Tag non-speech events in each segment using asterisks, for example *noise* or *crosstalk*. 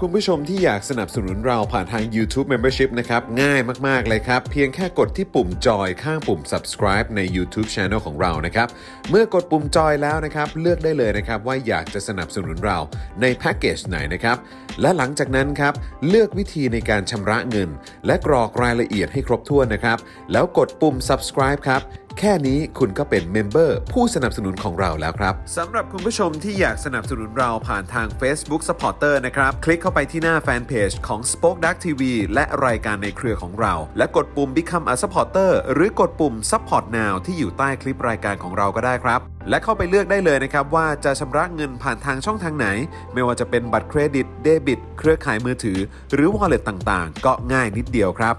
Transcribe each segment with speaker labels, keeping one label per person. Speaker 1: คุณผู้ชมที่อยากสนับสนุนเราผ่านทาง YouTube Membership นะครับ ง่ายมาก ๆ เลยครับ เพียงแค่กดที่ปุ่มจอยข้างปุ่ม subscribe ใน YouTube Channel ของเรานะครับ เมื่อกดปุ่มจอยแล้วนะครับ เลือกได้เลยนะครับ ว่าอยากจะสนับสนุนเราในแพ็กเกจไหนนะครับ และหลังจากนั้นครับ เลือกวิธีในการชำระเงิน และกรอกรายละเอียดให้ครบถ้วนนะครับ แล้วกดปุ่ม subscribe ครับ แค่นี้คุณก็เป็นเมมเบอร์ผู้สนับสนุนของเราแล้วครับสำหรับคุณผู้ชมที่อยากสนับสนุนเราผ่านทาง Facebook Supporter นะครับ คลิกเข้าไปที่หน้าแฟนเพจของ Spoke Dark TV และรายการในเครือของเรา และกดปุ่ม Become a Supporter หรือกดปุ่ม Support Now ที่อยู่ใต้คลิปรายการของเราก็ได้ครับ และเข้าไปเลือกได้เลยนะครับว่าจะชำระเงินผ่านทางช่องทางไหน ไม่ว่าจะเป็นบัตรเครดิตเดบิตเครือข่ายมือถือ หรือ Wallet ต่างๆ ก็ง่ายนิดเดียวครับ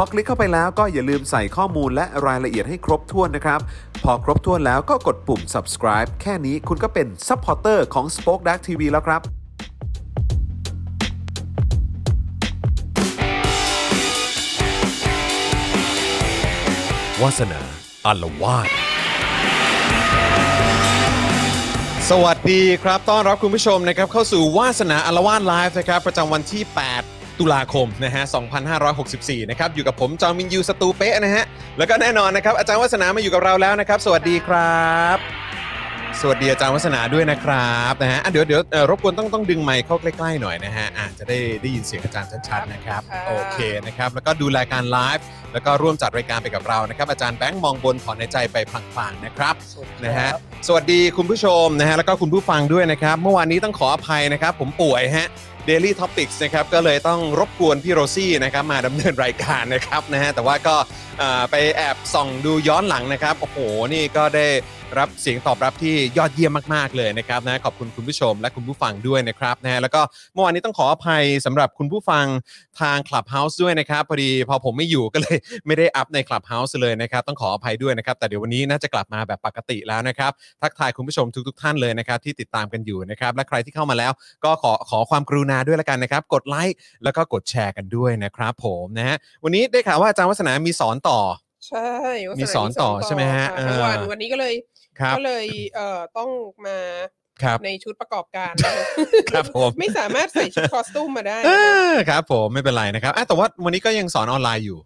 Speaker 1: พอคลิกเข้าไปแล้วก็อย่าลืมใส่ข้อมูลและรายละเอียดให้ครบถ้วนนะครับ พอครบถ้วนแล้วก็กดปุ่ม subscribe แค่นี้คุณก็เป็น supporter ของ Spoke Dark TV แล้วครับ
Speaker 2: วาสนาอารวาสสวัสดีครับต้อนรับคุณผู้ชมนะครับเข้าสู่วาสนาอารวาสไลฟ์นะครับประจำวันที่ 8 ตุลาคมนะฮะ 2564 นะครับอยู่กับผมจอมินยูสตูเป๊ะนะฮะแล้วก็แน่นอนนะครับอาจารย์วัฒนามาอยู่กับเราแล้วนะครับ สวัสดีครับ สวัสดีอาจารย์วัฒนาด้วยนะครับนะฮะอ่ะเดี๋ยวเดี๋ยวเอ่อรบกวนต้องต้องดึงไมค์เข้าใกล้ๆหน่อยนะฮะอ่ะจะได้ได้ยินเสียงอาจารย์ชัดๆนะครับ
Speaker 3: ครับ
Speaker 2: โอเคนะครับแล้วก็ดูรายการไลฟ์ แล้วก็ร่วมจัดรายการไปกับเรานะครับ อาจารย์แบงค์มองบนถอนในใจไปพลางๆนะครับนะฮะสวัสดีคุณผู้ชมนะฮะแล้วก็คุณผู้ฟังด้วยนะครับ เมื่อวานนี้ต้องขออภัยนะครับ ผมป่วยฮะ Daily Topics นะครับก็เลยต้องรบกวนพี่โรซี่นะครับมาดำเนินรายการนะครับนะฮะแต่ว่าก็เอ่อไปแอบส่องดูย้อนหลังนะครับโอ้โหนี่ก็ได้รับเสียงตอบรับที่ยอดเยี่ยมมากๆเลยนะครับนะขอบคุณคุณผู้ชมและคุณผู้ฟังด้วยนะครับนะฮะแล้วก็เมื่อวานนี้ต้องขออภัยสำหรับคุณผู้ฟัง ทาง Clubhouse ด้วยนะครับ พอดีพอผมไม่อยู่ก็เลย ไม่ได้อัพใน Clubhouse เลยนะครับ ต้องขออภัยด้วยนะครับ แต่เดี๋ยววันนี้น่าจะกลับมาแบบปกติแล้วนะครับ ทักทายคุณผู้ชมทุก ๆ ท่านเลยนะครับ ที่ติดตามกันอยู่นะครับ และใครที่เข้ามาแล้วก็ขอขอความกรุณาด้วยละกันนะครับ กดไลค์แล้วก็กดแชร์กันด้วยนะครับ ผมนะฮะวันนี้ได้ข่าวว่าอาจารย์วัฒนามีสอนต่อ
Speaker 3: ใช่วาสนา
Speaker 2: มีสอนต่อใช่ไหมฮะ
Speaker 3: ค่ทั้งวัน
Speaker 2: อ่า
Speaker 3: วันนี้ก็เลย
Speaker 2: ครับ
Speaker 3: ก็เลยเอ่อต้องมา
Speaker 2: ครับ
Speaker 3: ในชุดประกอบการนะคะ
Speaker 2: *laughs* ครับผม
Speaker 3: ไม่สามารถใส่ชุดคอสตูมมาได้
Speaker 2: เอ
Speaker 3: นะคะ
Speaker 2: อครับ ผมไม่เป็นไรนะครับอ่ะแต่ว่าวันนี้ก็ยังสอนออนไลน์อยู่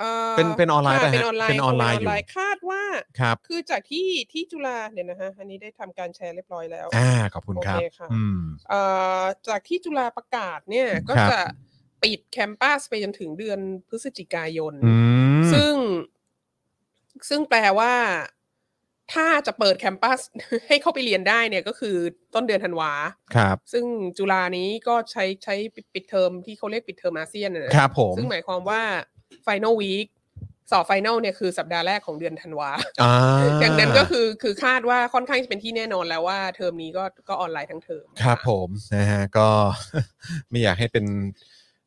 Speaker 3: อ่อ
Speaker 2: เป็นเป็นออนไลน์
Speaker 3: ค่ะ
Speaker 2: ป่ะฮะ
Speaker 3: เป็นออนไลน์
Speaker 2: เป็นออนไลน์อยู่
Speaker 3: คงคาดว่า
Speaker 2: ครับ
Speaker 3: คือจากที่ที่จุฬาเนี่ยนะฮะอันนี้ได้ทำการแชร์เรียบร้อยแล้ว
Speaker 2: อ่าขอบคุณครับ
Speaker 3: โอเคค่ะ
Speaker 2: อืม
Speaker 3: เอ่อจากที่จุฬาประกาศเนี่ยก็
Speaker 2: ครับ
Speaker 3: จะปิดแคมปัสไปจนถึงเดือนพฤศจิกายน
Speaker 2: อืม
Speaker 3: ซึ่งซึ่งแปลว่า ถ้าจะเปิดแคมปัส *laughs* ให้เข้าไปเรียนได้เนี่ยก็คือต้นเดือนธันวา
Speaker 2: ครับ
Speaker 3: ซึ่งจุฬานี้ก็ใช้ใช้ปิดปิดเทอมที่เขาเรียกปิดเทอมอาเซียนน่ะนะครับ
Speaker 2: ผม
Speaker 3: ซึ่งหมายความว่า Final Week สอบ Final เนี่ยคือสัปดาห์แรกของเดือนธันวา
Speaker 2: อ่า
Speaker 3: ดังนั้นก็คือคือคาดว่าค่อนข้างจะเป็นที่แน่นอนแล้วว่าเทอมนี้ก็ก็ออนไลน์ทั้งเทอม
Speaker 2: ครับผมนะฮะก็ *laughs* ไม่อยากให้เป็น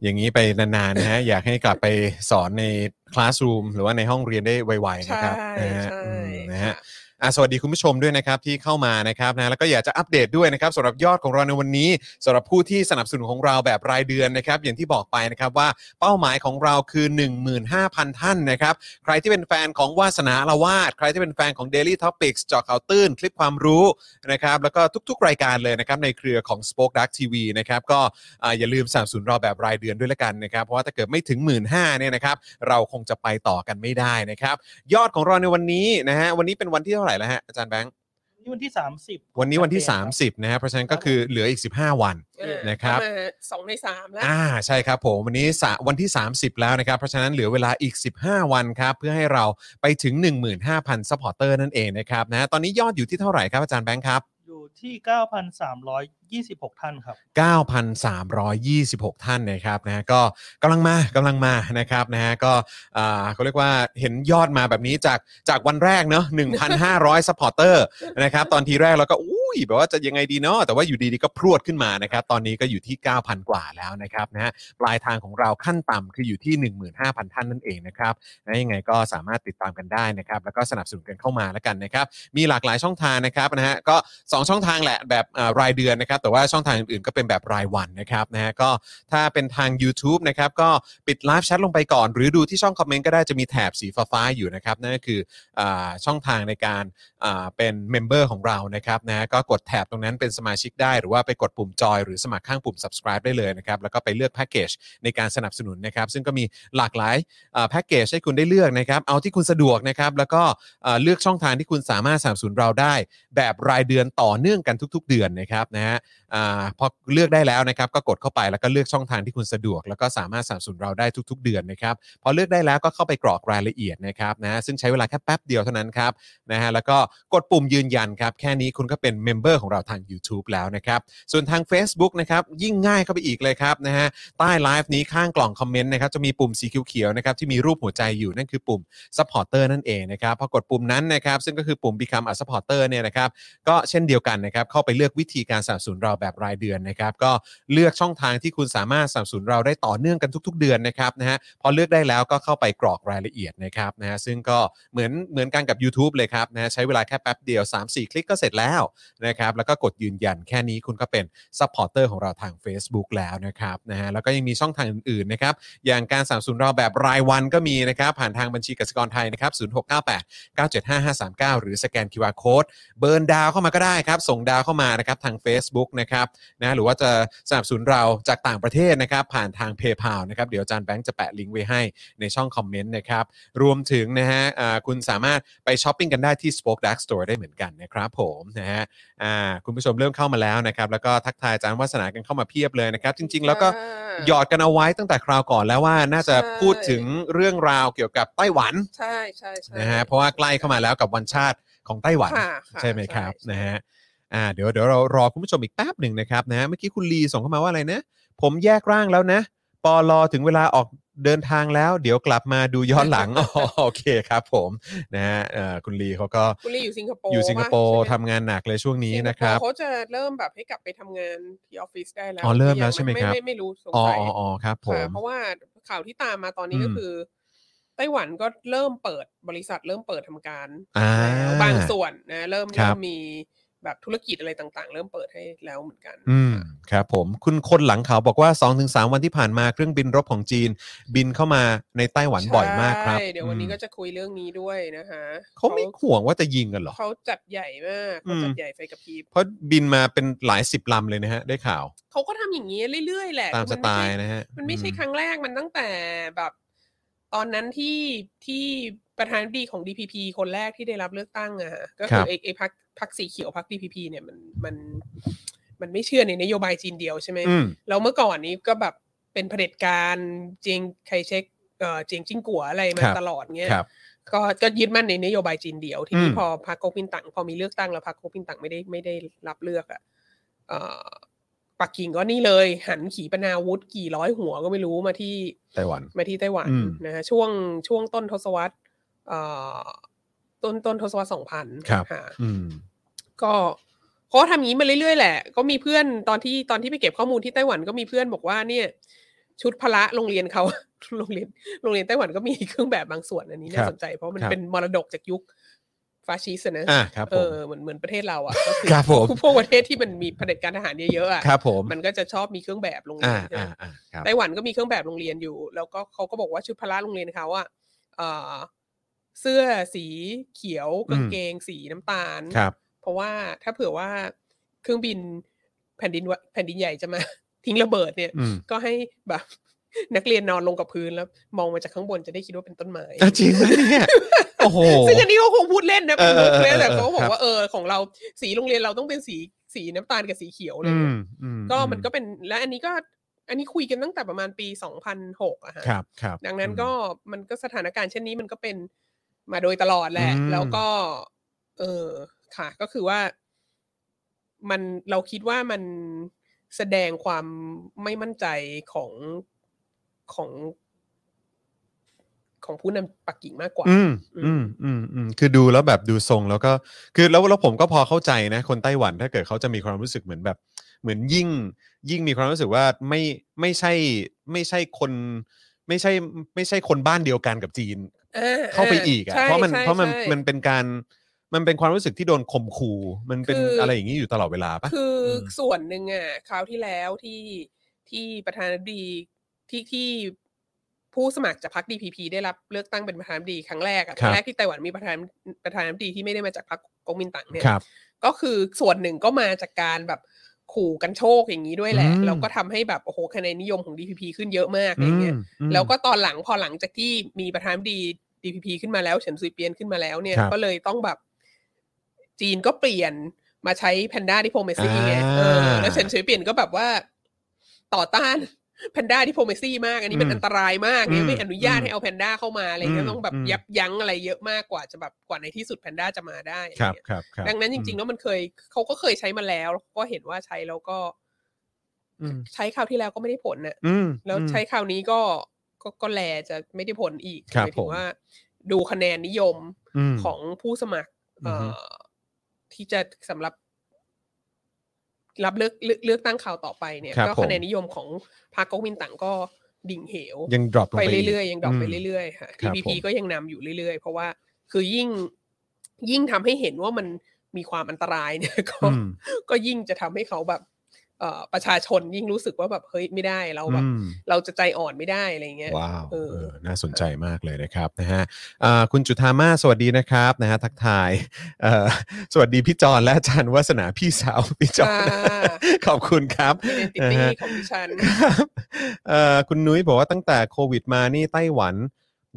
Speaker 2: อย่างนี้ไปนานๆ
Speaker 3: *laughs*
Speaker 2: นะฮะ อยากให้กลับไปสอนในคลาสรูมหรือว่าในห้องเรียนได้ไวๆนะ
Speaker 3: ใช่
Speaker 2: ครับนะฮะ
Speaker 3: ใช่
Speaker 2: อืมนะฮะ
Speaker 3: ค่ะ
Speaker 2: อ่ะสวัสดีคุณผู้ชมด้วยนะครับที่เข้ามานะครับนะแล้วก็อยากจะอัปเดตด้วยนะครับสำหรับยอดของเราในวันนี้สำหรับผู้ที่สนับสนุนของเราแบบรายเดือนนะครับ อย่างที่บอกไปนะครับว่าเป้าหมายของเราคือ 15,000 ท่านนะครับ ใครที่เป็นแฟนของวาสนาละวาด ใครที่เป็นแฟนของ Daily Topics เจาะข่าวตื้น คลิปความรู้นะครับ แล้วก็ทุกๆ รายการเลยนะครับ ในเครือของ Spoke Dark TV นะครับ ก็อ่าอย่าลืมสนับสนุนเราแบบรายเดือนด้วยละกันนะครับ เพราะว่าถ้าเกิดไม่ถึง 1 5ื่นเนี่ยนะครับ เราคงจะไปต่อกันไม่ได้นะครับ ยอดของเราในวันนี้นะฮะ วันนี้เป็นวันที่เท่าไหร่แล้วฮะอาจารย์แบงค์
Speaker 4: นี่วันที่ 30
Speaker 2: วันนี้วันที่
Speaker 4: ครับ
Speaker 2: 30 นะฮะ เพราะฉะนั้นก็คือเหลืออีก 15 วัน
Speaker 3: เออ
Speaker 2: นะครับ
Speaker 3: เข้ามาสองในสามแล้ว
Speaker 2: อ่าใช่ครับผมวันนี้สะวันที่ 30 แล้วนะครับ เพราะฉะนั้นเหลือเวลาอีก 15 วันครับ เพื่อให้เราไปถึง 15,000ซัพพอร์เตอร์นั่นเองนะครับนะตอนนี้ยอดอยู่ที่เท่าไหร่ครับอาจารย์แบงค์ครับ
Speaker 4: อยู่ที่ 9,326 ท่านครับ
Speaker 2: 9,326 ท่านนะครับนะฮะก็กำลังมากำลังมานะครับนะฮะก็อ่าเขาเรียกว่าเห็นยอดมาแบบนี้จากจากวันแรกเนอะ1,500 ซัพพอร์เตอร์นะครับตอนทีแรกเราก็อุ้ยแบบว่าจะยังไงดีเนาะแต่ว่าอยู่ดีๆก็พรวดขึ้นมานะครับตอนนี้ก็อยู่ที่ 9,000 กว่าแล้วนะครับนะฮะปลายทางของเราขั้นต่ำคืออยู่ที่ 15,000 ท่านนั่นเองนะครับนะยังไงก็สามารถติดตามกันได้นะครับแล้วก็สนับสนุนกันเข้ามาแล้วกันนะครับ มีหลากหลายช่องทางนะครับนะฮะก็ 2 ช่องทางแหละแบบเอ่อรายเดือนนะครับ แต่ว่าช่องทางอื่นๆก็เป็นแบบรายวันนะครับนะฮะก็ถ้าเป็นทาง YouTube นะครับก็ปิดไลฟ์แชทลงไปก่อน หรือดูที่ช่องคอมเมนต์ก็ได้จะมีแถบสีฟ้าๆอยู่นะครับนั่นก็คืออาช่องทางในการ อ่าเป็นเมมเบอร์ของเรานะครับนะก็กดแถบตรงนั้นเป็นสมาชิกได้หรือว่าไปกดปุ่มจอยหรือสมัครข้างปุ่ม subscribe ได้เลยนะครับ แล้วก็ไปเลือกแพ็กเกจในการสนับสนุนนะครับ ซึ่งก็มีหลากหลายอ่าแพ็กเกจให้คุณได้เลือกนะครับ เอาที่คุณสะดวกนะครับ แล้วก็อ่าเลือกช่องทางที่คุณสามารถสนับสนุนเราได้ แบบรายเดือนต่อเนื่องกันทุก ๆ เดือนนะครับนะฮะอ่าพอเลือกได้แล้วนะครับ ก็กดเข้าไปแล้วก็เลือกช่องทางที่คุณสะดวก แล้วก็สามารถสนับสนุนเราได้ทุก ๆ เดือนนะครับพอเลือกได้แล้วก็เข้าไปกรอกรายละเอียดนะครับนะซึ่งใช้เวลาแค่แป๊บเดียวเท่านั้นครับ นะฮะแล้วก็กดปุ่มยืนยันครับ แค่นี้คุณก็เป็นเมมเบอร์ของเราทาง YouTube แล้วนะครับ ส่วนทาง Facebook นะครับยิ่งง่ายเข้าไปอีกเลยครับนะฮะใต้ไลฟ์นี้ข้างกล่องคอมเมนต์นะครับจะมีปุ่มสีเขียวๆนะครับที่มีรูปหัวใจอยู่นั่นคือปุ่ม Supporter นั่นเองนะครับพอกดปุ่มนั้นนะครับซึ่งก็คือปุ่ม Become a Supporter เนี่ยนะครับก็เช่นเดียวกันนะครับเข้าไปเลือกวิธีการสนับสนุนเราแบบรายเดือนนะครับก็เลือกช่องทางที่คุณสามารถสนับสนุนเราได้ต่อเนื่องกันทุก ๆ เดือนนะครับนะฮะพอเลือกได้แล้วก็เข้าไปกรอกรายละเอียดนะครับนะฮะซึ่งก็เหมือนเหมือนกันกับ YouTube เลยครับนะฮะใช้เวลาแค่แป๊บเดียว 3-4 คลิกก็เสร็จแล้ว นะครับแล้วก็กดยืนยันแค่นี้คุณก็เป็นซัพพอร์เตอร์ของเราทาง Facebook แล้วนะครับนะฮะแล้วก็ยังมีช่องทางอื่นๆนะครับอย่างการสนับสนุนเราแบบรายวันก็มีนะครับผ่านทางบัญชีกสิกรไทยนะครับ0 6 9 8 9 7 5 5 3 9 หรือสแกน QR Code เบิร์นดาวเข้ามาก็ได้ครับ ส่งดาวเข้ามานะครับทาง Facebook นะครับนะหรือว่าจะสนับสนุนเราจากต่างประเทศนะครับผ่านทาง PayPal นะครับเดี๋ยวอาจารย์แบงค์จะแปะลิงก์ไว้ให้ในช่องคอมเมนต์นะครับรวมถึงนะฮะอ่าคุณสามารถไปช้อปปิ้งกันได้ที่ Spoke Dark Store ได้เหมือนกันนะครับผมนะฮะ อ่าคุณผู้ชมเริ่มเข้ามาแล้วนะครับ แล้วก็ทักทายอาจารย์วัสนากันเข้ามาเพียบเลยนะครับ จริง ๆ แล้วก็
Speaker 3: อ่า
Speaker 2: หยอดกันเอาไว้ตั้งแต่คราวก่อนแล้วว่าน่าจะ
Speaker 3: ใช่
Speaker 2: พูดถึงเรื่องราวเกี่ยวกับไต้หวัน
Speaker 3: ใช่ใช่ใช่
Speaker 2: นะฮะเพราะว่าใกล้เข้ามาแล้วกับวันชาติของไต้หวัน
Speaker 3: ค่ะค่ะ
Speaker 2: ใช่ไหมครับ
Speaker 3: ใช่
Speaker 2: นะฮะอ่าเดี๋ยวเดี๋ยวเรารอคุณผู้ชมอีกแป๊บหนึ่งนะครับนะฮะเมื่อกี้คุณลีส่งเข้ามาว่าอะไรนะ ผมแยกร่างแล้วนะปอลอถึงเวลาออกเดินทางแล้ว เดี๋ยวกลับมาดูย้อน
Speaker 3: *laughs*
Speaker 2: หลังอ๋อโอเคครับผมนะฮะเอ่อคุณลีเขาก็
Speaker 3: คุณลี่อยู่สิงคโปร์
Speaker 2: อยู่สิงคโปร์
Speaker 3: ป่ะใช่ไหม
Speaker 2: ทำงานหนักเลยช่วงนี้
Speaker 3: สิงโป
Speaker 2: นะครับ
Speaker 3: เขาจะเริ่มแบบให้กลับไปทำงานที่ออฟฟิศได้แล้ว
Speaker 2: อ๋อเริ่มแล้ว
Speaker 3: ยัง
Speaker 2: ใช่ไหมครับ
Speaker 3: ไม่รู้สง
Speaker 2: อ๋อ
Speaker 3: สัย
Speaker 2: อ๋ออ๋อครับผม
Speaker 3: ค่ะเพราะว่าข่าวที่ตามมาตอนนี้
Speaker 2: อืม
Speaker 3: ก็คือ ไต้หวันก็เริ่มเปิดบริษัทเริ่มเปิดทำการ
Speaker 2: อ่า
Speaker 3: แล้วบางส่วนนะเริ่ม
Speaker 2: ครั
Speaker 3: เริ่
Speaker 2: บ
Speaker 3: มมีแบบธุรกิจอะไรต่างๆ เริ่มเปิดให้แล้วเหมือนกัน
Speaker 2: อืมครับผมคุณคนหลังเขาวบอกว่า 2-3 วันที่ผ่านมาเครื่องบินรบของจีน บินเข้ามาในไต้หวันบ่อยมากครับ
Speaker 3: ใช่เดี๋ยววันนี้ก็
Speaker 2: อื
Speaker 3: จะคุยเรื่องนี้ด้วยนะคะ
Speaker 2: มเขาไม่ห่วงว่าจะยิงกันเหรอ
Speaker 3: เขาจัดใหญ่มากเขาจัดใหญ่ไฟกระพริบ
Speaker 2: เพราะบินมาเป็นหลายสิบลำเลยนะฮะ ได้ข่าว
Speaker 3: เขาก็ทำอย่างนี้เรื่อยๆ แหละ
Speaker 2: ตามสไตล์
Speaker 3: นะ
Speaker 2: นะฮะ
Speaker 3: มันไม่ใช่
Speaker 2: อื
Speaker 3: ครั้งแรกมันตั้งแต่แบบ ตอนนั้นที่ที่ประธานาธิบดีของ DPP คนแรกที่ได้รับเลือกตั้งอะฮะก็คือไอ้ไอ้พักพักสีเขียวพัก DPP เนี่ยมันมัน มันไม่เชื่อในนโยบายจีนเดียวใช่ไหม
Speaker 2: อืม
Speaker 3: แล้วเมื่อก่อนนี้ก็แบบเป็นเผด็จการเจยงไคเช็กเอ่อเจยงจิ้งกัวอะไรมา
Speaker 2: ครับ
Speaker 3: ตลอดเงี้ย
Speaker 2: ครับ
Speaker 3: ก็ก็ยึดมั่นในนโยบายจีนเดียวทีนี้
Speaker 2: อืม
Speaker 3: พอพรรคก๊กมินตั๋งพอมีเลือกตั้งแล้วพรรคก๊กมินตั๋งไม่ได้ไม่ได้รับเลือกอะเอ่อปักกิ่งก็นี่เลย หันขีปนาวุธกี่ร้อยหัวก็ไม่รู้มาที่
Speaker 2: ไต้หวัน
Speaker 3: มาที่ไต้หวัน
Speaker 2: อืม
Speaker 3: นะฮะช่วงช่วงต้นทศวรรษเอ่อต้นต้นทศวรรษสองพัน
Speaker 2: ครับ
Speaker 3: ค่ะ
Speaker 2: อืม
Speaker 3: ก็เขาก็ทำอย่างนี้มาเรื่อยๆแหละ ก็มีเพื่อนตอนที่ตอนที่ไปเก็บข้อมูลที่ไต้หวันก็มีเพื่อนบอกว่าเนี่ย ชุดพละโรงเรียนเขา *laughs* โรงเรียนโรงเรียนไต้หวันก็มีเครื่องแบบบางส่วนอันนี้
Speaker 2: ค
Speaker 3: น่า
Speaker 2: รับ
Speaker 3: สนใจ เพราะมัน
Speaker 2: ครับ
Speaker 3: เป็นมรดกจากยุคฟาสชิสต์อะนะ
Speaker 2: อ่าครับ
Speaker 3: เอ
Speaker 2: ผม
Speaker 3: อเหมือนเหมือนประเทศเราอ่ะก็
Speaker 2: ครับผม
Speaker 3: พวกประ *laughs* เทศที่มันมีเผด็จการทหารเยอะๆอ่ะ
Speaker 2: ครับผม
Speaker 3: มันก็จะชอบมีเครื่องแบบโรงเรีย
Speaker 2: อ่าน
Speaker 3: ใช่ไห
Speaker 2: อ่าม อ่าครับ
Speaker 3: ไต้หวันก็มีเครื่องแบบโรงเรียนอยู่ แล้วก็เขาก็บอกว่าชุดพละโรงเรียนเขาอะเอ่อเสื้อสีเขียว
Speaker 2: อืม
Speaker 3: กางเกงสีน้ำตาล
Speaker 2: ครับ
Speaker 3: เพราะว่าถ้าเผื่อว่าเครื่องบินแผ่นดินวะแผ่นดินใหญ่จะมา *laughs* ทิ้งระเบิดเนี่ย
Speaker 2: อืม
Speaker 3: ก็ให้แบบ *laughs* นักเรียนนอนลงกับพื้นแล้ว มองมาจากข้างบนจะได้คิดว่าเป็นต้นไม้
Speaker 2: อ่ะจริงไหมเนี่ยโอ้โห
Speaker 3: *laughs* ซึ่งอันนี้เขาคงพูดเล่นนะเป็น
Speaker 2: เออเออ
Speaker 3: มุกเล่นแต่
Speaker 2: เออเออ
Speaker 3: เขาก็บอ
Speaker 2: ค
Speaker 3: ก
Speaker 2: รับ
Speaker 3: ว่าเออของเราสีโรงเรียนเราต้องเป็นสีสีน้ำตาลกับสีเขียวอะไร
Speaker 2: อื
Speaker 3: เงี้
Speaker 2: ม
Speaker 3: ย
Speaker 2: อื
Speaker 3: ก็มันก็เป็นและอันนี้ก็อันนี้คุยกันตั้งแต่ประมาณปี 2006อะฮะ
Speaker 2: ครับครับ
Speaker 3: ดังนั้นก็มันก็สถานการณ์เช่นนี้มันก็เป็นมาโดยตลอดแหละ
Speaker 2: อืม
Speaker 3: แล้วก็ เออค่ะ ก็คือว่ามันเราคิดว่ามันแสดงความไม่มั่นใจของของ ของผู้นำปักกิ่งมากกว่า
Speaker 2: อืมอืมอืมอืมคือดูแล้วแบบดูทรงแล้วก็คือแล้วแล้วผมก็พอเข้าใจนะ คนไต้หวันถ้าเกิดเขาจะมีความรู้สึกเหมือนแบบ เหมือนยิ่ง ยิ่งมีความรู้สึกว่าไม่ไม่ใช่ไม่ใช่คน ไม่ใช่ไม่ใช่คนบ้านเดียวกันกับจีน เข้าไปอีกอ่ะเพราะมันเพราะมันมันเป็นการ มันเป็นความรู้สึกที่โดนข่มขู่มันเป็น
Speaker 3: คืออ
Speaker 2: อะไรอย่างนี้อยู่ตลอดเวลาปะ
Speaker 3: คือ
Speaker 2: ม
Speaker 3: ส่วนหนึ่งอ่ะคราวที่แล้วที่ที่ประธานาธิบดีที่ที่ผู้สมัครจากพรรค DPP ได้รับเลือกตั้งเป็นประธานาธิบดีครั้งแรกอ่ะครั้งแรกที่ไต้หวันมีประธานประธานาธิบดีที่ไม่ได้มาจากพรรคก๊กมินตั๋งเนี่ย
Speaker 2: ครับ
Speaker 3: ก็คือส่วนหนึ่งก็มาจากการแบบขู่กันโชคอย่างนี้ด้วยแหละ
Speaker 2: อืม
Speaker 3: แล้วก็ทำให้แบบโอ้โหคะแนนนิยมของ DPP ขึ้นเยอะมากอย่างเงี้ย
Speaker 2: อืม
Speaker 3: แล้วก็ตอนหลังพอหลังจากที่มีประธานาธิบดี DPP ขึ้นมาแล้วเฉินซุยเปียนขึ้นมาแล้วเนี่ย
Speaker 2: ครับ
Speaker 3: ก็เลยต้องแบบจีนก็เปลี่ยนมาใช้แพนด้าดิโพเมซีไงเออ
Speaker 2: อ่า
Speaker 3: แล้วเฉินซุยเปียนก็แบบว่าต่อต้าน *laughs* แพนด้าดิโพเมซีมาก อันนี้มัน
Speaker 2: อืม
Speaker 3: อันตรายมากเนี่ยไม่อนุญาต
Speaker 2: อืม
Speaker 3: ให้เอาแพนด้าเข้ามาอะไรเงี้ย
Speaker 2: อืม
Speaker 3: ต้องแบบ
Speaker 2: อืม
Speaker 3: ยับยั้งอะไรเยอะมากกว่าจะแบบกว่าในที่สุดแพนด้าจะมาได้อะไร
Speaker 2: ค
Speaker 3: เงี้
Speaker 2: รั
Speaker 3: ย
Speaker 2: บครับครับ
Speaker 3: ดังนั้นจริงๆแล้วมันเคยเขาก็เคยใช้มาแล้วแล้วก็เห็นว่าใช้แล้วก็
Speaker 2: อืม
Speaker 3: ใช้คราวที่แล้วก็ไม่ได้ผลน่ะ
Speaker 2: อืม
Speaker 3: แล้ว
Speaker 2: อืม
Speaker 3: ใช้คราวนี้ก็ก็ก็แลจะไม่ได้ผลอีก
Speaker 2: ครับ
Speaker 3: หมายถึ
Speaker 2: ผม
Speaker 3: งว่า ดูคะแนนนิยม
Speaker 2: ม
Speaker 3: ของผู้สมัครเอ่ออ
Speaker 2: อฮึ
Speaker 3: ที่จะสำหรับ รับเลือกเลือกเลือกตั้งข่าวต่อไปเนี่ย
Speaker 2: ครับ
Speaker 3: ก็
Speaker 2: ผม
Speaker 3: คะแนนนิยมของพรรคก๊กมินตั๋งก็ดิ่งเหว
Speaker 2: ยังดรอปลง
Speaker 3: ไป
Speaker 2: ไปก
Speaker 3: เรื่อยๆ ยังดรอปไปเรื่อยๆค่ะ
Speaker 2: ครับผ
Speaker 3: TPP
Speaker 2: ม
Speaker 3: ก็ยังนำอยู่เรื่อยๆ เพราะว่าคือยิ่งยิ่งทำให้เห็นว่ามันมีความอันตรายเนี่ย *laughs* ก็
Speaker 2: อืม
Speaker 3: ก็ยิ่งจะทำให้เขาแบบเอ่อประชาชนยิ่งรู้สึกว่าแบบเฮ้ยไม่ได้เราแบบ
Speaker 2: อืม
Speaker 3: เราจะใจอ่อนไม่ได้อะไรเงี้ย
Speaker 2: ว้าว
Speaker 3: เออ
Speaker 2: เออน่าสนใจมากเลยนะครับนะฮะเอ่อคุณจุธามาสวัสดีนะครับนะฮะทักทายเอ่อสวัสดีพี่จอนและอาจารย์วัสนาพี่สาวพี่จ *laughs* อนขอบคุณครับ
Speaker 3: เดนติ
Speaker 2: นะ
Speaker 3: ตี้
Speaker 2: ฮะ
Speaker 3: ของดิฉัน
Speaker 2: ครับเอ่อคุณนุ้ยบอกว่าตั้งแต่โควิดมานี่ไต้หวัน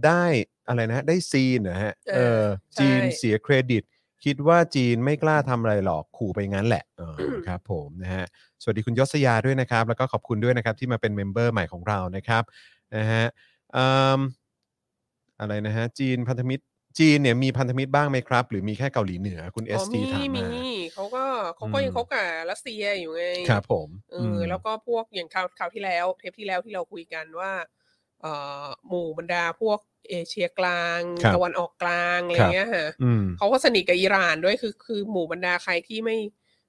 Speaker 2: ได้อะไรนะ ได้ซีนนะฮะเอ
Speaker 3: เอ
Speaker 2: อ
Speaker 3: อ
Speaker 2: จีน
Speaker 3: ใช่
Speaker 2: เสียเครดิต คิดว่าจีนไม่กล้าทำอะไรหรอกขู่ไปงั้นแหละเออครับผมนะฮะสวัสดีคุณยศยาด้วยนะครับ แล้วก็ขอบคุณด้วยนะครับที่มาเป็นเมมเบอร์ใหม่ของเรานะครับ นะฮะเอิ่มอะไรนะฮะ จีนพันธมิตร จีนเนี่ยมีพันธมิตรบ้างไหมครับ หรือมีแค่เกาหลีเหนือคุณเอ
Speaker 3: อ๋
Speaker 2: ส
Speaker 3: อ
Speaker 2: ที
Speaker 3: มี
Speaker 2: ถาม
Speaker 3: มี
Speaker 2: มา
Speaker 3: เขาก็เขาก็
Speaker 2: อืม
Speaker 3: ยังคบกับรัสเซียอยู่ไง
Speaker 2: ครับผม
Speaker 3: เอออ
Speaker 2: ม
Speaker 3: แล้วก็พวกอย่างคราวคราวที่แล้ว เทปที่แล้วที่เราคุยกันว่าเอ่อหมู่บรรดาพวกเอเชียกลาง
Speaker 2: ครับ
Speaker 3: ตะวันออกกลางอะไร
Speaker 2: ครับ
Speaker 3: เงี้ยฮะ
Speaker 2: อืม
Speaker 3: เขาก็สนิทกับอิหร่านด้วยคือคือหมู่บรรดาใครที่ไม่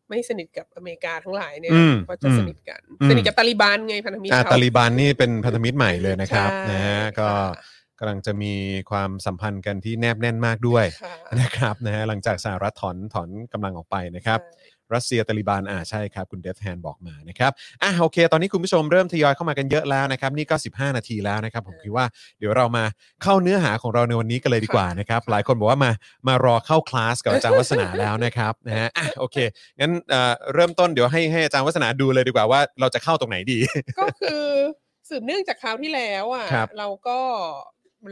Speaker 3: ไม่สนิทกับอเมริกาทั้งหลายเนี่ย
Speaker 2: อืม
Speaker 3: ก็จะสนิทกัน
Speaker 2: อืม
Speaker 3: สนิทกับตาลิบันไงพันธมิตร
Speaker 2: อ่า
Speaker 3: เขา
Speaker 2: ตาลีบันนี่เป็นพันธมิตรใหม่เลยนะครับ
Speaker 3: ใช่
Speaker 2: นะฮะก็
Speaker 3: ค่ะ
Speaker 2: กำลังจะมีความสัมพันธ์กันที่แนบแน่นมากด้วย
Speaker 3: ค่ะ
Speaker 2: นะครับนะฮะหลังจากสหรัฐถอนถอนกำลังออกไปนะครับ
Speaker 3: ใช่
Speaker 2: รัสเซียตาลิบันอ่าใช่ครับ คุณเดฟแฮนบอกมานะครับอ่ะโอเค ตอนนี้คุณผู้ชมเริ่มทยอยเข้ามากันเยอะแล้วนะครับ นี่ก็15 นาทีแล้วนะครับ ผมคิดว่าเดี๋ยวเรามาเข้าเนื้อหาของเราในวันนี้กันเลยดีกว่านะครับ หลายคนบอกว่ามามารอเข้าคลาสกับอาจารย์วัฒนาแล้วนะครับนะฮะอ่ะโอเคงั้นเอ่อเริ่มต้นเดี๋ยวให้ให้อาจารย์วัฒนาดูเลยดีกว่าว่าเราจะเข้าตรงไหนดี
Speaker 3: ก็คือสืบเนื่องจากคราวที่แล้วอ่ะ
Speaker 2: ครับ
Speaker 3: เราก็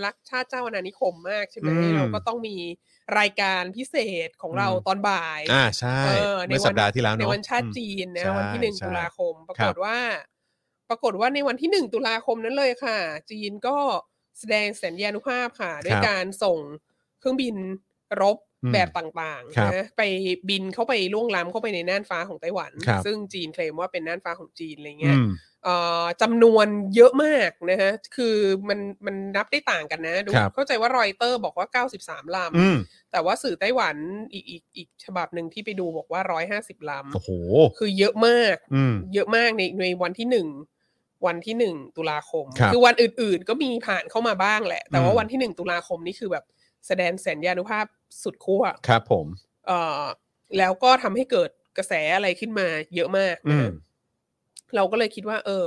Speaker 3: รักชาติเจ้าอาณานิคมมากใช่ไหม
Speaker 2: อืม
Speaker 3: เราก็ต้องมีรายการพิเศษของเรา
Speaker 2: อืม
Speaker 3: ตอนบ่าย
Speaker 2: อ่าใช่
Speaker 3: เออใน
Speaker 2: เมื่อสัปดาห์ที่แล้วเน
Speaker 3: ใน
Speaker 2: อะ
Speaker 3: วันชาติ
Speaker 2: อืม
Speaker 3: จีน
Speaker 2: ใช่
Speaker 3: นะวันที่หนึ่ง
Speaker 2: ใช่
Speaker 3: ตุลาคม ปรา
Speaker 2: ครั
Speaker 3: ก
Speaker 2: บ
Speaker 3: ฏว่า ปรากฏว่าในวันที่หนึ่งตุลาคมนั้นเลยค่ะ จีนก็แสดงสัญญานุภาพค่ะ ด้วยการส่งเครื่องบินรบ
Speaker 2: อืม
Speaker 3: แบบต่าง
Speaker 2: ครับ
Speaker 3: ๆนะไปบินเข้าไปล่วงล้ำเข้าไปในน่านฟ้าของไต้หวัน
Speaker 2: ครับ
Speaker 3: ซึ่งจีนเคลมว่าเป็นน่านฟ้าของจีนอะไร
Speaker 2: อื
Speaker 3: เงี้ย
Speaker 2: ม
Speaker 3: เอ่อจำนวนเยอะมากนะฮะ คือมันมันนับได้ต่างกันนะดู
Speaker 2: ครับ
Speaker 3: เข้าใจว่ารอยเตอร์บอกว่า 93 ล
Speaker 2: อืม
Speaker 3: ำ แต่ว่าสื่อไต้หวันอีกอีกอีกฉบับหนึ่งที่ไปดูบอกว่า 150 ล
Speaker 2: โอ้โห
Speaker 3: ำ คือเยอะมาก
Speaker 2: อืม
Speaker 3: เยอะมากในในวันที่หนึ่งวันที่หนึ่งตุลาคม
Speaker 2: ครับ
Speaker 3: อวันอื่นๆ ก็มีผ่านเข้ามาบ้างแหละ แต่
Speaker 2: อื
Speaker 3: ว่าม วันที่หนึ่งตุลาคมนี่คือแบบแสดงแสนยานุภาพสุดขั้ว
Speaker 2: ครับผม
Speaker 3: เอ่อแล้วก็ทำให้เกิดกระแสอะไรขึ้นมาเยอะมาก
Speaker 2: อื
Speaker 3: นะ
Speaker 2: ม
Speaker 3: ฮะเราก็เลยคิดว่า เออ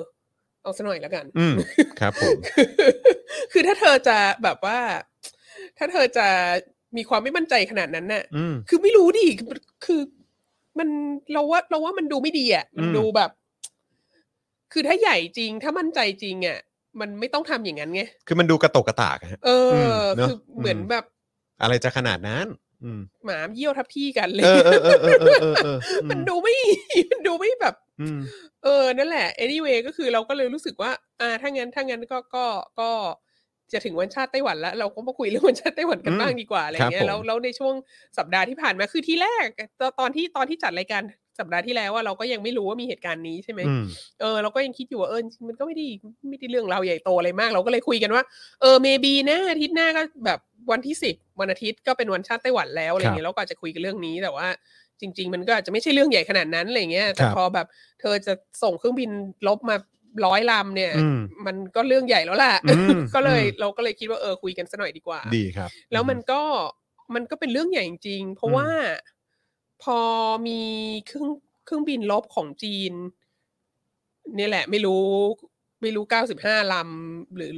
Speaker 3: เอาซะหน่อยแล้วกัน
Speaker 2: อืมครับผม
Speaker 3: *laughs* คือถ้าเธอจะแบบว่า ถ้าเธอจะมีความไม่มั่นใจขนาดนั้นน่ะ
Speaker 2: อืม
Speaker 3: คือไม่รู้ดิคือคือมันเราว่าเราว่ามันดูไม่ดีอ่ะ มัน
Speaker 2: อืม
Speaker 3: ดูแบบ คือถ้าใหญ่จริง ถ้ามั่นใจจริงอ่ะ มันไม่ต้องทำอย่างนั้นไง
Speaker 2: คือมันดูกระตกกระตากอะฮะ
Speaker 3: เอออ
Speaker 2: มเนอะ
Speaker 3: คือเหมือน
Speaker 2: อืม
Speaker 3: แบบ
Speaker 2: อะไรจะขนาดนั้น อืม
Speaker 3: หมาเยี่ยวทับที่กันเลย
Speaker 2: เออเออเออเออเออเออเอออื
Speaker 3: *laughs* มันดูไม่ มันดูไม่แบบ
Speaker 2: อืม
Speaker 3: เออ นั่นแหละ anyway ก็คือเราก็เลยรู้สึกว่า อ่า ถ้างั้น ถ้างั้นก็ ก็ ก็จะถึงวันชาติไต้หวันแล้ว เราก็มาคุยเรื่องวันชาติไต้หวันกัน
Speaker 2: อืม
Speaker 3: บ้างดีกว่าอะไร
Speaker 2: ครับ
Speaker 3: เงี้ย แล้ว
Speaker 2: ผม
Speaker 3: แล้วในช่วงสัปดาห์ที่ผ่านมา คือที่แรก ตอนตอนที่ ตอนที่จัดรายการสัปดาห์ที่แล้วว่าเราก็ยังไม่รู้ว่ามีเหตุการณ์นี้ใช่ไหม
Speaker 2: อืม
Speaker 3: เออ เราก็ยังคิดอยู่ว่า เออ จริงๆมันก็ไม่ได้ ไม่ได้เรื่องเราวใหญ่โตอะไรมาก เราก็เลยคุยกันว่า เออ maybe นะอาทิตย์หน้าก็แบบวันที่สิบวันอาทิตย์ก็เป็นวันชาติไต้หวันแล้วอะไรเงี้ยเราก็อาจจะคุยกันเรื่องนี้แต่ว่า จริง ๆ มันก็อาจจะไม่ใช่เรื่องใหญ่ขนาดนั้นอะไรเงี้ยแต่
Speaker 2: ครับ
Speaker 3: พอแบบ เธอจะส่งเครื่องบินลบมาร้อยลำเนี่ย
Speaker 2: อืม
Speaker 3: มันก็ *laughs* เรื่องใหญ่แล้วล่ะ
Speaker 2: อืม
Speaker 3: ก็เลยเราก็เลยคิดว่าเออคุยกันซะหน่อยดีกว่า
Speaker 2: ดีครับ
Speaker 3: แล้วมันก็ มันก็เป็นเรื่องใหญ่จริงๆเพราะ
Speaker 2: อืม
Speaker 3: ว่าพอมีเครื่องเครื่องบินลบของจีน เนี่ยแหละ ไม่รู้ไม่รู้เก้าสิบห้าลำหรือ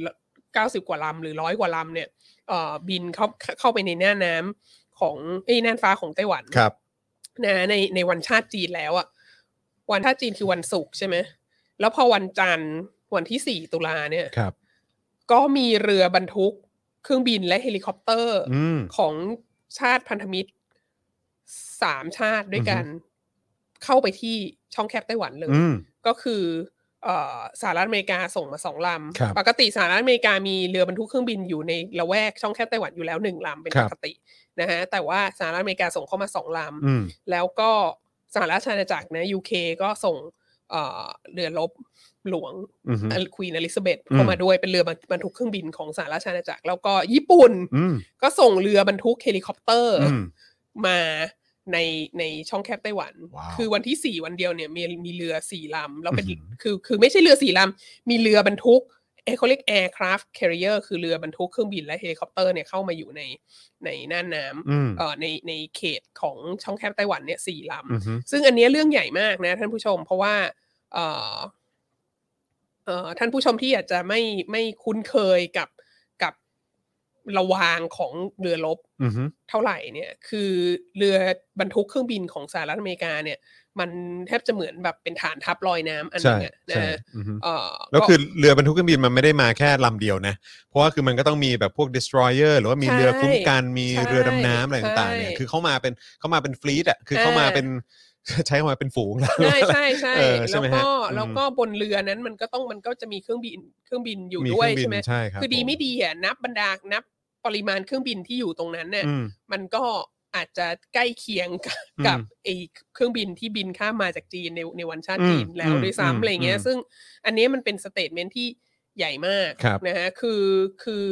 Speaker 3: เก้าสิบกว่าลำหรือร้อยกว่าลำเนี่ยเอ่อบินเข้าเข้าไปในน่านน้ำของเอ้ยน่านฟ้าของไต้หวัน
Speaker 2: ครับ
Speaker 3: นะในในวันชาติจีนแล้วอะวันชาติจีนคือวันศุกร์ใช่ไหมแล้วพอวันจันทร์วันที่สี่4ตุลาเนี่ย
Speaker 2: ครับ
Speaker 3: ก็มีเรือบรรทุกเครื่องบินและเฮลิคอปเตอร์
Speaker 2: อืม
Speaker 3: ของชาติพันธมิตรสามชาติด้วยกัน เข้าไปที่ช่องแคบไต้หวันเลย
Speaker 2: อืม
Speaker 3: ก็คือเอ่อสหรัฐอเมริกาส่งมาสองล
Speaker 2: ครับ
Speaker 3: ำ ปกติสหรัฐอเมริกามีเรือบรรทุกเครื่องบินอยู่ในละแวกช่องแคบไต้หวันอยู่แล้วหนึ่งลำเป็นปกตินะฮะแต่ว่าสหรัฐอเมริกาส่งเข้ามาสองลำ
Speaker 2: อืม
Speaker 3: แล้วก็สหราชอาณาจักรนะยูเคก็ส่งเอ่อเรือรบหลวง
Speaker 2: อืม
Speaker 3: ควีนอลิซาเบธ
Speaker 2: อืม
Speaker 3: เข้ามาด้วยเป็นเรือบรรบรรทุกเครื่องบินของสหราชอาณาจักร แล้วก็ญี่ปุ่น
Speaker 2: อืม
Speaker 3: ก็ส่งเรือบรรทุกเฮลิคอปเตอร์
Speaker 2: อืม
Speaker 3: มาในในช่องแคบไต้หวัน
Speaker 2: ว้าว
Speaker 3: คือวันที่สี่วันเดียวเนี่ยมีมีเรือสี่ลำแล้วเป็น
Speaker 2: อื้อหือ
Speaker 3: คือคือไม่ใช่เรือสี่ลำมีเรือบรรทุกเอยเขาเรียก aircraft carrier คือเรือบรรทุกเครื่องบินและเฮลิคอปเตอร์เนี่ยเข้ามาอยู่ในในน่านน้ำ
Speaker 2: อืม
Speaker 3: เอ่อในในเขตของช่องแคบไต้หวันเนี่ยสี่ล
Speaker 2: อืม
Speaker 3: ำ ซึ่งอันเนี้ยเรื่องใหญ่มากนะท่านผู้ชม เพราะว่าเอ่อเอ่อท่านผู้ชมที่อาจจะไม่ไม่คุ้นเคยกับกับระวางของเรือรบ
Speaker 2: อืม
Speaker 3: เท่าไหร่เนี่ย คือเรือบรรทุกเครื่องบินของสหรัฐอเมริกาเนี่ย มันแทบจะเหมือนแบบเป็นฐานทัพลอยน้ำอันห
Speaker 2: ใช่
Speaker 3: นึงอะนะ
Speaker 2: ใช่
Speaker 3: ฮะ
Speaker 2: อือฮึ
Speaker 3: เอ่อ
Speaker 2: แล้ว
Speaker 3: ก็
Speaker 2: คือเรือบรรทุกเครื่องบินมันไม่ได้มาแค่ลำเดียวนะ เพราะว่าคือมันก็ต้องมีแบบพวก destroyer หรือว่ามี
Speaker 3: ใช่
Speaker 2: เรือคุ้มกันมี
Speaker 3: ใช่
Speaker 2: เรือดำน้ำอะไรต่างๆเนี่ย
Speaker 3: ใช่
Speaker 2: คือเข้ามาเป็นเข้ามาเป็นฟลีดอ่ะคือเข้ามาเป็น *laughs* ใช้คำว่าเป็นฝูงแล้ว
Speaker 3: ใช่ใช่ใช่
Speaker 2: เออใช่
Speaker 3: แล้ว
Speaker 2: ไหมฮะ
Speaker 3: ก็
Speaker 2: อืม
Speaker 3: แล้วก็บนเรือนั้นมันก็ต้องมันก็จะมีเครื่องบินเครื่องบินอยู่
Speaker 2: มี
Speaker 3: ด้
Speaker 2: เค
Speaker 3: วย
Speaker 2: รื่องบิ
Speaker 3: ใช่
Speaker 2: น
Speaker 3: ไหม
Speaker 2: ใช่ครับ
Speaker 3: คือดี
Speaker 2: ผม
Speaker 3: ไม่ดีอ่ะนับบรรดานับปริมาณเครื่องบินที่อยู่ตรงนั้นเนี่ย
Speaker 2: อืม
Speaker 3: มันก็อาจจะใกล้เคียงกับ
Speaker 2: อืม
Speaker 3: กับไอเครื่องบินที่บินข้ามมาจากจีนในในวันชาติ
Speaker 2: อืม
Speaker 3: จีนแล้ว
Speaker 2: อืม
Speaker 3: ด้วย
Speaker 2: อืม
Speaker 3: ซ้ำอะไรเงี้ย
Speaker 2: อืม
Speaker 3: ซึ่งอันเนี้ยมันเป็นสเตทเมนที่ใหญ่มาก
Speaker 2: ครับ
Speaker 3: นะฮะคือคือ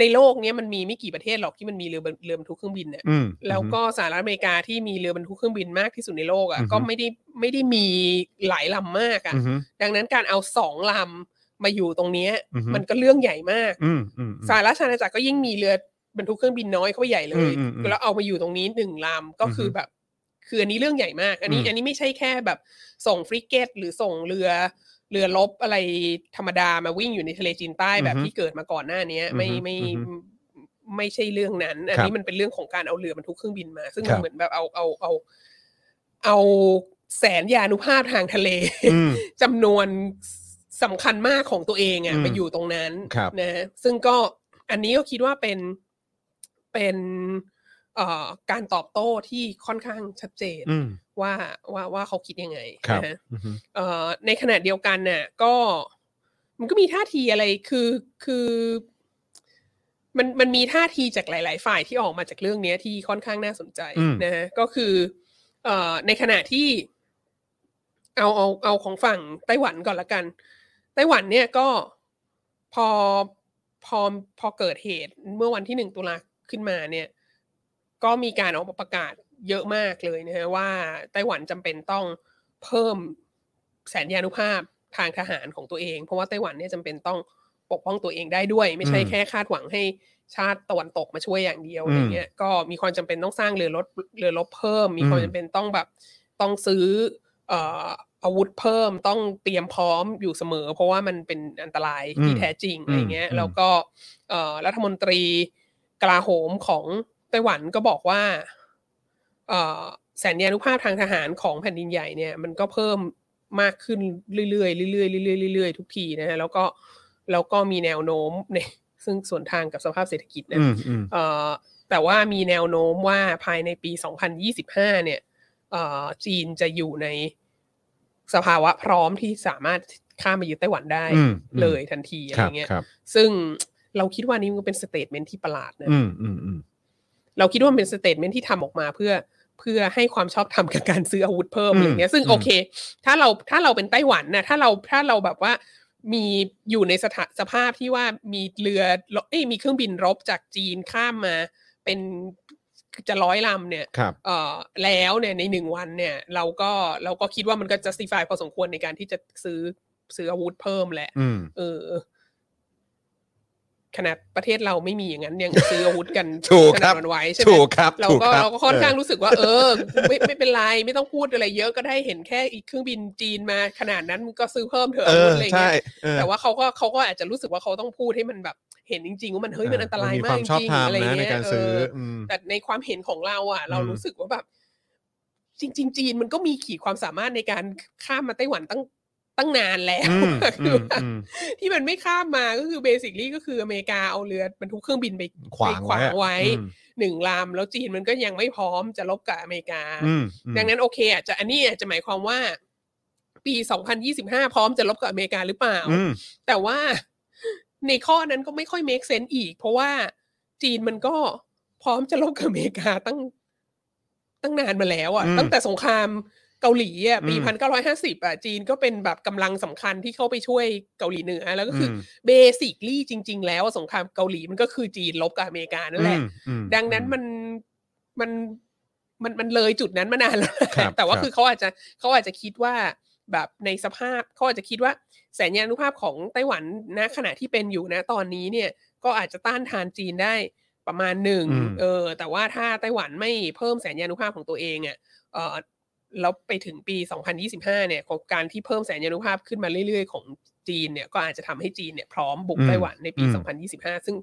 Speaker 3: ในโลกเนี้ยมันมีไม่กี่ประเทศหรอกที่มันมีเรือบรรเรือบรรทุกเครื่องบินเนี่ย
Speaker 2: อืม
Speaker 3: แล้วก็สหรัฐอเมริกาที่มีเรือบรรทุกเครื่องบินมากที่สุดในโลกอ่ะ
Speaker 2: อือฮึ
Speaker 3: ก็ไม่ได้ไม่ได้มีหลายลำมากอ่ะ
Speaker 2: อืม
Speaker 3: ดังนั้นการเอาสองลำมาอยู่ตรงเนี้ย
Speaker 2: อือฮึ
Speaker 3: มันก็เรื่องใหญ่มาก
Speaker 2: อืมอืม
Speaker 3: สหราชอาณาจักรก็ยิ่งมีเรือบรรทุกเครื่องบินน้อยเข้าไปใหญ่เลย
Speaker 2: อืมอืมอืม
Speaker 3: แล้วเอามาอยู่ตรงนี้หนึ่งลำก็คืออ
Speaker 2: อฮึ
Speaker 3: แบบคืออันนี้เรื่องใหญ่มาก อันนี้
Speaker 2: อืม
Speaker 3: อันนี้ไม่ใช่แค่แบบส่งฟริเกตหรือส่งเรือเรือลบอะไรธรรมดามาวิ่งอยู่ในทะเลจีนใต้แบบ
Speaker 2: อือฮึ
Speaker 3: ที่เกิดมาก่อนหน้าเนี้ย ไม่
Speaker 2: อือฮึ
Speaker 3: ไม่
Speaker 2: อือฮึ
Speaker 3: ไม่ใช่เรื่องนั้น อันนี้มันเป็นเรื่องของการเอาเรือบรรทุกเครื่องบินมา ซึ่ง
Speaker 2: ค
Speaker 3: มัน
Speaker 2: รับ
Speaker 3: เหมือนแบบเอาเอาเอาเอาแสนยานุภาพทางทะเล
Speaker 2: อืม
Speaker 3: จำนวนสำคัญมากของตัวเอง
Speaker 2: อื
Speaker 3: อะ่ะ
Speaker 2: ม
Speaker 3: ไปอยู่ตรงนั้น
Speaker 2: ครับ
Speaker 3: นะฮะซึ่งก็อันนี้ก็คิดว่าเป็นเป็นเอ่อการตอบโต้ที่ค่อนข้างชัดเจน
Speaker 2: อืม
Speaker 3: ว่าว่าว่าเขาคิดยังไง
Speaker 2: ครับ
Speaker 3: นะฮะ
Speaker 2: อืม
Speaker 3: เอ่อในขณะเดียวกันน่ะก็มันก็มีท่าทีอะไรคือคือ มันมันมีท่าทีจากหลาย ๆ ฝ่ายที่ออกมาจากเรื่องเนี้ยที่ค่อนข้างน่าสนใจ
Speaker 2: อืม
Speaker 3: นะฮะก็คือ เอ่อในขณะที่ เอาเอาเอาของฝั่งไต้หวันก่อนละกัน ไต้หวันเนี่ยก็พอพอพอเกิดเหตุเมื่อวันที่หนึ่งตุลาขึ้นมาเนี่ย ก็มีการออกมาประกาศเยอะมากเลยนะฮะว่าไต้หวันจำเป็นต้องเพิ่มแสนยานุภาพทางทหารของตัวเอง เพราะว่าไต้หวันเนี่ยจำเป็นต้องปกป้องตัวเองได้ด้วย ไม่ใช่
Speaker 2: อืม
Speaker 3: แค่คาดหวังให้ชาติตะวันตกมาช่วยอย่างเดียวอะไรเงี้ยก็มีความจำเป็นต้องสร้างเรือรบเรือรบเพิ่ม มีความจำเป็นต้องแบบต้องซื้อ เอ่ออาวุธเพิ่มต้องเตรียมพร้อมอยู่เสมอ เพราะว่ามันเป็นอันตรายที่
Speaker 2: อืม
Speaker 3: แท้จริงอะไรเงี้ย
Speaker 2: อืม
Speaker 3: แล้วก็เอ่อรัฐมนตรีกลาโหมของไต้หวันก็บอกว่าเอ่อแสนยานุภาพทางทหารของแผ่นดินใหญ่เนี่ย มันก็เพิ่มมากขึ้นเรื่อยๆเรื่อยๆเรื่อยๆเรื่อยๆทุกทีนะฮะแล้วก็แล้วก็มีแนวโน้มใน *laughs* ซึ่งส่วนทางกับสภาพเศรษฐกิจนะ
Speaker 2: อืมอืม
Speaker 3: เอ่อแต่ว่ามีแนวโน้มว่าภายในปี 2025 เนี่ยเอ่อจีนจะอยู่ในสภาวะพร้อมที่สามารถข้ามมายึดไต้หวันได้
Speaker 2: อืมอืม
Speaker 3: เลยทันทีอะไร
Speaker 2: ครับ
Speaker 3: เงี้ย
Speaker 2: ครับ
Speaker 3: ซึ่งเราคิดว่านี่มันเป็นสเตทเมนที่ประหลาดนะ
Speaker 2: อืมอืมอืม
Speaker 3: เราคิดว่ามันเป็นสเตทเมนที่ทำออกมาเพื่อเพื่อให้ความชอบธรรมกับการซื้ออาวุธเพิ่ม
Speaker 2: อืม
Speaker 3: อะไรเงี้ยซึ่ง
Speaker 2: อืม
Speaker 3: โอเค ถ้าเราถ้าเราเป็นไต้หวันนะถ้าเราถ้าเราแบบว่ามีอยู่ในสถาสภาพที่ว่ามีเรือรบเอ้ยมีเครื่องบินรบจากจีนข้ามมาเป็นจะร้อยลำเนี่ย
Speaker 2: ครับ
Speaker 3: เอ่อแล้วเนี่ยในหนึ่งวันเนี่ย เราก็เราก็คิดว่ามันก็ justify พอสมควรในการที่จะซื้อซื้ออาวุธเพิ่มแหละ
Speaker 2: อืม
Speaker 3: เออ ขนาดประเทศเราไม่มีอย่างนั้นยังซื้ออาวุธกัน
Speaker 2: ถูก
Speaker 3: ส
Speaker 2: ค
Speaker 3: นั
Speaker 2: รั
Speaker 3: บบ สนุนไว้ใช่ไหม
Speaker 2: ถูกครับ
Speaker 3: เรา
Speaker 2: ถูก
Speaker 3: ก็
Speaker 2: ครับ
Speaker 3: เราก็ค่อนข้างรู้สึกว่า เออไม่ไม่เป็นไรไม่ต้องพูดอะไรเยอะก็ได้เห็นแค่อีกเครื่องบินจีนมาขนาดนั้นมึงก็ซื้อเพิ่มเถอะ
Speaker 2: เอ
Speaker 3: อาวุ
Speaker 2: อ
Speaker 3: ธอะไร
Speaker 2: ใช่
Speaker 3: เงี้ย
Speaker 2: เออ
Speaker 3: แต่ว่าเขาก็เขาก็อาจจะรู้สึกว่าเขาต้องพูดให้มันแบบเห็นจริง ๆ ว่ามันเฮ้ยมันอันตรายมาก
Speaker 2: น
Speaker 3: จ
Speaker 2: ควมชอบ
Speaker 3: ริงๆ
Speaker 2: ธรรม
Speaker 3: อะไร
Speaker 2: นะใน
Speaker 3: เงี้ย
Speaker 2: การ
Speaker 3: เอ
Speaker 2: ซื้อ
Speaker 3: ออ
Speaker 2: อืม
Speaker 3: แต่ในความเห็นของเราอ่ะ เรา
Speaker 2: อืม
Speaker 3: รู้สึกว่าแบบ จริง ๆ จีนมันก็มีขีดความสามารถในการข้ามมาไต้หวันตั้งตั้งนานแล้ว
Speaker 2: อืม
Speaker 3: คื
Speaker 2: อื
Speaker 3: อ
Speaker 2: ม
Speaker 3: แบบ
Speaker 2: อืม
Speaker 3: ที่มันไม่ข้ามมาก็คือเบสิคลี่ก็คืออเมริกาเอาเรือบรรทุกเครื่องบินไป
Speaker 2: ขวาง
Speaker 3: ขวางไว้
Speaker 2: อะอืม
Speaker 3: หนึ่งลำแล้วจีนมันก็ยังไม่พร้อมจะลบกับอเมริกา
Speaker 2: อืมอืม
Speaker 3: ดังนั้นโอเคอ่ะจะอันนี้อาจจะหมายความว่า ปี 2025 พร้อมจะลบกับอเมริกาหรือเปล่า
Speaker 2: อืม
Speaker 3: แต่ว่า *laughs* ในข้อนั้นก็ไม่ค่อย make sense อีก เพราะว่าจีนมันก็พร้อมจะลบกับอเมริกาตั้งตั้งนานมาแล้วอ่ะ
Speaker 2: อืม
Speaker 3: ตั้งแต่สงครามเกาหลีอ่ะปี
Speaker 2: อืม
Speaker 3: 1950 อ่ะ จีนก็เป็นแบบกำลังสำคัญที่เข้าไปช่วยเกาหลีเหนือ แล้วก็คือ
Speaker 2: ม
Speaker 3: เบสิคลี่จริง ๆ แล้วอะสงครามเกาหลีมันก็คือจีนลบกับอเมริกานั่นแหละ
Speaker 2: อืมอืม
Speaker 3: ดังนั้นมันมันมันมันเลยจุดนั้นมานานแล้ว
Speaker 2: ครับ
Speaker 3: *laughs* แต่ว่า
Speaker 2: ครับ
Speaker 3: คือเขาอาจจะเขาอาจจะคิดว่าแบบในสภาพเขาอาจจะคิดว่าแสนยานุภาพของไต้หวันณขณะที่เป็นอยู่นะตอนนี้เนี่ยก็อาจจะต้านทานจีนได้ประมาณหนึ่ง
Speaker 2: อืม
Speaker 3: เออ แต่ว่าถ้าไต้หวันไม่เพิ่มแสนยานุภาพของตัวเองอะ่ะเออแล้วไปถึงปี 2025 เนี่ยของการที่เพิ่มแสนยานุภาพขึ้นมาเรื่อย ๆ ของจีนเนี่ยก็อาจจะทำให้จีนเนี่ยพร้อมบุกไต้หวันในปี
Speaker 2: อืม
Speaker 3: 2025 ซึ่ง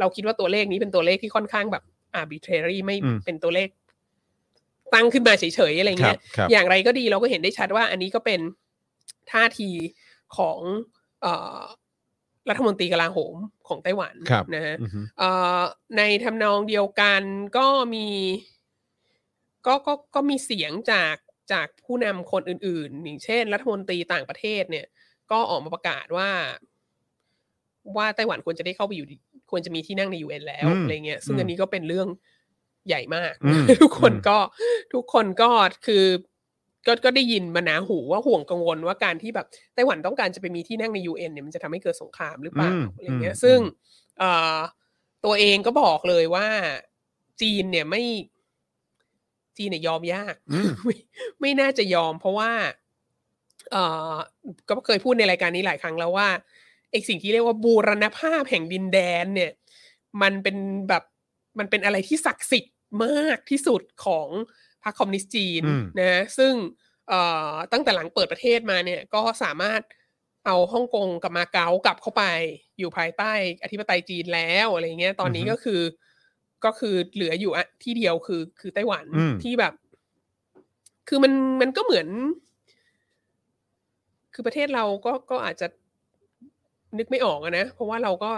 Speaker 3: เราคิดว่าตัวเลขนี้เป็นตัวเลขที่ค่อนข้างแบบ arbitrary ไม่
Speaker 2: อืม
Speaker 3: เป็นตัวเลข ตั้งขึ้นมาเฉยๆอะไร
Speaker 2: ครั
Speaker 3: เงี้ย
Speaker 2: บครับ
Speaker 3: อย่างไรก็ดีเราก็เห็นได้ชัดว่า อันนี้ก็เป็นท่าทีของเออรัฐมนตรีกลาโหมของไต้หวัน
Speaker 2: ครับ
Speaker 3: นะฮะ
Speaker 2: อือฮึ
Speaker 3: เอ่อในทำนองเดียวกันก็มีก็ก็ก็มีเสียงจากจากผู้นำคนอื่นๆ อย่างเช่น รัฐมนตรีต่างประเทศเนี่ย ก็ออกมาประกาศว่า ว่าไต้หวันควรจะได้เข้าไปอยู่ดิควรจะมีที่นั่งในยูเอ็นแล้ว
Speaker 2: อืม
Speaker 3: อะไรเงี้ยซึ่ง
Speaker 2: อืม
Speaker 3: อันนี้ก็เป็นเรื่องใหญ่มาก
Speaker 2: อืม
Speaker 3: *laughs* ทุกคนก็ทุกคนก็คือก็ก็ได้ยินมาหนาหูว่าห่วงกังวลว่าการที่แบบไต้หวันต้องการจะไปมีที่นั่งในยูเอ็นเนี่ยมันจะทำให้เกิดสงครามหรือเปล่าอะไรเงี้ย
Speaker 2: อืม
Speaker 3: ซึ่ง เอ่อตัวเองก็บอกเลยว่าจีนเนี่ยไม่จีนเนี่ยยอมยาก
Speaker 2: อืม
Speaker 3: ไม่ไม่น่าจะยอม เพราะว่า เอ่อก็เคยพูดในรายการนี้หลายครั้งแล้วว่าไอสิ่งที่เรียกว่าบูรณภาพแห่งดินแดน เนี่ย มันเป็นแบบมันเป็นอะไรที่ศักดิ์สิทธิ์มากที่สุดของพรรคคอมมิวนิสต์จีน
Speaker 2: อืม
Speaker 3: นะซึ่ง เอ่อตั้งแต่หลังเปิดประเทศมาเนี่ยก็สามารถเอาฮ่องกงกับมาเก๊ากลับเข้าไป อยู่ภายใต้อธิปไตยจีนแล้วอะไรเงี้ยตอนนี้
Speaker 2: อื
Speaker 3: ก็
Speaker 2: อฮึ
Speaker 3: คือก็คือเหลืออยู่อะที่เดียวคือคือไต้หวัน
Speaker 2: อืม
Speaker 3: ที่แบบ คือมันมันก็เหมือน คือประเทศเราก็ก็อาจจะนึกไม่ออกอะนะ เพราะว่าเราก็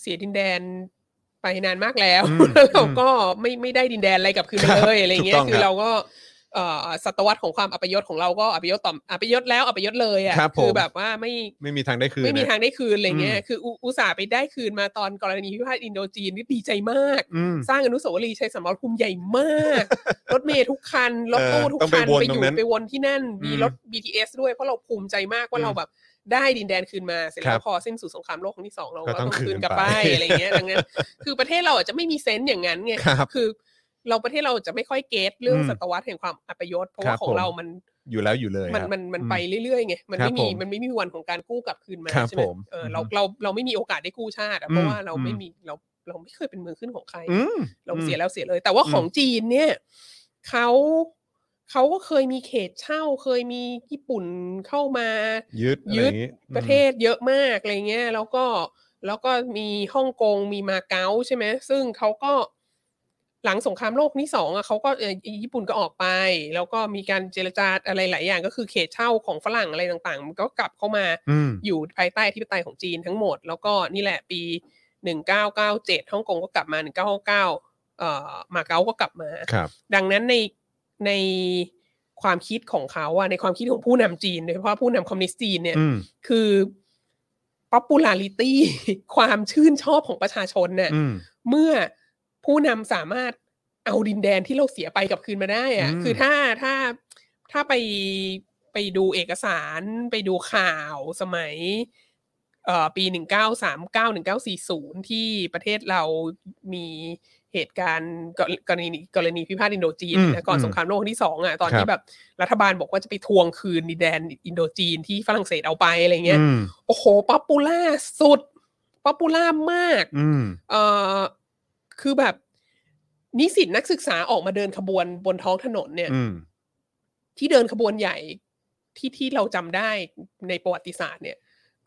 Speaker 3: เสียดินแดนไปนานมาก *laughs* แล้ว
Speaker 2: อืม
Speaker 3: เรา
Speaker 2: อืม
Speaker 3: ก็ไม่ไม่ได้ดินแดนอะไรกลับคืนมาเลย
Speaker 2: *laughs*
Speaker 3: อะไร
Speaker 2: ถูก
Speaker 3: เงี้
Speaker 2: ต้
Speaker 3: ย
Speaker 2: อง
Speaker 3: คื
Speaker 2: ครั
Speaker 3: อบ เราก็ เอ่อศตวรรษของความอัปยศของเราก็อัปยศต่อมอัปยศแล้วอัปยศเลยอ่ะ
Speaker 2: ครับผม
Speaker 3: อแบบว่าไม่
Speaker 2: ไม่มีทางได้คืน
Speaker 3: ไม่มี
Speaker 2: นะ
Speaker 3: ทางได้คืนอะไรเงี้
Speaker 2: อื
Speaker 3: ย
Speaker 2: ม
Speaker 3: คืออุอุตส่าห์ไปได้คืนมาตอนกรณีพิพาทอินโดจีนนี่ดีใจมาก
Speaker 2: อืม
Speaker 3: สร้างอนุสาวรีย์ชัยสมรภูมิใหญ่มาก
Speaker 2: *laughs*
Speaker 3: รถเมย์ทุกคัน รถตู้
Speaker 2: เออ
Speaker 3: ทุก
Speaker 2: ต้องไป
Speaker 3: คัน
Speaker 2: วน
Speaker 3: ไปอ
Speaker 2: ตรง
Speaker 3: ยู่
Speaker 2: นั้น
Speaker 3: ไปวนที่นั่น มี
Speaker 2: อืม
Speaker 3: รถ BTS ด้วยเพราะเราภูมิใจมากว่า
Speaker 2: อืม
Speaker 3: เราแบบได้ดินแดนคืนมาเสร็จ
Speaker 2: ครั
Speaker 3: แล้
Speaker 2: บ
Speaker 3: วพอสิ้นสุดสงครามโลกครั้งที่สองเรา
Speaker 2: ก็
Speaker 3: ก็
Speaker 2: ต้
Speaker 3: ต้
Speaker 2: อ
Speaker 3: อง งคืน
Speaker 2: คืน
Speaker 3: กลับ
Speaker 2: ไป
Speaker 3: ไปอะไรเงี้ยดังนั้น *laughs* คือประเทศเราอาจจะไม่มีเซนส์อย่างนั้นไง
Speaker 2: ครับ
Speaker 3: คือ เราประเทศเราจะไม่ค่อยเก็ตเรื่อง
Speaker 2: อืม
Speaker 3: ศตวรรษแห่งความอัปยศเพราะ
Speaker 2: ค
Speaker 3: ว่าข
Speaker 2: รับ
Speaker 3: อ
Speaker 2: ผ
Speaker 3: ง
Speaker 2: ม
Speaker 3: เรามัน
Speaker 2: อยู่แล้วอยู่เลย
Speaker 3: มัน
Speaker 2: ครับ
Speaker 3: มันมัน
Speaker 2: อื
Speaker 3: ไปเรื่อยๆไงมัน
Speaker 2: ครับ
Speaker 3: ไม่มี
Speaker 2: ผม
Speaker 3: มันไม่มีวันของการกู้กลับคืนมา
Speaker 2: ครับ
Speaker 3: ใช่ไหม
Speaker 2: ผม
Speaker 3: เออเรา
Speaker 2: อือฮึ
Speaker 3: เราเราไม่มีโอกาสได้กู้ชาติอะ
Speaker 2: อืม
Speaker 3: เพราะว่าเราไม่
Speaker 2: อืม
Speaker 3: มีเราเราไม่เคยเป็นเมืองขึ้นของใคร
Speaker 2: อืม
Speaker 3: เราเสียแล้วเสียเลย แต่ว่า
Speaker 2: อืม
Speaker 3: ของจีนเนี่ยเขาเขาก็เคยมีเขตเช่า เคยมีญี่ปุ่นเข้ามา
Speaker 2: ยึดอะไร
Speaker 3: ยึ
Speaker 2: อ
Speaker 3: ด
Speaker 2: ย่างงี้อืม
Speaker 3: ประเทศเยอะมากอะไรเงี้ยแล้วก็แล้วก็มีฮ่องกงมีมาเก๊าใช่ไหมซึ่งเขาก็หลังสงครามโลกที่สองอ่ะเขาก็เอ่อญี่ปุ่นก็ออกไป แล้วก็มีการเจรจาอะไรหลายอย่าง ก็คือเขตเช่าของฝรั่งอะไรต่างๆ มันก็กลับเข้ามา
Speaker 2: อืม
Speaker 3: อยู่ภายใต้ที่ปไตยของจีนทั้งหมด แล้วก็นี่แหละปี 1997ฮ่องกงก็กลับมา 1999เอ่อมาเก๊าก็กลับมา
Speaker 2: ครับ
Speaker 3: ดังนั้นในในความคิดของเขาอะในความคิดของผู้นำจีนโดยเฉพาะผู้นำคอมมิวนิสต์จีนเนี่ย
Speaker 2: อืม
Speaker 3: คือ popularity ความชื่นชอบของประชาชนเนี่ย
Speaker 2: อืม
Speaker 3: เมื่อผู้นำสามารถเอาดินแดนที่เราเสียไปกลับคืนมาได้อะ
Speaker 2: อืม
Speaker 3: คือถ้าถ้าถ้าไปไปดูเอกสารไปดูข่าวสมัยเอ่อปีหนึ่งเก้าสามเก้าหนึ่งเก้าสี่ศูนย์ที่ประเทศเรามีเหตุการณ์กรกรณีกรณีพิพาทอินโดจีน
Speaker 2: อืม
Speaker 3: นะก่อน
Speaker 2: อืม
Speaker 3: สงครามโลกครั้งที่สองอ่ะตอน
Speaker 2: ครั
Speaker 3: ที่
Speaker 2: บ
Speaker 3: แบบรัฐบาลบอกว่าจะไปทวงคืนดินแดนอินโดจีนที่ฝรั่งเศสเอาไปอะไรเงี้ย
Speaker 2: อืม
Speaker 3: โอ้โหป๊อปปูล่าสุด ป ป๊อปปูล่ามาก
Speaker 2: อืม
Speaker 3: เอ่อคือแบบนิสิตนักศึกษาออกมาเดินขบวนบนท้องถนนเนี่ย
Speaker 2: อืม
Speaker 3: ที่เดินขบวนใหญ่ที่ที่เราจำได้ในประวัติศาสตร์เนี่ย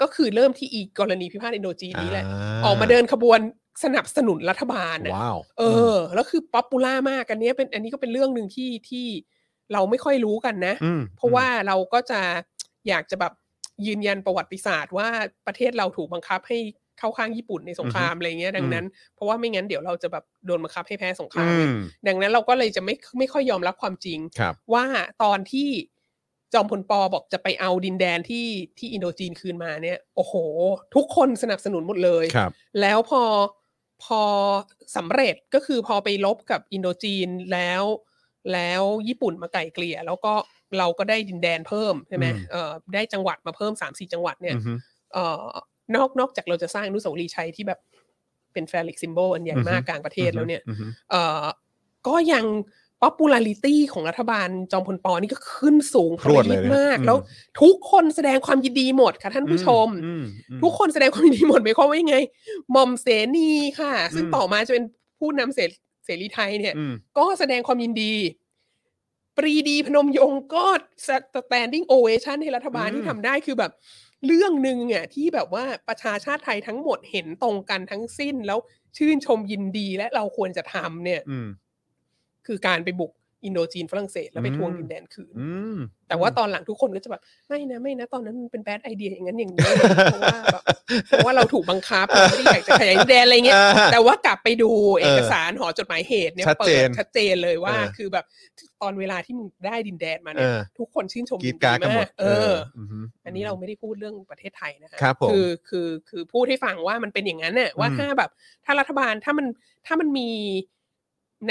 Speaker 3: ก็คือเริ่มที่อีกรณีพิพาทอินโดจีนนี้แหละ ออกมาเดินขบวนสนับสนุนรัฐบาลน่ะ
Speaker 2: ว้าว
Speaker 3: เออ แล้วคือป๊อปปูล่ามากอันเนี้ยเป็นอันนี้ก็เป็นเรื่องหนึ่งที่ที่เราไม่ค่อยรู้กันนะ
Speaker 2: ม
Speaker 3: เพราะว่าเราก็จะอยากจะแบบยืนยันประวัติศาสตร์ว่าประเทศเราถูกบังคับให้เข้าข้างญี่ปุ่นในสงครามอะไรเงี้ยดังนั้น เพราะว่าไม่งั้นเดี๋ยวเราจะแบบโดนบังคับให้แพ้สงค
Speaker 2: อื
Speaker 3: รามเนี่ย
Speaker 2: ม
Speaker 3: ดังนั้นเราก็เลยจะไม่ไม่ค่อยยอมรับความจริง
Speaker 2: ครับ
Speaker 3: ว่าตอนที่จอมพลปอบอกจะไปเอาดินแดนที่ที่อินโดจีนคืนมาเนี่ย โอ้โห ทุกคนสนับสนุนหมดเลย
Speaker 2: ครับ
Speaker 3: แล้วพอพอสำเร็จก็คือพอไปลบกับอินโดจีนแล้ว แล้วญี่ปุ่นมาไกลเกลี่ย แล้วก็เราก็ได้ดินแดนเพิ่มใช่ไหม
Speaker 2: อืม
Speaker 3: เอ่อได้จังหวัดมาเพิ่มสามสี่จังหวัดเนี่ย
Speaker 2: อือฮึ
Speaker 3: เอ่อนอกนอกจากเราจะสร้างอนุสาวรีย์ชัยที่แบบเป็นแฟลิกซิมโบลอันใหญ่มาก
Speaker 2: อือฮึ
Speaker 3: กลางประเทศแล้วเนี่ย
Speaker 2: อือฮึ
Speaker 3: เอ่อก็ยัง popularity ของรัฐบาลจอมพลปอนี่ก็ขึ้นสูง
Speaker 2: พรวดเลย
Speaker 3: ป
Speaker 2: นะ
Speaker 3: มาก
Speaker 2: อื
Speaker 3: แล้ว ทุกคนแสดงความยินดีหมดค่ะท่านผู้ชม
Speaker 2: อือืม
Speaker 3: ทุกคนแสดงความยินดีหมดไม่ข้อว่ายังไงหม่อมเสนีค่ะ ซึ่ง
Speaker 2: อืม
Speaker 3: ต่อมาจะเป็นผู้นำเสเสรีไทยเนี่ย
Speaker 2: อืม
Speaker 3: ก็แสดงความยินดี ปรีดีพนมยงค์ก็สแตนดิ้งโอเวชันให้รัฐบาลที่ทำได้คือแบบเรื่องหนึ่งอ่ะที่แบบว่าประชาชาติไทยทั้งหมดเห็นตรงกันทั้งสิ้นแล้วชื่นชมยินดีและเราควรจะทำเนี่ย
Speaker 2: อืม
Speaker 3: คือการไปบุกอินโดจีนฝรั่งเศสแล้วไป
Speaker 2: อืม
Speaker 3: ทวงดินแดนคืน
Speaker 2: อืม
Speaker 3: แต่ว่าตอนหลังทุกคนก็จะแบบไม่นะไม่นะ ตอนนั้นมันเป็นแบดไอเดียอย่างนั้นอย่างนี้ เพราะว่าแบบเพราะว่าเราถูกบัง *laughs* คับเราไม่ได้อยากจะขยายดินแดนอะไรเงี้ย
Speaker 2: อ่า
Speaker 3: แต่ว่ากลับไปดูเอกสารหอจดหมายเหตุเนี่ย
Speaker 2: ชัดเจน
Speaker 3: ปิชัดเจนเลยว่า
Speaker 2: เออ
Speaker 3: คือแบบตอนเวลาที่มึงได้ดินแดนมา
Speaker 2: เอ
Speaker 3: เนี่ย
Speaker 2: อ
Speaker 3: ทุกคนชื่นชม
Speaker 2: กรี
Speaker 3: ยิ
Speaker 2: ด
Speaker 3: น
Speaker 2: ก
Speaker 3: ดี
Speaker 2: ราร์ดกันหม
Speaker 3: มา
Speaker 2: ด
Speaker 3: กเออ
Speaker 2: ฮึ
Speaker 3: อันนี้เราไม่ได้พูดเรื่องประเทศไทยนะคะ
Speaker 2: ครับผม
Speaker 3: คือคือคือพูดให้ฟังว่ามันเป็นอย่างนั้นน่ะว่า
Speaker 2: อืม
Speaker 3: ถ้าแบบ ถ้ารัฐบาลถ้ามันถ้ามันมี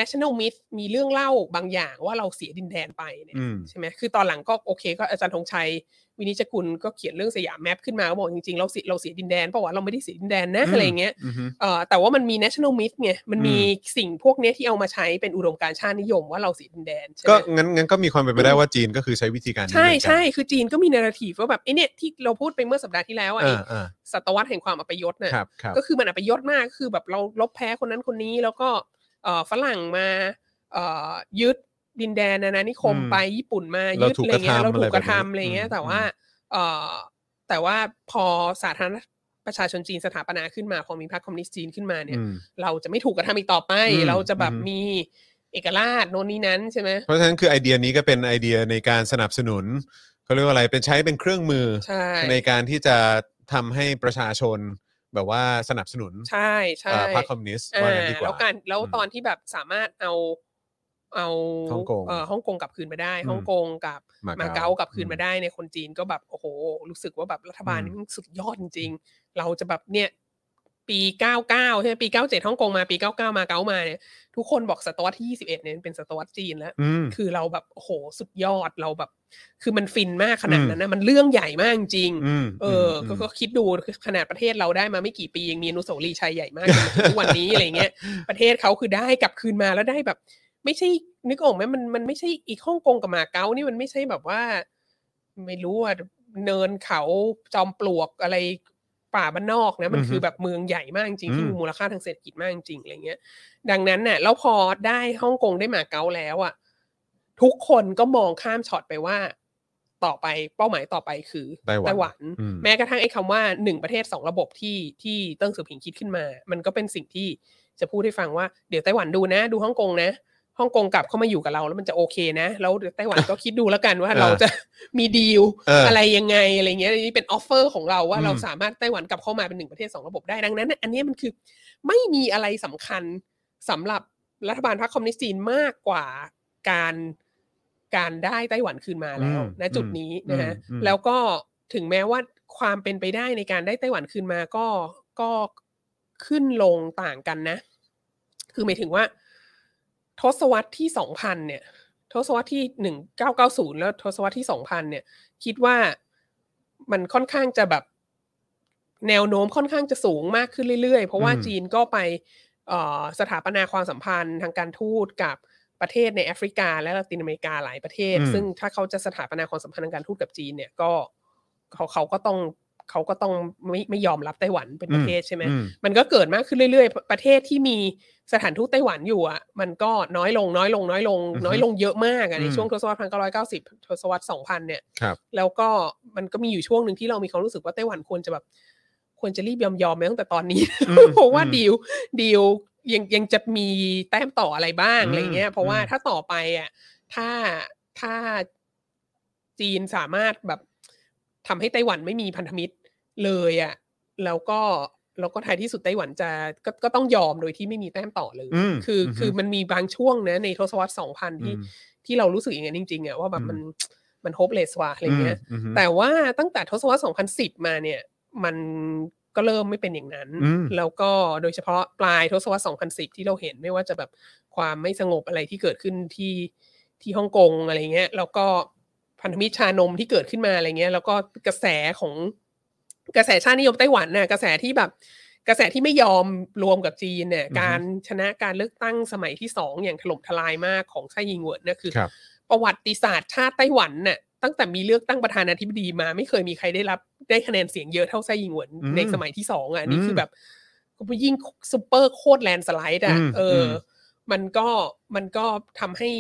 Speaker 3: national myth มีเรื่องเล่าบางอย่างว่าเราเสียดินแดนไปเนี่ย
Speaker 2: อืม
Speaker 3: ใช่ไหมคือตอนหลังก็โอเค ก็อาจารย์ธงชัย วินิจฉัยกุลก็เขียนเรื่องสยามแมปขึ้นมาก็บอกจริงๆเราเสียเราเสียดินแดนเพราะว่าเราไม่ได้เสียดินแดนนะอะไรเงี้ย
Speaker 2: อือฮึ
Speaker 3: เอ่อแต่ว่ามันมี national myth ไงมันมี
Speaker 2: อื
Speaker 3: สิ่งพวกเนี้ยที่เอามาใช้เป็นอุดมการณ์ชาตินิยมว่าเราเสียดินแดนใช่ไห
Speaker 2: ก็
Speaker 3: ม
Speaker 2: งั้นงั้นก็มีความเป็นไปได้ว่าจีนก็คือใช้วิธีการนี้
Speaker 3: ใช่
Speaker 2: เหมือนกัน
Speaker 3: ใช่คือจีนก็มีนาราทีฟว่าแบบไอเนี่ยที่เราพูดไปเมื่อสัปดาห์ที่แล้วอะไอ้
Speaker 2: อ่าอ่า
Speaker 3: ศตวรรษแห่งความอัปยศเนี่ย
Speaker 2: ครับครับ
Speaker 3: ก็คือมันอัปยศมากคือแบบเราลบแพ้คนนั้นคนนี้แล้วก็เอ่อฝรั่งมาเอ่อยึดดินแดนนานานิคม
Speaker 2: อืม
Speaker 3: ไปญี่ปุ่นมา
Speaker 2: เรา
Speaker 3: ยึด
Speaker 2: ถูก
Speaker 3: อะไรเงี้ย
Speaker 2: กระทำ
Speaker 3: เราถูกกระทำ
Speaker 2: อะ
Speaker 3: อะไร ไร
Speaker 2: แบบนี้
Speaker 3: เงี้ย แต่
Speaker 2: อืม
Speaker 3: ว่าเอ่อแต่ว่าพอสาธารณรัฐประชาชนจีนสถาปนาขึ้นมาพอมีพรรคคอมมิวนิสต์จีนขึ้นมาเนี่ย
Speaker 2: อืม
Speaker 3: เราจะไม่ถูกกระทำอีกต่อไป
Speaker 2: อืม
Speaker 3: เราจะแบบ
Speaker 2: อืม
Speaker 3: มีเอกราชโน่นนี่นั้นใช่ไหม
Speaker 2: เพราะฉะนั้นคือไอเดียนี้ก็เป็นไอเดียในการสนับสนุนเขาเรียกว่าอะไรเป็นใช้เป็นเครื่องมือ
Speaker 3: ใช่
Speaker 2: การที่จะทำให้ประชาชนแบบว่าสนับสนุน
Speaker 3: ใช่ใช่
Speaker 2: อ่าพรรคคอมมิวนิสต์
Speaker 3: อ่า
Speaker 2: ว่างั้นดีกว่า
Speaker 3: แล้วการแล้ว
Speaker 2: อืม
Speaker 3: ตอนที่แบบสามารถเอาเอา
Speaker 2: ฮ่องกง
Speaker 3: เอ่อฮ่องกงกลับคืนมาได้
Speaker 2: อืม
Speaker 3: ฮ่องกงกับ
Speaker 2: มาเก๊า
Speaker 3: มาเก๊ากลับคืน
Speaker 2: อืม
Speaker 3: มาได้ในยคนจีนก็แบบโอ้โห รู้สึกว่าแบบรัฐบาล
Speaker 2: อืม
Speaker 3: นี่มันสุดยอดจริง ๆ เราจะแบบเนี่ย ปี 99 ใช่ไหมปี 97ฮ่องกงมาปี 99 มาเก๊ามาเนี่ยทุกคนบอกศตวรรษที่ 21 เนี่ยเป็นศตวรรษจีนแล้ว คือเราแบบโอ้โหสุดยอดเราแบบ คือมันฟินมากขนาดนั้นนะมันเรื่องใหญ่มากจริงๆ เอออก็ก็คิดดูคือขนาดประเทศเราได้มาไม่กี่ปียังมีอนุสาวรีย์ชัยใหญ่ม *laughs* ากจนถึงทุกวันนี้ อะไรเงี้ยประเทศเขาคือได้กลับคืนมาแล้วได้แบบ ไม่ใช่นึกออกไหมมันมันไม่ใช่อีกฮ่องกงกับมาเก๊านี่มันไม่ใช่แบบว่า ไม่รู้ว่าเนินเขาจอมปลวกอะไรป่าบ้านนอกนะ มัน
Speaker 2: อือฮึ
Speaker 3: คือแบบเมืองใหญ่มากจริง
Speaker 2: อืม
Speaker 3: ที่มีมูลค่าทางเศรษฐกิจมากจริงอะไรเงี้ย ดังนั้นน่ะแล้วพอได้ฮ่องกงได้มาเก๊าแล้วอ่ะทุกคนก็มองข้ามช็อตไปว่า ต่อไปเป้าหมายต่อไปคือ
Speaker 2: ไต้หวั
Speaker 3: วัน
Speaker 2: นอืม
Speaker 3: แม้กระทั่งไอ้คำว่าหนึ่งประเทศสองระบบที่ที่เติ้งเสือผิงคิดขึ้นมา มันก็เป็นสิ่งที่จะพูดให้ฟังว่าเดี๋ยวไต้หวันดูนะ ดูฮ่องกงนะฮ่องกงกลับเข้ามาอยู่กับเราแล้วมันจะโอเคนะ แล้วเดี๋ยวไต้หวันก็คิดดูแล้วกันว่า
Speaker 2: เออ
Speaker 3: เราจะมีดีล
Speaker 2: เอออ
Speaker 3: อะไรยังไงอะไรเงี้ยอันนี่เป็นออฟเฟอร์ของเราว่า
Speaker 2: อืม
Speaker 3: เราสามารถไต้หวันกลับเข้ามาเป็นหนึ่งประเทศสองระบบได้ดังนั้นน่ะอันเนี้ยมันคือไม่มีอะไรสำคัญสำหรับรัฐบาลพรรคคอมมิวนิสต์จีนมากกว่าการการได้ไต้หวันคืนมาแล้ว
Speaker 2: อืม
Speaker 3: นะจุดนี้นะฮะ
Speaker 2: อืมอืม
Speaker 3: แล้วก็ถึงแม้ว่าความเป็นไปได้ในการได้ไต้หวันคืนมาก็ก็ขึ้นลงต่างกันนะ คือหมายถึงว่า ทศวรรษที่สองพันเนี่ย ทศวรรษที่หนึ่งเก้าเก้าศูนย์แล้วทศวรรษที่สองพันเนี่ย คิดว่ามันค่อนข้างจะแบบแนวโน้มค่อนข้างจะสูงมากขึ้นเรื่อยๆ เพราะว่า
Speaker 2: อืม
Speaker 3: จีนก็ไปเอ่อสถาปนาความสัมพันธ์ทางการทูตกับประเทศในแอฟริกา และละตินอเมริกาหลายประเทศ ซึ่งถ้าเขาจะสถาปนาความสัมพันธ์ทางการทูตกับจีนเนี่ยก็เขาเขาก็ต้อง เขาก็ต้องไม่ไม่ยอมรับไต้หวันเป็นประเทศใช่ไหม
Speaker 2: อืม
Speaker 3: มันก็เกิดมากขึ้นเรื่อยๆ ประเทศที่มีสถานทูตไต้หวันอยู่อ่ะ มันก็น้อยลงน้อยลงน้อยลง
Speaker 2: อือฮึ
Speaker 3: น้อยลงเยอะมากอะใน
Speaker 2: อืม
Speaker 3: ช่วงทศวรรษพันเก้าร้อยเก้าสิบทศวรรษสองพันเนี่ย
Speaker 2: ครับ
Speaker 3: แล้วก็มันก็มีอยู่ช่วงหนึ่งที่เรามีความรู้สึกว่าไต้หวันควรจะแบบ ควรจะรีบยอมยอมไปตั้งแต่ตอนนี้
Speaker 2: อืม
Speaker 3: *laughs* เพราะว่าดีลดีลยังยังจะมีแต้มต่ออะไรบ้างอะไรเงี้ย เพราะว่าถ้าต่อไปอ่ะ ถ้าถ้าจีนสามารถแบบทำให้ไต้หวันไม่มีพันธมิตรเลยอะ่ะแล้วก็แล้วก็ท้ายที่สุดไต้หวันจะก็ก็ต้องยอมโดยที่ไม่มีแต้มต่อเลย
Speaker 2: อืม
Speaker 3: คือ
Speaker 2: อือฮึ
Speaker 3: คือมันมีบางช่วงนะในทศวรรษสองพัน
Speaker 2: อื
Speaker 3: ที่
Speaker 2: ม
Speaker 3: ที่เรารู้สึกอย่างนั้นจริงๆอะ่ะว่าแบบ
Speaker 2: อืม
Speaker 3: มันมันโฮปเลสว่ะอะไรเงี้ย
Speaker 2: อืม
Speaker 3: แต่ว่าตั้งแต่ทศวรรษ 2010 มาเนี่ย มันก็เริ่มไม่เป็นอย่างนั้น
Speaker 2: อืม
Speaker 3: แล้วก็โดยเฉพาะปลายทศวรรษ 2010 ที่เราเห็นไม่ว่าจะแบบความไม่สงบอะไรที่เกิดขึ้นที่ที่ฮ่องกงอะไรเงี้ย แล้วก็พันธมิตรชานมที่เกิดขึ้นมาอะไรเงี้ย แล้วก็กระแสของกระแสชาตินิยมไต้หวันน่ะกระแสที่แบบกระแสที่ไม่ยอมรวมกับจีนเนี่ย การชนะการเลือกตั้งสมัยที่สองอย่างถล่มทลายมากของไช่ยิงเหวินน่ะคือ
Speaker 2: ครับ
Speaker 3: ประวัติศาสตร์ชาติไต้หวันน่ะตั้งแต่มีเลือกตั้งประธานาธิบดีมา ไม่เคยมีใครได้รับได้คะแนนเสียงเยอะเท่าไซยิงเหวิน
Speaker 2: อืม
Speaker 3: ในสมัยที่สองอ่ะนี่คืออ
Speaker 2: ม
Speaker 3: แบบยิ่งซูเปอร์โคตรแลนด์สไลด์อ่ะ
Speaker 2: อืม
Speaker 3: เอออ
Speaker 2: ม
Speaker 3: มันก็มันก็ทำให้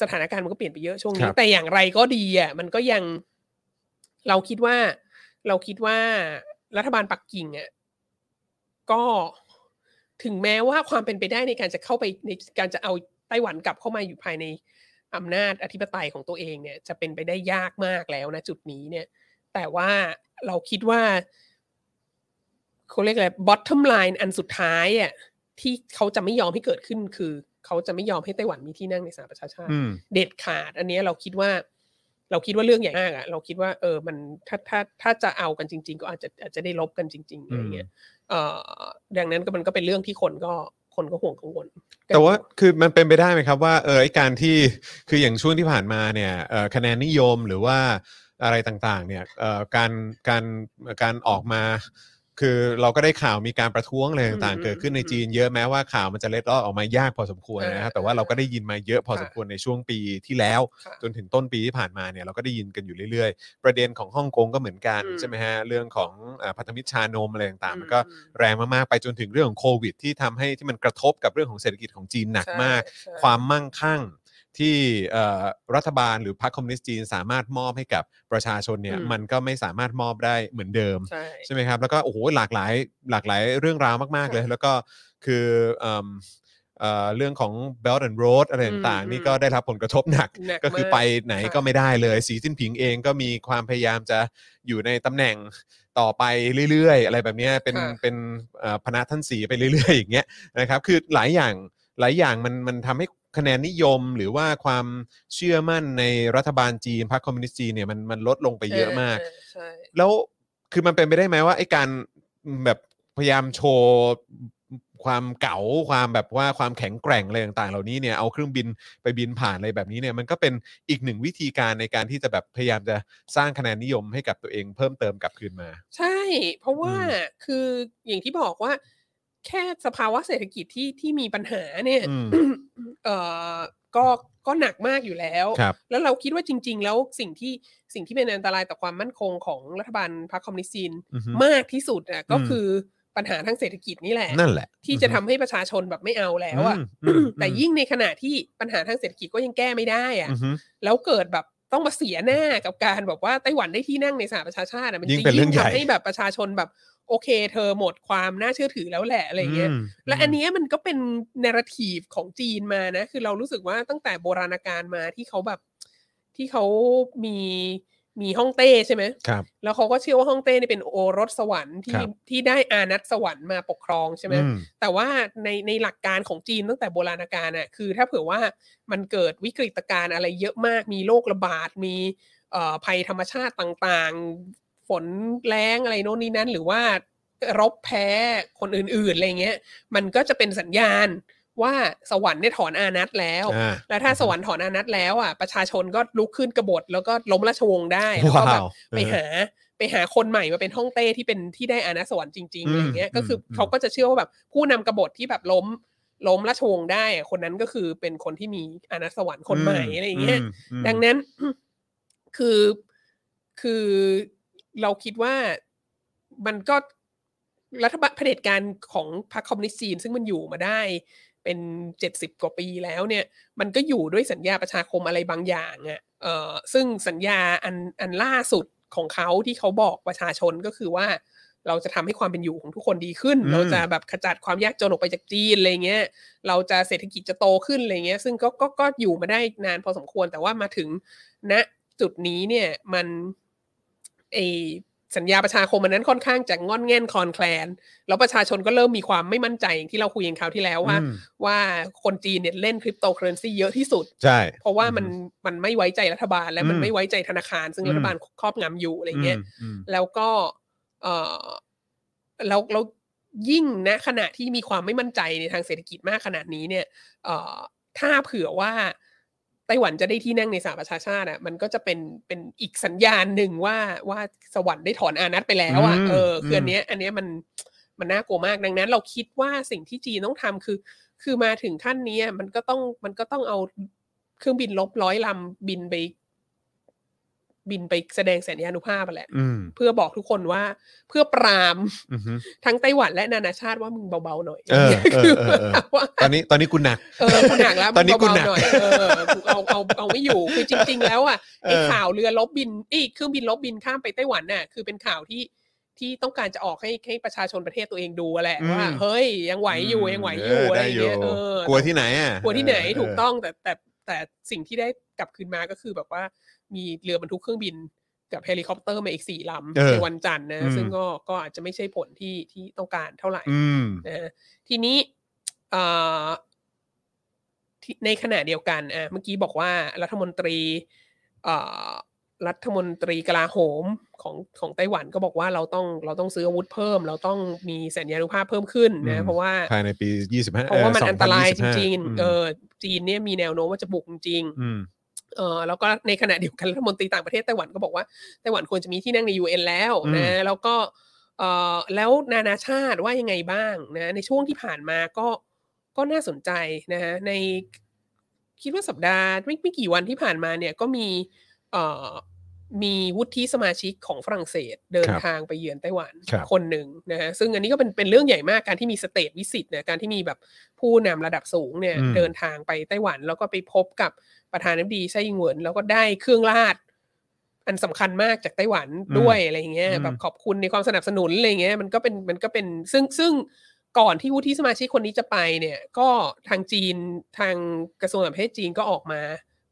Speaker 3: สถานการณ์มันก็เปลี่ยนไปเยอะช่วง
Speaker 2: ค
Speaker 3: นี้
Speaker 2: รับ
Speaker 3: แต่อย่างไรก็ดีอ่ะมันก็ยังเราคิดว่า เราคิดว่ารัฐบาลปักกิ่งอ่ะก็ถึงแม้ว่าความเป็นไปได้ในการจะเข้าไปในการจะเอาไต้หวันกลับเข้ามาอยู่ภายในอำนาจอธิปไตยของตัวเองเนี่ย จะเป็นไปได้ยากมากแล้วนะจุดนี้เนี่ย แต่ว่าเราคิดว่าเขาเรียกอะไร bottom line อันสุดท้ายอ่ะที่เขาจะไม่ยอมให้เกิดขึ้นคือ เขาจะไม่ยอมให้ไต้หวันมีที่นั่งในสหประชาชาติ
Speaker 2: อืม
Speaker 3: เด็ดขาด อันเนี้ยเราคิดว่า เราคิดว่าเรื่องใหญ่มากอะเราคิดว่าเออมันถ้าถ้าถ้าจะเอากันจริง ๆ ก็อาจจะอาจจะได้ลบกันจริง ๆอะไรเงี้ยเอ่อดังนั้นก็มันก็เป็นเรื่องที่คนก็คนก็ห่วงกังวล
Speaker 2: แต่ว่าคือมันเป็นไปได้ไหมครับว่าเออไอ้การที่คืออย่างช่วงที่ผ่านมาเนี่ยเอ่อคะแนนนิยมหรือว่าอะไรต่างๆเนี่ยเอ่อการการการออกมา คือเราก็ได้ข่าวมีการประท้วงอะไรต่างๆ เกิดขึ้นในจีนเยอะแม้ว่าข่าวมันจะเล็ดลอดออกมายากพอสมควรนะครับแต่ว่าเราก็ได้ยินมาเยอะพอสมควรในช่วงปีที่แล้ว
Speaker 3: ค่ะ
Speaker 2: จนถึงต้นปีที่ผ่านมาเนี่ยเราก็ได้ยินกันอยู่เรื่อยๆ ประเด็นของฮ่องกงก็เหมือนกัน
Speaker 3: อืม
Speaker 2: ใช่ไหมฮะเรื่องของเอ่อพันธมิตรชานมอะไรต่าง
Speaker 3: อื
Speaker 2: ๆ
Speaker 3: ม
Speaker 2: มันก็แรงมากๆไปจนถึงเรื่องของโควิด ที่ทำให้ที่มันกระทบกับเรื่องของเศรษฐกิจของจีนหนักมาก
Speaker 3: ใช่ใช่
Speaker 2: ความมั่งคั่งที่เอ่อรัฐบาลหรือพรรคคอมมิวนิสต์จีนสามารถมอบให้กับประชาชนเนี่ยมันก็ไม่สามารถมอบได้เหมือนเดิม
Speaker 3: ใช่
Speaker 2: ใช่ไหมครับ แล้วก็โอ้โหหลากหลายหลากหลายเรื่องราวมาก ๆ เลย แล้วก็คือเอิ่มเอ่อเรื่องของ Belt and Road อะไรต่าง
Speaker 3: อืม
Speaker 2: ๆ นี่ก็ได้รับผลกระทบหนัก
Speaker 3: หนัก
Speaker 2: ก็คือ
Speaker 3: มาก
Speaker 2: ไปไหนก็
Speaker 3: ค่ะ
Speaker 2: ไม่ได้เลยสีจิ้นผิงเองก็มีความพยายามจะอยู่ในตำแหน่งต่อไปเรื่อย ๆ อะไรแบบเนี้ยเป็น
Speaker 3: ค่ะ
Speaker 2: เป็นเอ่อพนักท่านสีไปเรื่อย ๆ *laughs* อย่างเงี้ยนะครับคือหลายอย่างหลายอย่างมันมันทำให้คะแนนนิยมหรือว่าความเชื่อมั่นในรัฐบาลจีนพรรคคอมมิวนิสต์จีนเนี่ยมันมันลดลงไปเยอะมาก
Speaker 3: เอใช่
Speaker 2: แล้วคือมันเป็นไปได้ไหมว่าไอ้การแบบพยายามโชว์ความเก๋าความแบบว่าความแข็งแกร่งอะไรต่าง ๆ เหล่านี้เนี่ยเอาเครื่องบินไปบินผ่านอะไรแบบนี้เนี่ยมันก็เป็นอีกหนึ่งวิธีการในการที่จะแบบพยายามจะสร้างคะแนนนิยมให้กับตัวเองเพิ่มเติมกลับคืนมา
Speaker 3: ใช่ เพราะว่าคืออย่างที่บอกว่า แค่สภาวะเศรษฐกิจที่ที่มีปัญหาเนี่ย
Speaker 2: อืม
Speaker 3: เอ่อก็ก็หนักมากอยู่แล้ว
Speaker 2: ครับ
Speaker 3: แล้วเราคิดว่าจริง ๆ แล้วสิ่งที่สิ่งที่เป็นอันตรายต่อความมั่นคงของรัฐบาลพรรคคอมมิวนิสต์จีน
Speaker 2: อือฮึ
Speaker 3: มากที่สุดอ่ะก็
Speaker 2: อืม
Speaker 3: คือปัญหาทางเศรษฐกิจนี่แหละ
Speaker 2: นั่นแหละ
Speaker 3: ที่จะทำให้ประชาชนแบบไม่เอาแล้วอ่ะ
Speaker 2: มอืม
Speaker 3: แต่ยิ่งในขณะที่ปัญหาทางเศรษฐกิจก็ยังแก้ไม่ได้อ่ะ
Speaker 2: อือฮึ
Speaker 3: แล้วเกิดแบบต้องมาเสียหน้ากับการแบบว่าไต้หวันได้ที่นั่งในสหประชาชาติอะมัน
Speaker 2: ยิ่
Speaker 3: จะ
Speaker 2: งเป็นเรื่องใหญ่
Speaker 3: ทำให้แบบประชาชนแบบ โอเค เธอหมดความน่าเชื่อถือแล้วแหละอะไรเงี้ย
Speaker 2: ม
Speaker 3: และอันเนี้ยมันก็เป็นนาร t ทีฟของจีนมานะ คือเรารู้สึกว่าตั้งแต่โบราณกาลมาที่เขาแบบที่เขามีมีฮ่องเต้ใช่ไหม
Speaker 2: ครับ
Speaker 3: แล้วเขาก็เชื่อว่าฮ่องเต้เนี่ยเป็นโอรสสวรรค์
Speaker 2: ค
Speaker 3: ที่
Speaker 2: รับ
Speaker 3: ที่ได้อานัตสวรรค์มาปกครองใช่ไหม
Speaker 2: อืม
Speaker 3: แต่ว่าในในหลักการของจีนตั้งแต่โบราณกาลน่ะคือถ้าเผื่อว่ามันเกิดวิกฤตการณ์อะไรเยอะมาก มีโรคระบาด มีเอ่อภัยธรรมชาติต่างๆ ฝนแล้งอะไรโน่นนี่นั่น หรือว่ารบแพ้คนอื่นๆอะไรเงี้ยมันก็จะเป็นสัญญาณว่าสวรรค์ได้ถอนอานัตแล้ว
Speaker 2: อ่า
Speaker 3: และถ้าสวรรค์ถอนอานัตแล้วอ่ะประชาชนก็ลุกขึ้นกบฏแล้วก็ล้มราชวงศ์ได้แล้วก็
Speaker 2: ว้า
Speaker 3: แบบ
Speaker 2: ว
Speaker 3: ไปหาไปหาคนใหม่มาเป็นฮ่องเต้ที่เป็นที่ได้อาณาสวรรค์จริงๆ
Speaker 2: อืม
Speaker 3: อะไรเงี้ยก็คืออ
Speaker 2: ม
Speaker 3: เขาก็จะเชื่อว่าแบบผู้นำกบฏที่แบบล้มล้มราชวงศ์ได้อะคนนั้นก็คือเป็นคนที่มีอาณาสวรรค์คนใหม่อะไรเงี้ย
Speaker 2: ม
Speaker 3: *coughs*
Speaker 2: อืม
Speaker 3: ดังนั้น คือคือเราคิดว่า มันก็รัฐบาลเผด็จการของพรรคคอมมิวนิสต์จีน ซึ่งมันอยู่มาได้เป็นเจ็ดสิบกว่าปีแล้วเนี่ย มันก็อยู่ด้วยสัญญาประชาคมอะไรบางอย่างอะ่ะเออซึ่งสัญญาอันอันล่าสุดของเขาที่เขาบอกประชาชนก็คือว่า เราจะทำให้ความเป็นอยู่ของทุกคนดีขึ้น
Speaker 2: อืม
Speaker 3: เราจะแบบขจัดความยากจนออกไปจากจีนอะไรเงี้ย เราจะเศรษฐกิจจะโตขึ้นอะไรเงี้ย ซึ่งก็ก็ก็อยู่มาได้นานพอสมควรแต่ว่ามาถึงณจุดนี้เนี่ยมันไอสัญญาประชาคมมันนั้นค่อนข้างจะงอนแง่นคลอนแคลน แล้วประชาชนก็เริ่มมีความไม่มั่นใจอย่างที่เราคุยกันคราวที่แล้วว่า
Speaker 2: อืม
Speaker 3: ว่าคนจีนเนี่ยเล่นคริปโตเคอเรนซีเยอะที่สุด
Speaker 2: ใช่
Speaker 3: เพราะว่ามันมันไม่ไว้ใจรัฐบาลและมัน
Speaker 2: อืม
Speaker 3: ไม่ไว้ใจธนาคาร ซึ่ง
Speaker 2: อืม
Speaker 3: รัฐบาลครอบงำอยู่อะไรเงี้ย
Speaker 2: อืม
Speaker 3: แล้วก็เออแล้วแล้วยิ่งนะขณะที่มีความไม่มั่นใจในทางเศรษฐกิจมากขนาดนี้เนี่ย เอ่อถ้าเผื่อว่าไต้หวันจะได้ที่นั่งในสหประชาชาติอ่ะมันก็จะเป็นเป็นอีกสัญญาณหนึ่งว่าว่าสวรรค์ได้ถอนอานัตไปแล้วอ่ะเออคืออันเนี้ยอันเนี้ยมันมันน่ากลัวมากดังนั้น เราคิดว่าสิ่งที่จีนต้องทำคือ คือมาถึงขั้นนี้อะมันก็ต้องมันก็ต้องเอาเครื่องบินลบร้อยลำบินไป บินไปแสดงสัญญานุภาพอะแหละ
Speaker 2: อืม
Speaker 3: เพื่อบอกทุกคนว่าเพื่อปราม *laughs*
Speaker 2: อืม
Speaker 3: ทั้งไต้หวันและนานาชาติว่ามึงเบาๆหน่อย
Speaker 2: เออเออเออเออ
Speaker 3: คือ *laughs* ว่า
Speaker 2: ตอนนี้ตอนนี้คุณหนัก
Speaker 3: เออกูหนักแล้ว
Speaker 2: ตอนนี้
Speaker 3: มึง
Speaker 2: กูหนัก
Speaker 3: เบาๆหน่อยเออกูเอาเอาเอาไม่อยู่คือจริง ๆ แล้วอ่ะไอ้
Speaker 2: เออ
Speaker 3: ข่าวเรือลบบินไอ้เครื่องบินลบบินข้ามไปไต้หวันน่ะคือเป็นข่าวที่ที่ต้องการจะออกให้ให้ประชาชนประเทศตัวเองดูอะแหละว่าเฮ้ยยังไหวอยู่ยังไหวอยู่อะไรอย่างเงี้ย
Speaker 2: ได้
Speaker 3: เออ
Speaker 2: กลัวที่ไหนอ่ะ
Speaker 3: กลัวที่ไหนถูก
Speaker 2: เ
Speaker 3: ต้องแต่แต่แต่สิ่งที่ได้กลับคืนมาก็คือแบบว่ามีเรือบรรทุกเครื่องบินกับเฮลิคอปเตอร์มาอีกสี่
Speaker 2: เอ
Speaker 3: ลำ
Speaker 2: อ
Speaker 3: ในวันจันทร์นะ
Speaker 2: อืม
Speaker 3: ซึ่งก็ก็อาจจะไม่ใช่ผลที่ที่ต้องการเท่าไหร่
Speaker 2: อืม
Speaker 3: นะฮะทีนี้เอ่อที่ในขณะเดียวกันอ่ะเมื่อกี้บอกว่ารัฐมนตรีเอ่อรัฐมนตรีกลาโหมของของไต้หวันก็บอกว่าเราต้องเราต้องซื้ออาวุธเพิ่ม เราต้องมีสัญญานุภาพเพิ่มขึ้น
Speaker 2: อืม
Speaker 3: นะเพราะว่า
Speaker 2: ภายในปียี่สิบห้า
Speaker 3: เพราะว่ามันอันตรายจริงๆ เออจีนเนี่ยมีแนวโน้มว่าจะบุกจริง
Speaker 2: อืม
Speaker 3: ๆเออแล้วก็ในขณะเดียวกันรัฐมนตรีต่างประเทศไต้หวันก็บอกว่าไต้หวันควรจะมีที่นั่งใน UN แล้ว
Speaker 2: อืม
Speaker 3: นะแล้วก็เออแล้วนานาชาติว่ายังไงบ้างนะในช่วงที่ผ่านมาก็ก็น่าสนใจนะฮะในคิดว่าสัปดาห์ไม่ไม่กี่วันที่ผ่านมาเนี่ยก็มีเออมีวุฒิสมาชิกของฝรั่งเศสเดิน
Speaker 2: ครับ
Speaker 3: ทางไปเยือนไต้หวัน
Speaker 2: ครับ
Speaker 3: คนหนึ่งนะฮะซึ่งอันนี้ก็เป็นเป็นเรื่องใหญ่มากการที่มีสเตทวิสิตเนี่ยการที่มีแบบผู้นำระดับสูงเนี่ย
Speaker 2: อืม
Speaker 3: เดินทางไปไต้หวัน แล้วก็ไปพบกับประธานาธิบดีไช่อิงเหวินแล้วก็ได้เครื่องราช อันสำคัญมากจากไต้หวัน
Speaker 2: อืม
Speaker 3: ด้วยอะไรเงี้ย
Speaker 2: อืม
Speaker 3: แบบขอบคุณในความสนับสนุนอะไรเงี้ยมันก็เป็นมันก็เป็นซึ่งซึ่งก่อนที่วุฒิสมาชิกคนนี้จะไปเนี่ย ก็ทางจีนทางกระทรวงต่างประเทศจีนก็ออกมา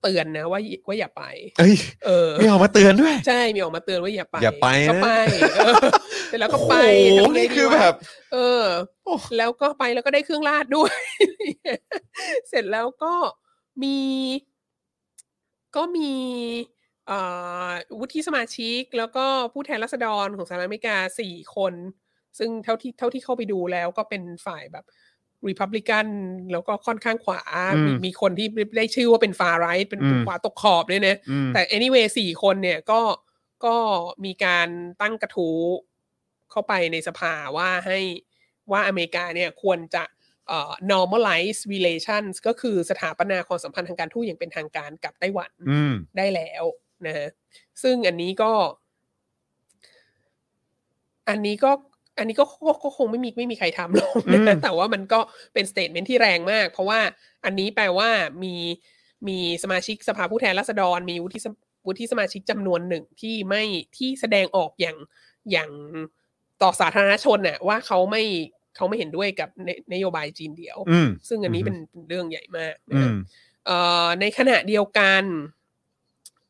Speaker 3: เตือนนะว่าว่าอย่าไป
Speaker 2: เอ้ย
Speaker 3: เออ
Speaker 2: ไม่เอามาเตือนด้วย
Speaker 3: ใช่มีออกมาเตือนว่าอย่าไป
Speaker 2: อย่าไปนะ
Speaker 3: ก็ไปเออเสร็จแล้วก็ไป
Speaker 2: โอ้โห
Speaker 3: ทำไง
Speaker 2: นี่
Speaker 3: ดี
Speaker 2: คือ
Speaker 3: วะ
Speaker 2: แบบ
Speaker 3: เออ แล้วก็ไปแล้วก็ได้เครื่องราชด้วย *laughs* เสร็จแล้วก็มี ก็มีเอ่อวุฒิสมาชิก แล้วก็ผู้แทนรัษฎรของสหรัฐอเมริกาสี่คน ซึ่งเท่าที่เท่าที่เข้าไปดูแล้วก็เป็นฝ่ายแบบรีพับลิกันแล้วก็ค่อนข้างขวา
Speaker 2: อืม
Speaker 3: มีมีคนที่ได้ชื่อว่าเป็นฟาไรท์เป็น
Speaker 2: อืม
Speaker 3: ขวาตกขอบด้วยนะ
Speaker 2: อืม
Speaker 3: แต่ anyway สี่คนเนี่ยก็ก็มีการตั้งกระทู้เข้าไปในสภาว่าให้ว่าอเมริกาเนี่ยควรจะเอ่อ normalize relations ก็คือสถาปนาความสัมพันธ์ทางการทูตอย่างเป็นทางการกับไต้หวัน
Speaker 2: อืม
Speaker 3: ได้แล้วนะฮะซึ่งอันนี้ก็ อันนี้ก็อันนี้ก็ก็ก็คงไม่มีไม่มีใครทำหรอกนะ
Speaker 2: อืม
Speaker 3: แต่ว่ามันก็เป็นสเต t เมนที่แรงมาก เพราะว่าอันนี้แปลว่ามีมีสมาชิกสภาผู้แทนราษฎร มีวุฒิสมวุฒิสมาชิกจำนวนหนึ่งที่ไม่ที่แสดงออกอย่างอย่างต่อสาธารณชนน่ะว่าเขาไม่เขาไม่เห็นด้วยกับนนโยบายจีนเดียว
Speaker 2: อืม
Speaker 3: ซึ่งอันนี้
Speaker 2: อือฮึ
Speaker 3: เป็นเป็นเรื่องใหญ่มากนะ
Speaker 2: อื
Speaker 3: ฮะ
Speaker 2: ม
Speaker 3: เอ่อในขณะเดียวกัน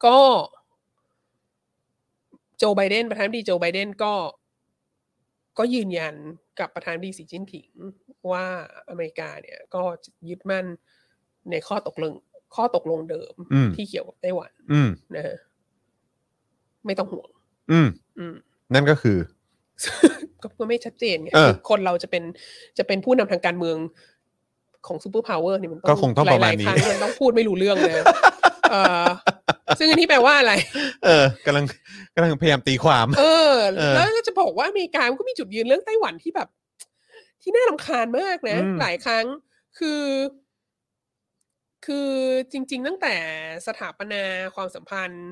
Speaker 3: ก็โจไบเดนประธานาธิบดีโจไบเดนก็ ก็ยืนยันกับประธานาธิบดีสีจิ้นผิง ว่าอเมริกาเนี่ยก็ยึดมั่นในข้อตกลง ข้อตกลงเดิม
Speaker 2: อืม
Speaker 3: ที่เกี่ยวกับไต้หวัน
Speaker 2: อืม
Speaker 3: นะฮะไม่ต้องห่วง
Speaker 2: อืม
Speaker 3: อืม
Speaker 2: นั่นก็คือ
Speaker 3: ก็ก็ไม่ชัดเจนไง
Speaker 2: เออ
Speaker 3: คือคนเราจะเป็นจะเป็นผู้นำทางการเมืองของซูเปอร์พาวเวอร์นี่มัน
Speaker 2: ก็คงต้องประมาณ
Speaker 3: หลยๆ
Speaker 2: นี้
Speaker 3: ครั้งมันต้องพูดไม่รู้เรื่องเลยเออซึ่งอันนี้แปลว่าอะไร
Speaker 2: เออกำลังกำลังพยายามตีความ
Speaker 3: เออ
Speaker 2: เออ
Speaker 3: แล้วก็จะบอกว่าอเมริกามันก็มีจุดยืนเรื่องไต้หวันที่แบบ ที่น่ารำคาญมากนะ
Speaker 2: อืม
Speaker 3: หลายครั้งคือ คือจริง ๆ ตั้งแต่สถาปนาความสัมพันธ์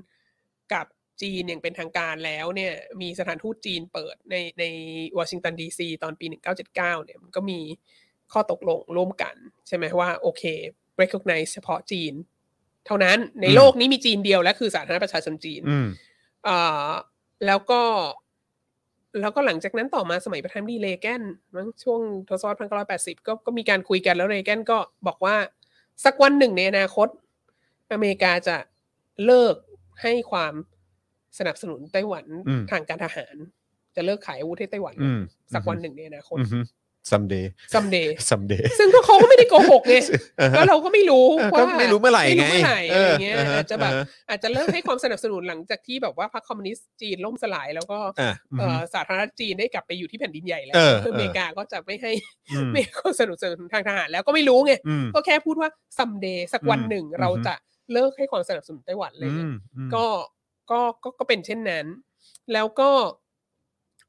Speaker 3: กับ จีนอย่างเป็นทางการแล้วเนี่ยมีสถานทูตจีนเปิดในในวอชิงตันดีซีตอนปี 1979เนี่ยมันก็มีข้อตกลงร่วมกัน ใช่ไหมว่าโอเค recognize เฉพาะจีน เท่านั้นใน
Speaker 2: อืม
Speaker 3: โลกนี้มีจีนเดียวและคือสาธารณประชาชนจีน
Speaker 2: อืม
Speaker 3: อ่าแล้วก็แล้วก็หลังจากนั้นต่อมาสมัยประธานาธิบดีเลแกนมั้งช่วงทศวรรษพันเก้าร้อยแปดสิบก็ก็มีการคุยกันแล้วเลแกนก็บอกว่า สักวันหนึ่งในอนาคต อเมริกาจะเลิกให้ความสนับสนุนไต้หวัน
Speaker 2: อืม
Speaker 3: ทางการทหาร จะเลิกขายอาวุธให้ไต้หวัน
Speaker 2: อืม
Speaker 3: สักวันหนึ่งในอนาคต
Speaker 2: อืมซัมเดย์
Speaker 3: ซัมเดย์
Speaker 2: ซัมเดย์
Speaker 3: ซึ่งก็เขาก็ไม่ได้โกหก
Speaker 2: *laughs*
Speaker 3: ไงแล้วเราก็ไม่รู้
Speaker 2: ก็
Speaker 3: ว่า
Speaker 2: ไม่รู้เมื่อไหร่
Speaker 3: ม่
Speaker 2: ไง
Speaker 3: รู้เมื่อไหร่อะไรเงี้ยอาจจะแบบ
Speaker 2: เออ
Speaker 3: อาจจะเริ่มให้ความสนับสนุนหลังจากที่แบบว่าพรรคคอมมิวนิสต์จีนล่มสลายแล้วก็
Speaker 2: อ่ะ
Speaker 3: เอ่อสาธารณรัฐจีนได้กลับไปอยู่ที่แผ่นดินใหญ่แล้ว
Speaker 2: เออ
Speaker 3: คือ
Speaker 2: เออ
Speaker 3: อเมริกาก็จะไม่ให้
Speaker 2: อืม
Speaker 3: ไม่ให้ความสนับสนุนทางทหารแล้วก็ไม่รู้ไง
Speaker 2: อืม
Speaker 3: ก็แค่พูดว่า someday สักวัน
Speaker 2: อืม
Speaker 3: หนึ่ง
Speaker 2: อืม
Speaker 3: เราจะเลิกให้ความสนับสนุนไต้หวันเลย
Speaker 2: อื
Speaker 3: เนี่ย
Speaker 2: มอืม
Speaker 3: ก็ก็ก็ก็เป็นเช่นนั้น แล้วก็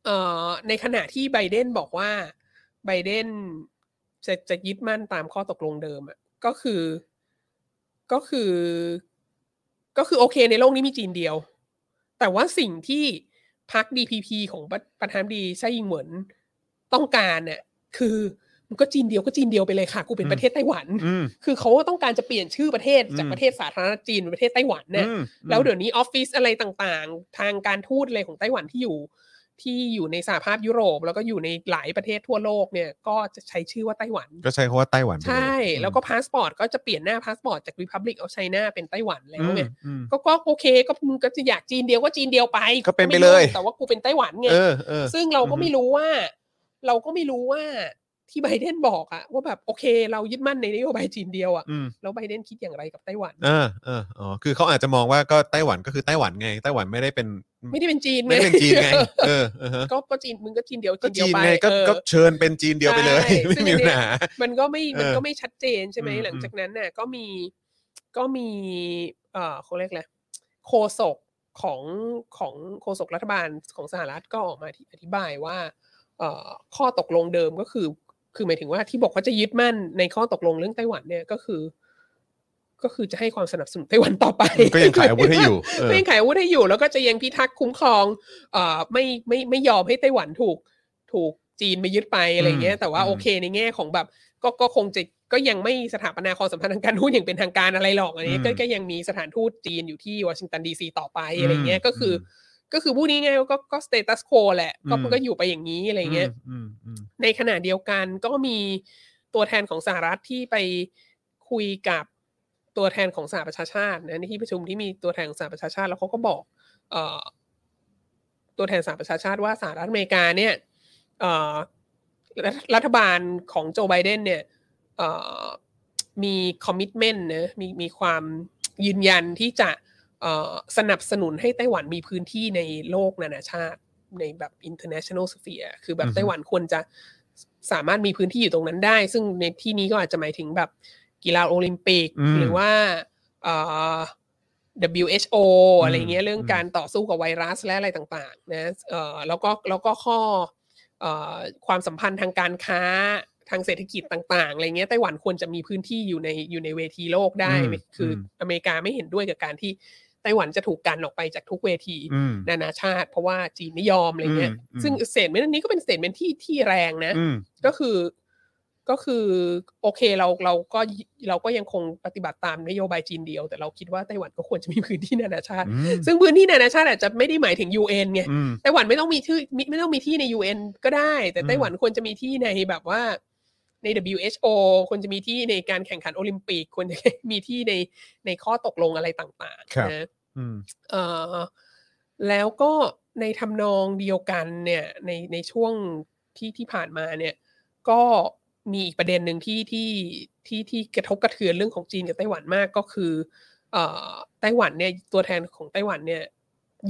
Speaker 3: เอ่อในขณะที่ไบเดนบอกว่าไบเดนจะจะยึดมั่นตามข้อตกลงเดิมอะก็คือก็คือ ก็คือโอเคในโลกนี้มีจีนเดียว แต่ว่าสิ่งที่พัก DPP ของประประธานาธิบดีไซยิงเหมือนต้องการน่ะคือมันก็จีนเดียวก็จีนเดียวไปเลยค่ะ กูเป็น
Speaker 2: อืม
Speaker 3: ประเทศไต้หวัน
Speaker 2: อืม
Speaker 3: คือเขาก็ต้องการจะเปลี่ยนชื่อประเทศจาก
Speaker 2: อืม
Speaker 3: ประเทศสาธารณรัฐจีนเป็นประเทศไต้หวันเนี่ย
Speaker 2: อืม
Speaker 3: แล้วเดี๋ยวนี้ออฟฟิศอะไรต่างๆ ทางการทูตอะไรของไต้หวันที่อยู่ ที่อยู่ในสหภาพยุโรป แล้วก็อยู่ในหลายประเทศทั่วโลกเนี่ยก็จะใช้ชื่อว่าไต้หวัน
Speaker 2: ก็ใช้คำว่าไต้หวันไปเลย
Speaker 3: ใช่ แล้วก็พาสปอร์ตก็จะเปลี่ยนหน้าพาสปอร์ตจาก Republic of China เป็นไต้หวันแล้วไง
Speaker 2: อืม
Speaker 3: ก็ก็โอเคก็มึงก็จะอยากจีนเดียวก็จีนเดียวไป
Speaker 2: ก็เป็นไป
Speaker 3: ม่รู้
Speaker 2: เลย
Speaker 3: แต่ว่ากูเป็นไต้หวันไง
Speaker 2: เออเออ
Speaker 3: ซึ่งเราก็
Speaker 2: อือฮึ
Speaker 3: ไม่รู้ว่า เราก็ไม่รู้ว่าที่ไบเดนบอกอะว่าแบบโอเค เรายึดมั่นในนโยบายจีนเดียวอะ
Speaker 2: อืม
Speaker 3: แล้วไบเดนคิดอย่างไรกับไต้หวัน
Speaker 2: เออเอออ๋อคือเขาอาจจะมองว่าก็ไต้หวันก็คือไต้หวันไง ไต้หวันไม่ได้เป็น
Speaker 3: ไม่ได้เป็นจีน
Speaker 2: ไม่ได้เป็นจีนไง เออเออฮะ
Speaker 3: ก็ก็จีนมึงก็จีนเดียวจี
Speaker 2: ก็
Speaker 3: นเดียว
Speaker 2: จีน
Speaker 3: ไป
Speaker 2: ไงก็
Speaker 3: เออ
Speaker 2: ก็เชิญเป็นจีนเดียวไปเลย
Speaker 3: ใช่ซึ่
Speaker 2: *laughs*
Speaker 3: ง
Speaker 2: ไม่มี
Speaker 3: อัน
Speaker 2: ปั
Speaker 3: เนี้ย
Speaker 2: ญหา
Speaker 3: *laughs* มันก็ไม่มัน
Speaker 2: เออ
Speaker 3: ก็ไม่ชัดเจนใช่ไหม
Speaker 2: อืม
Speaker 3: หลังจากนั้นน่ะก็มีก็มีเอ่อเขาเรียกอะไรโคศกของของโฆษกรัฐบาลของสหรัฐก็ออกมาอธิบายว่าเอ่อข้อตกลงเดิมก็คือ คือหมายถึงว่าที่บอกว่าจะยึดมั่นในข้อตกลงเรื่องไต้หวันเนี่ยก็คือ ก็คือจะให้ความสนับส *laughs* นุนไต้หวันต่อไป
Speaker 2: ก็ยังขายอาวุธให้
Speaker 3: *laughs*
Speaker 2: อยู่เออ
Speaker 3: ก็ยังขายอาวุธให้อยู่แล้วก็จะยังพิทักษ์คุ้มครองเอ่อไม่ไม่ไม่ยอมให้ไต้หวันถูกถูกจีนมายึดไปอะไรเงี้ย แต่ว่า
Speaker 2: อืม
Speaker 3: โอเคในแง่ของแบบ ก็ก็คงจะก็ยังไม่สถาปนาความสัมพันธ์ทางการทูตอย่างเป็นทางการอะไรหรอกอันนี้ก็ก็ยังมีสถานทูตจีนอยู่ที่วอชิงตันดีซีต่อไปอะไรเงี้ยก็คืออก็คือพูดง่ายๆว่าก็ก็สเตตัสโคแหละก็มันก็อยู่ไปอย่างนี้อะไรเงี้ย
Speaker 2: อืมอืม
Speaker 3: ในขณะเดียวกันก็มีตัวแทนของสหรัฐที่ไปคุยกับตัวแทนของสหประชาชาตินะในที่ประชุมที่มีตัวแทนของสหประชาชาติ แล้วเขาก็บอกเอ่อตัวแทนสหประชาชาติว่าสหรัฐอเมริกาเนี่ยเอ่อรัฐรัฐบาลของโจไบเดนเนี่ยเอ่อมีคอมมิชเมนต์นะมีมีความยืนยันที่จะเอ่อสนับสนุนให้ไต้หวันมีพื้นที่ในโลกนานาชาติในแบบ international sphere คือแบ
Speaker 2: อื
Speaker 3: บ
Speaker 2: อฮึ
Speaker 3: ไต้หวันควรจะสามารถมีพื้นที่อยู่ตรงนั้นได้ ซึ่งในที่นี้ก็อาจจะหมายถึงแบบกีฬาโอลิมปิก
Speaker 2: อืม
Speaker 3: หรือว่าเอ่อ WHO
Speaker 2: ม
Speaker 3: อะไรเงี้ยเรื่อง
Speaker 2: อืม
Speaker 3: การต่อสู้กับไวรัสและอะไรต่างๆนะเอ่อแล้วก็แล้วก็ข้อเอ่อความสัมพันธ์ทางการค้าทางเศรษฐกิจต่างๆอะไรเงี้ยไต้หวันควรจะมีพื้นที่อยู่ในอยู่ในเวทีโลกได้
Speaker 2: อืม
Speaker 3: คืออ
Speaker 2: ม
Speaker 3: อเมริกาไม่เห็นด้วยกับการที่ไต้หวันจะถูกกันออกไปจากทุกเวที
Speaker 2: อืม
Speaker 3: นานาชาติ เพราะว่าจีนไม่ยอมอะไรเงี้ย
Speaker 2: อืมอืม
Speaker 3: ซึ่งสเตทเมนต์นี้ก็เป็นสเตทเมนต์ที่ที่แรงนะ
Speaker 2: อืม
Speaker 3: ก็คือก็คือโอเคเราเราก็เราก็ยังคงปฏิบัติตามนโยบายจีนเดียว แต่เราคิดว่าไต้หวันก็ควรจะมีพื้นที่นานาชาติ
Speaker 2: อืม
Speaker 3: ซึ่งพื้นที่นานาชาติอาจจะไม่ได้หมายถึง UN ไง
Speaker 2: อืม
Speaker 3: ไต้หวันไม่ต้องมีชื่อมิไม่ต้องมีที่ใน UN ก็ได้ แต่
Speaker 2: อืม
Speaker 3: ไต้หวันควรจะมีที่ในแบบว่าใน WHO ควรจะมีที่ในการแข่งขันโอลิมปิกควรจะมีที่ในในข้อตกลงอะไรต่าง
Speaker 2: ครับ
Speaker 3: ๆนะ
Speaker 2: อืม
Speaker 3: เอ่อแล้วก็ในทำนองเดียวกันเนี่ยในในช่วงที่ที่ผ่านมาเนี่ยก็มีอีกประเด็นหนึ่งที่ที่ที่ที่กระทบกระเทือนเรื่องของจีนกับไต้หวันมากก็คือเอ่อไต้หวันเนี่ยตัวแทนของไต้หวันเนี่ย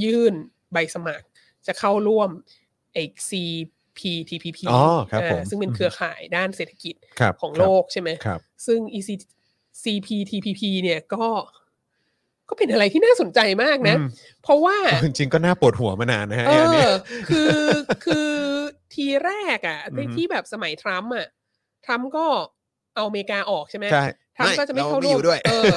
Speaker 3: ยื่นใบสมัครจะเข้าร่วมไอ CPTPP
Speaker 2: อ๋อครับผม
Speaker 3: อ่าซึ่งเป็นเครือข่ายด้านเศรษฐกิจ
Speaker 2: ครับ
Speaker 3: ของโลกใช่ไหม
Speaker 2: ครับ
Speaker 3: ซึ่ง EC CPTPP เนี่ยก็ก็เป็นอะไรที่น่าสนใจมากนะ
Speaker 2: อืม
Speaker 3: เพราะว่า
Speaker 2: จริงๆก็น่าปวดหัวมานานนะฮะ
Speaker 3: เอ
Speaker 2: ไอัน *laughs* นี้ย
Speaker 3: อ คือคือทีแรกอ่ะ
Speaker 2: อือฮึ
Speaker 3: ที่แบบสมัยทรัมป์อ่ะทรัมป์ก็เอาอเมริกาออกใช่ไหม
Speaker 2: ใช่
Speaker 3: ทรัมป์ก็จะไม่เข้าร่
Speaker 2: อ
Speaker 3: วม
Speaker 2: ยู่ด้วย
Speaker 3: เออ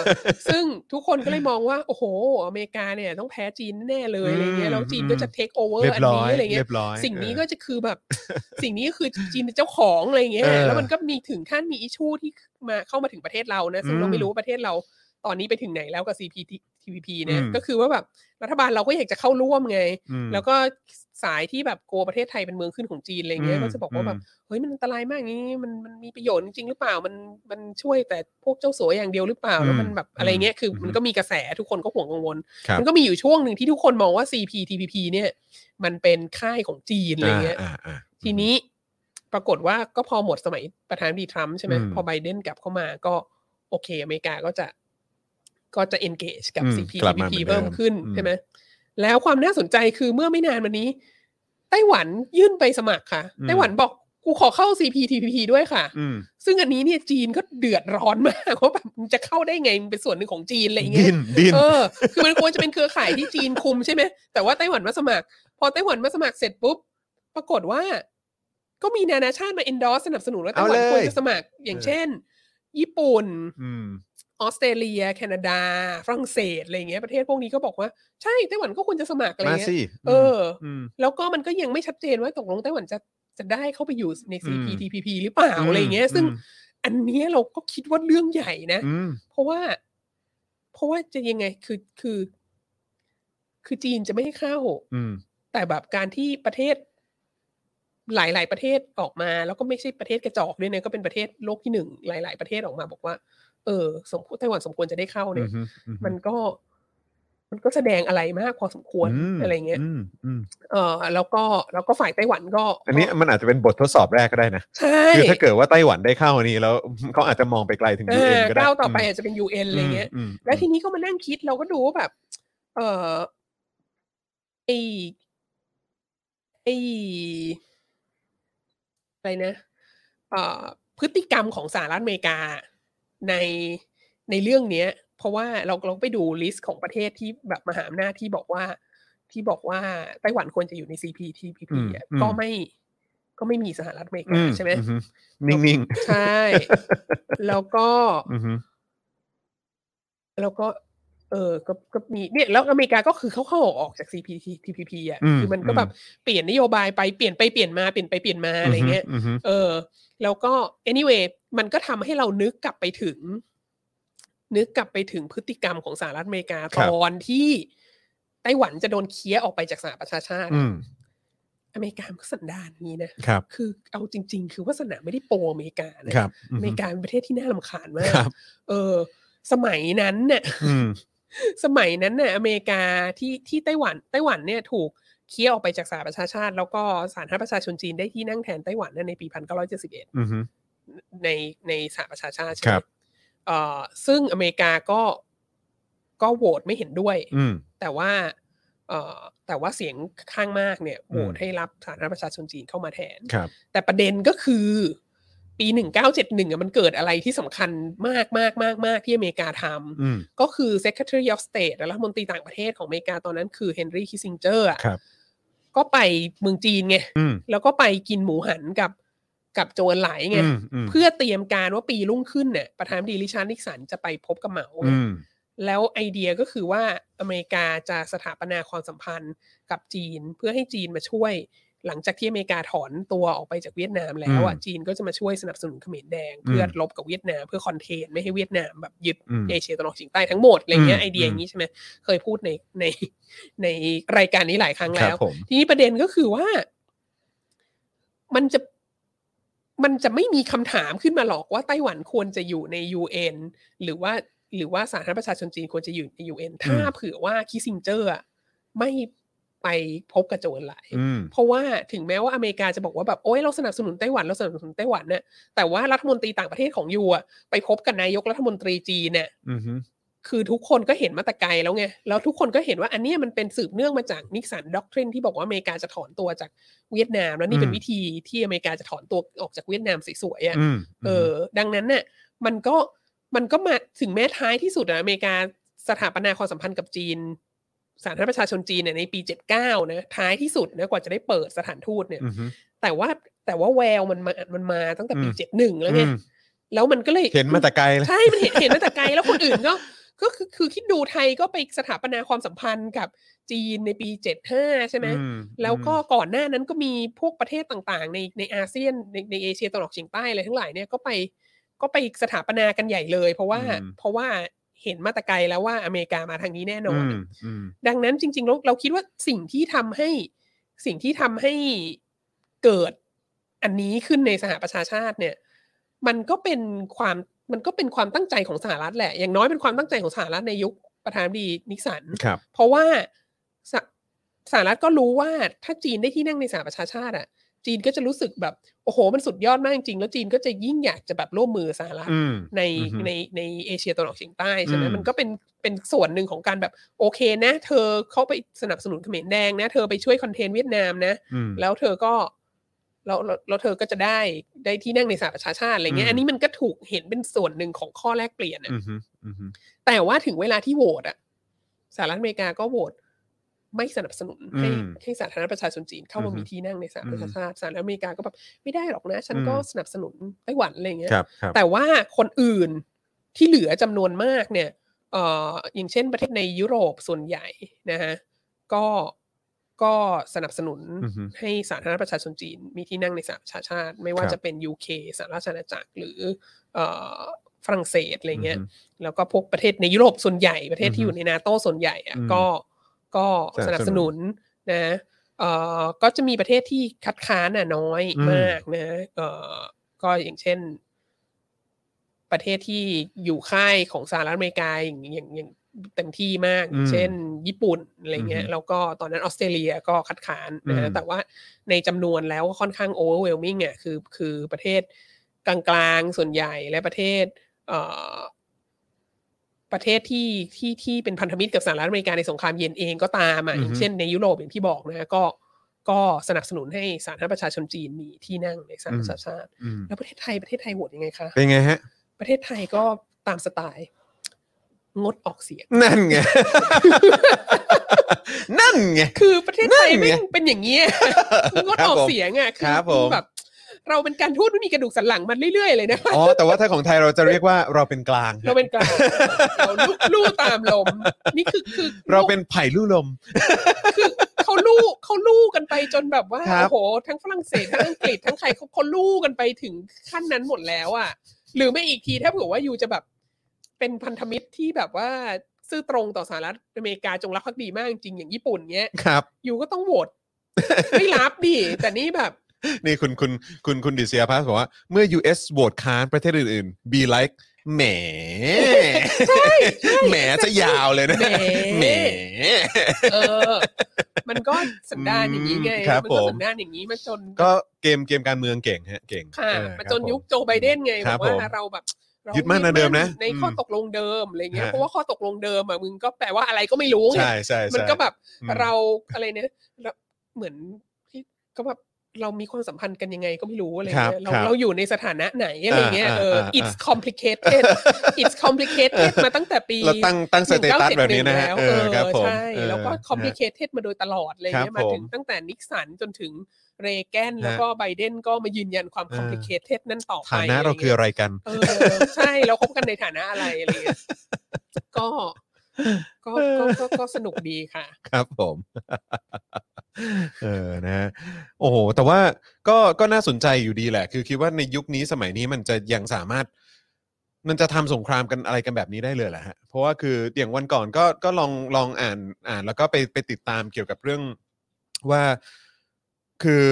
Speaker 3: ซึ่งทุกคนก็เลยมองว่า โอ้โห อเมริกาเนี่ยต้องแพ้จีนแน่เลยอะไรเงี้
Speaker 2: อื
Speaker 3: ย
Speaker 2: ม
Speaker 3: แล้วจีนก็จะเทคโอเวอร์
Speaker 2: *laughs* เรีย
Speaker 3: อั
Speaker 2: บ
Speaker 3: น
Speaker 2: ร้อ
Speaker 3: นี้
Speaker 2: ย
Speaker 3: อะไรเงี้
Speaker 2: เรี
Speaker 3: ย
Speaker 2: ยบร้อย
Speaker 3: สิ่งนี้
Speaker 2: เออ
Speaker 3: ก็จะคือแบบ *laughs* สิ่งนี้ก็คือจีนเป็นเจ้าของอะไรเงี้ย
Speaker 2: เออ
Speaker 3: แล้วมันก็มีถึงขั้นมีอิชชูที่มาเข้ามาถึงประเทศเรานะซึ่งเรา
Speaker 2: อืม
Speaker 3: ไม่รู้ว่าประเทศเราตอนนี้ไปถึงไหนแล้วกับ CPTPP เนี่ย
Speaker 2: อืม
Speaker 3: ก็คือว่าแบบรัฐบาลเราก็อยากจะเข้าร่วมไง
Speaker 2: อืม
Speaker 3: แล้วก็สายที่แบบกลัวประเทศไทยเป็นเมืองขึ้นของจีนอะไรเงี้ย
Speaker 2: อืม
Speaker 3: ก็จะบอกว่าแบบ
Speaker 2: อืม
Speaker 3: เฮ้ยมันอันตรายมากอย่างนี้มันมันมีประโยชน์จริงหรือเปล่ามันมันช่วยแต่พวกเจ้าสัวอย่างเดียวหรือเปล่าแล้วมันแบบอะไรเงี้ยคือมันก็มีกระแสทุกคนก็ห่วงกังวล
Speaker 2: ครับ
Speaker 3: มันก็มีอยู่ช่วงหนึ่งที่ทุกคนมองว่า CPTPP เนี่ย มันเป็นค่ายของจีนอะไรเงี้ย
Speaker 2: าอ่า
Speaker 3: ทีนี้ปรากฏว่าก็พอหมดสมัยประธานาธิบดีทรัมป์ใช่ไหม
Speaker 2: อืม
Speaker 3: พอไบเดนกลับเข้ามาก็โอเค อเมริกาก็จะก็จะ engage กับ
Speaker 2: อืมกลับมาเห
Speaker 3: CPTPP
Speaker 2: มือนเดิม
Speaker 3: เพิ่มขึ้น
Speaker 2: อืม
Speaker 3: ใช่ไหมแล้วความน่าสนใจคือเมื่อไม่นานมานี้ ไต้หวันยื่นไปสมัครค่ะ ไต้หวันบอกกูขอเข้า CPTPP ด้วยค่ะ
Speaker 2: อืม
Speaker 3: ซึ่งอันนี้เนี่ยจีนก็เดือดร้อนมาก *laughs* ว่าแบบมึงจะเข้าได้ไงมึงเป็นส่วนหนึ่งของจีนอะไรอย่างเงี้ย
Speaker 2: ดิ้นดิ้น
Speaker 3: เออ คือมันควรจะเป็นเครือข่ายที่จีนคุมใช่ไหม แต่ว่าไต้หวันมาสมัคร พอไต้หวันมาสมัครเสร็จปุ๊บ ปรากฏว่า ก็มีนานาชาติมา endorse สนับสนุนว่าไต้หวัน
Speaker 2: เอาเลย
Speaker 3: ควรจะสมัคร อย่างเช่น ญี่ปุ่น
Speaker 2: อืม
Speaker 3: ออสเตรเลีย แคนาดา ฝรั่งเศส อะไรอย่างเงี้ย ประเทศพวกนี้ก็บอกว่า ใช่ ไต้หวันก็ควรจะสมัครอะไร
Speaker 2: มา
Speaker 3: เงี้ย
Speaker 2: สิ
Speaker 3: เออ
Speaker 2: ม
Speaker 3: แล้วก็มันก็ยังไม่ชัดเจนว่าตกลงไต้หวันจะจะได้เข้าไปอยู่ใน
Speaker 2: อืม
Speaker 3: CPTPP หรือเปล่าอะไรเงี้ย
Speaker 2: ม
Speaker 3: ซึ่งอันเนี้ยเราก็คิดว่าเรื่องใหญ่นะ
Speaker 2: อืม
Speaker 3: เพราะว่า เพราะว่าจะยังไงคือคือ คือจีนจะไม่ให้เข้า
Speaker 2: อืม
Speaker 3: แต่แบบการที่ประเทศ หลาย ๆ ประเทศออกมา แล้วก็ไม่ใช่ประเทศกระจอกด้วยนะก็เป็นประเทศโลกที่หนึ่งหลาย ๆ ประเทศออกมา บอกว่า เออ สมควรไต้หวันสมควรจะได้เข้าเนี่ย
Speaker 2: อือฮึอือฮึ
Speaker 3: มันก็ มันก็แสดงอะไรมากพอสมควร
Speaker 2: ม
Speaker 3: อะไรเงี้ย
Speaker 2: มอืม
Speaker 3: เออแล้วก็แล้วก็ฝ่ายไต้หวันก็
Speaker 2: อันนี้มันอาจจะเป็นบททดสอบแรกก็ได้นะ
Speaker 3: ใช่
Speaker 2: คือถ้าเกิดว่าไต้หวันได้เข้าอันนี้แล้ว เขาอาจจะมองไปไกลถึงยู
Speaker 3: อ่า
Speaker 2: เอ็นก็ได้
Speaker 3: ก้าวต่อไปอาจจะเป็นยูเอ็นอะไรเงี้ย
Speaker 2: อืมอืม
Speaker 3: แล้วทีนี้ก็มานั่งคิดเราก็ดูว่าแบบ เออไอไออะไรนะเอ่อพฤติกรรมของสหรัฐอเมริกาในในเรื่องเนี้ย เพราะว่าเราเราไปดูลิสต์ของประเทศที่แบบมหาอำนาจที่บอกว่า ที่บอกว่าไต้หวันควรจะอยู่ใน CPTPP อะก็ไม่ก็ไม่มีสหรัฐอเมริ
Speaker 2: อื
Speaker 3: กาใช่ไหม
Speaker 2: อือฮึนิ่ง
Speaker 3: ใช่ แล้วก็
Speaker 2: ๆอือฮึ
Speaker 3: แล้วก็ เออก็ก็มีเนี่ยแล้วอเมริกาก็คือเขาเข้าออกจาก CPTPP อ่ะคือมันก็แบบเปลี่ยนนโยบายไปเปลี่ยนไปเปลี่ยนมาเปลี่ยนไปเปลี่ยนมาอะไรเงี้ย
Speaker 2: อือฮึ
Speaker 3: เออ แล้วก็ anyway มันก็ทำให้เรานึกกลับไปถึง นึกกลับไปถึงพฤติกรรมของสหรัฐอเมริกาตอนที่ไต้หวันจะโดนเคี้ยออกไปจากสหประชาชาติ
Speaker 2: อื
Speaker 3: อะอ
Speaker 2: ม
Speaker 3: เมริกามันก็สันดานนี้นะครับ คือเอาจริง ๆ คือว่าสนาไม่ได้โปรอเมริกานะครับ
Speaker 2: อื
Speaker 3: อ
Speaker 2: อ
Speaker 3: เม
Speaker 2: ฮึ
Speaker 3: ริกาเป็นประเทศที่น่าลำคาญมา
Speaker 2: ครั
Speaker 3: ก
Speaker 2: บ
Speaker 3: เออ สมัยนั้นเนี่ย
Speaker 2: อืม
Speaker 3: สมัยนั้นน่ะอเมริกาที่ที่ไต้หวันไต้หวันเนี่ยถูกเคี้ยวออกไปจากสหประชาชาติ แล้วก็สาธารณรัฐประชาชนจีนได้ที่นั่งแทนไต้หวันนั่นในปี 1971
Speaker 2: อือฮึ
Speaker 3: ในในสหประชาชาติ
Speaker 2: ค
Speaker 3: ใช่
Speaker 2: รั
Speaker 3: ไหม
Speaker 2: บ
Speaker 3: เอ่อซึ่งอเมริกาก็ก็โหวตไม่เห็นด้วย
Speaker 2: อืม
Speaker 3: แต่ว่าเอ่อแต่ว่าเสียงข้างมากเนี่ยโหวตให้รับสาธารณรัฐประชาชนจีนเข้ามาแทน
Speaker 2: ครับ
Speaker 3: แต่ประเด็นก็คือปี 1971อ่ะมันเกิดอะไรที่สำคัญมากมากมากมากที่อเมริกาทำ
Speaker 2: อืม
Speaker 3: ก็คือ Secretary of State และรัฐมนตรีต่างประเทศของอเมริกาตอนนั้นคือเฮนรี่คิสซิงเจอร์
Speaker 2: ครับ
Speaker 3: ก็ไปเมืองจีนไง
Speaker 2: อืม
Speaker 3: แล้วก็ไปกินหมูหันกับกับโจรไหลไง
Speaker 2: อืมอืม
Speaker 3: เพื่อเตรียมการว่าปีรุ่งขึ้นเนี่ยประธานาธิบดีริชาร์ดนิกสันจะไปพบกับเหมา
Speaker 2: อืม
Speaker 3: แล้วไอเดียก็คือว่าอเมริกาจะสถาปนาความสัมพันธ์กับจีน เพื่อให้จีนมาช่วย หลังจากที่อเมริกาถอนตัวออกไปจากเวียดนามแล้วอ่ะ
Speaker 2: อืม
Speaker 3: จีนก็จะมาช่วยสนับสนุนเขมรแดง เพื่ออ
Speaker 2: ม
Speaker 3: รบกับเวียดนามเพื่อคอนเทนไม่ให้เวียดนามแบบยึด
Speaker 2: อืม
Speaker 3: เอเชียตะวันออกเฉียงใต้ทั้งหมดอะไรเงี้
Speaker 2: อื
Speaker 3: ย
Speaker 2: ม
Speaker 3: ไอเดีย
Speaker 2: อืม
Speaker 3: อย่างนี้ใช่ไหมเคยพูดในในในรายการนี้หลายครั้ง
Speaker 2: ครั
Speaker 3: แล้ว
Speaker 2: ผม
Speaker 3: ทีนี้ประเด็นก็คือว่า มันจะมันจะไม่มีคำถามขึ้นมาหรอกว่าไต้หวันควรจะอยู่ใน UN หรือว่าหรือว่าสาธารณรัฐประชาชนจีนควรจะอยู่ใน UN ถ้าเผื่อว่าคิสซิงเจอร์อะไม่ไปพบกับโจรไหลาย
Speaker 2: อืม
Speaker 3: เพราะว่าถึงแม้ว่าอเมริกาจะบอกว่าแบบโอ้ยเราสนับสนุนไต้หวันเราสนับสนุนไต้หวันเนี่ยแต่ว่ารัฐมนตรีต่างประเทศของยูอะไปพบกับนายกรัฐมนตรีจีนเนี่ย
Speaker 2: อือฮึ
Speaker 3: คือทุกคนก็เห็นมาแต่ไกลแล้วไง แล้วทุกคนก็เห็นว่าอันเนี้ยมันเป็นสืบเนื่องมาจากนิกสันด็อกทรินที่บอกว่าอเมริกาจะถอนตัวจากเวียดนาม แล้วนี่เป็น
Speaker 2: อืม
Speaker 3: วิธีที่อเมริกาจะถอนตัวออกจากเวียดนามสวยๆอ่ะ
Speaker 2: อืม
Speaker 3: เออดังนั้นเนี่ยมันก็มันก็มาถึงแม้ท้ายที่สุดอะอเมริกาสถาปนาความสัมพันธ์กับจีน สาธารณรัฐประชาชนจีนเนี่ยในปี 79 นะท้ายที่สุดนะกว่าจะได้เปิดสถานทูตเนี่ย
Speaker 2: อือฮึ
Speaker 3: แต่ว่าแต่ว่าแววมันมามันมาตั้งแต่ปี
Speaker 2: อืม
Speaker 3: 71 แล้วไง
Speaker 2: อืม
Speaker 3: แล้วมันก็เลย
Speaker 2: เห็นมาแต่ไกล *laughs* แล้ว
Speaker 3: ใช่มันเห็นเห็นมาแต่ไกลแล้วคนอื่นก็ก็คือคือคิดดูไทยก็ไปสถาปนาความสัมพันธ์กับจีนในปีเจ็ดห้าใช่ไหม
Speaker 2: อื
Speaker 3: แล้วก็ก่อนหน้านั้นก็มีพวกประเทศต่างๆ ในในอาเซียนในในเอเชียตะวันออกเฉียงใต้อะไรทั้งหลายเนี่ยก็ไปก็ไปสถาปนากันใหญ่เลย เพราะว่าเพราะว่าเห็นมาแตะไกลแล้วว่าอเมริกามาทางนี้แน่นอน
Speaker 2: มอืม
Speaker 3: ดังนั้นจริงๆเราเราคิดว่าสิ่งที่ทำให้สิ่งที่ทำให้เกิดอันนี้ขึ้นในสหประชาชาติเนี่ย มันก็เป็นความมันก็เป็นความตั้งใจของสหรัฐแหละ อย่างน้อยเป็นความตั้งใจของสหรัฐในยุคประธานาธิบดีนิกสัน
Speaker 2: ครับ
Speaker 3: เพราะว่าสหสหรัฐก็รู้ว่าถ้าจีนได้ที่นั่งในสหประชาชาติอ่ะ จีนก็จะรู้สึกแบบโอ้โห มันสุดยอดมากจริงๆแล้วจีนก็จะยิ่งอยากจะแบบร่วมมือสหรัฐ
Speaker 2: อืม
Speaker 3: ใน
Speaker 2: อือฮึ
Speaker 3: ในในเอเชียตะวันออกเฉียงใต้ใช่ไหม
Speaker 2: อืม
Speaker 3: มันก็เป็นเป็นส่วนหนึ่งของการแบบโอเคนะ เธอเข้าไปสนับสนุนเขมรแดงนะ เธอไปช่วยคอนเทนต์เวียดนามนะ
Speaker 2: อืม
Speaker 3: แล้วเธอก็แล้วแล้วแล้วเธอก็จะได้ได้ที่นั่งในสหประชาชาติอะไรเงี้ย
Speaker 2: อืม
Speaker 3: อันนี้มันก็ถูกเห็นเป็นส่วนหนึ่งของข้อแลกเปลี่ยนอะ
Speaker 2: อืมอืม
Speaker 3: แต่ว่าถึงเวลาที่โหวตอะสหรัฐอเมริกาก็โหวตไม่สนับสนุนให้ให้สาธารณรัฐประชาชนจีนเข้ามามีที่นั่งในสหประชาชาติสหรัฐอเมริกาก็แบบไม่ได้หรอกนะ ฉันก็สนับสนุนไต้หวันอะไรเงี้ย
Speaker 2: ครับครับ
Speaker 3: แต่ว่าคนอื่นที่เหลือจำนวนมากเนี่ย เอ่ออย่างเช่นประเทศในยุโรปส่วนใหญ่นะฮะ ก็ก็สนับสนุน
Speaker 2: อืม
Speaker 3: ให้สาธารณรัฐประชาชนจีนมีที่นั่งในสหประชาชาติ ไม่ว่า
Speaker 2: ครับ
Speaker 3: จะเป็น UK สหราชอาณาจักรหรือเอ่อฝรั่งเศสอะไรเงี้ย แล้วก็พวกประเทศในยุโรปส่วนใหญ่ประเทศที่อยู่ในนาโตส่วนใหญ่อะ
Speaker 2: อืม
Speaker 3: ก็ก็
Speaker 2: ส
Speaker 3: ส
Speaker 2: นั
Speaker 3: นั
Speaker 2: บบ ส
Speaker 3: ส
Speaker 2: นุ
Speaker 3: นุ
Speaker 2: น
Speaker 3: นนะเอ่อก็จะมีประเทศที่คัดค้านอ่ะน้อยมากนะเอ่อก็อย่างเช่น ประเทศที่อยู่ค่ายของสหรัฐอเมริกาอย่างอย่างอย่างเต็มที่มาก
Speaker 2: อืม
Speaker 3: เช่น ญี่ปุ่นอะไรเงี้
Speaker 2: อื
Speaker 3: ย
Speaker 2: ม
Speaker 3: แล้วก็ตอนนั้นออสเตรเลียก็คัดค้านนะ
Speaker 2: อื
Speaker 3: ฮะ
Speaker 2: ม
Speaker 3: แต่ว่าในจำนวนแล้วก็ค่อนข้างโอเวอร์เวลมิงอ่ะคือคือประเทศกลางๆส่วนใหญ่และประเทศ เอ่อประเทศที่ที่ที่เป็นพันธมิตรกับสหรัฐอเมริกาในสงครามเย็นเองก็ตามอ่ะ
Speaker 2: อือ
Speaker 3: อ
Speaker 2: ฮึ
Speaker 3: ย่างเช่นในยุโรปอย่างที่บอกนะฮะก็ก็สนับสนุนให้สาธารณรัฐประชาชนจีนมีที่นั่งในสหประชาชาติ
Speaker 2: อืม
Speaker 3: แล้วประเทศไทยประเทศไทยโหวตยังไงคะ
Speaker 2: เป็นไงฮะ
Speaker 3: ประเทศไทยก็ตามสไตล์ งดออกเสียง
Speaker 2: นั่น
Speaker 3: *laughs*
Speaker 2: ไง นั่นไง
Speaker 3: คือประเทศไทย
Speaker 2: นั่นไง
Speaker 3: แม่งเป็นอย่างนี้ *laughs* ย งดออกเสียงอ่ะ
Speaker 2: *laughs* ค
Speaker 3: คื
Speaker 2: รับผม
Speaker 3: แบบ เราเป็นการทูตไม่มีกระดูกสันหลังมันเรื่อยๆเลยนะ
Speaker 2: อ๋อ แต่ว่าถ้าของไทยเราจะเรียกว่าเราเป็นกลางฮะ
Speaker 3: เราเป็นกลางเราลุกลู่ตามลม นี่คือคือ
Speaker 2: เราเป็นไผ่ลู่ลม
Speaker 3: เขาลู่เขาลู่กันไปจนแบบว่า
Speaker 2: ครับ
Speaker 3: โอ้โหทั้งฝรั่งเศสทั้งอังกฤษทั้งใครเขาเขาลู่กันไปถึงขั้นนั้นหมดแล้วอ่ะ หรือไม่อีกทีถ้าเผื่อว่าอยู่จะแบบเป็นพันธมิตรที่แบบว่าซื่อตรงต่อสหรัฐอเมริกาจงรักภักดีมากจริงอย่างญี่ปุ่นเงี้ย
Speaker 2: ครับ
Speaker 3: อยู่ก็ต้องโหวตไม่รับดิแต่นี่แบบ
Speaker 2: นี่คุณคุณคุณคุณดิเซียพาสบอกว่า เมื่อ US โหวตค้านประเทศอื่นๆ be like แหมแหมจะยาวเลยนะ
Speaker 3: แหม
Speaker 2: แหม
Speaker 3: เออ มันก็สันดานอย่างนี้ไง
Speaker 2: อืม *laughs* ครับ
Speaker 3: มั
Speaker 2: ผม
Speaker 3: ก็สันดานอย่างนี้มาจน
Speaker 2: ก็เกมเกมการเมืองเก่งฮะ เก่ง
Speaker 3: ค่ะ
Speaker 2: เออ
Speaker 3: มา
Speaker 2: รับ
Speaker 3: จน
Speaker 2: ผ
Speaker 3: ยุคโจไบเดนไง
Speaker 2: ครับ บอก
Speaker 3: ว่า
Speaker 2: ผม
Speaker 3: เราแบบเรา
Speaker 2: ยึดมั่นในเดิมนะ
Speaker 3: ในข้ออ
Speaker 2: ม
Speaker 3: ตกลงเดิมอะไรเงี้ย
Speaker 2: ฮะ
Speaker 3: เพราะว่าข้อตกลงเดิมอ่ะมึงก็แปลว่าอะไรก็ไม่รู้ไง
Speaker 2: ใช่ใช่ใช่
Speaker 3: มันก็แบบ
Speaker 2: อืม
Speaker 3: เราอะไรเนี่ยเราเหมือนที่ก็แบบเรามีความสัมพันธ์กันยังไงก็ไม่รู้อะไร
Speaker 2: ครับ
Speaker 3: เงี้ยเรา
Speaker 2: ครับ
Speaker 3: เราอยู่ในสถานะไหนอะไรเงี้ย
Speaker 2: อ่า
Speaker 3: เออ
Speaker 2: าอ่า
Speaker 3: it's complicated it's complicated มาตั้งแต่ปี
Speaker 2: เราตั้งตั้งสเตตัส
Speaker 3: 1971
Speaker 2: แบบนี้นะฮะ
Speaker 3: ล้ว
Speaker 2: เออครับผม
Speaker 3: ใช่
Speaker 2: เออ
Speaker 3: แล้วก็
Speaker 2: ฮะ
Speaker 3: complicated มาโดยตลอดเลย
Speaker 2: ครับ
Speaker 3: เงี้ยมาถึ
Speaker 2: ผ
Speaker 3: ง
Speaker 2: ม
Speaker 3: ตั้งแต่นิกสันจนถึงเรแกน
Speaker 2: ฮะ
Speaker 3: แล้วก็ไบเดนก็มายืนยันความ
Speaker 2: อ่า
Speaker 3: complicated นั่นต่อไป
Speaker 2: ฐานะเรา
Speaker 3: เงี้ย
Speaker 2: คืออะไรกัน
Speaker 3: เออใช่เราคบกันในฐานะอะไรอะไรเงี้ย
Speaker 2: *laughs*
Speaker 3: ก็ก็ก็ก็ก็สนุกดีค่ะ
Speaker 2: ครับผม *laughs* เออนะฮะโอ้โห แต่ว่าก็ก็น่าสนใจอยู่ดีแหละ คือคิดว่าในยุคนี้สมัยนี้มันจะยังสามารถ มันจะทำสงครามกันอะไรกันแบบนี้ได้เลยแหละฮะ เพราะว่าคืออย่างวันก่อนก็ก็ลองลองอ่านอ่านแล้วก็ไปไปติดตามเกี่ยวกับเรื่องว่าคือ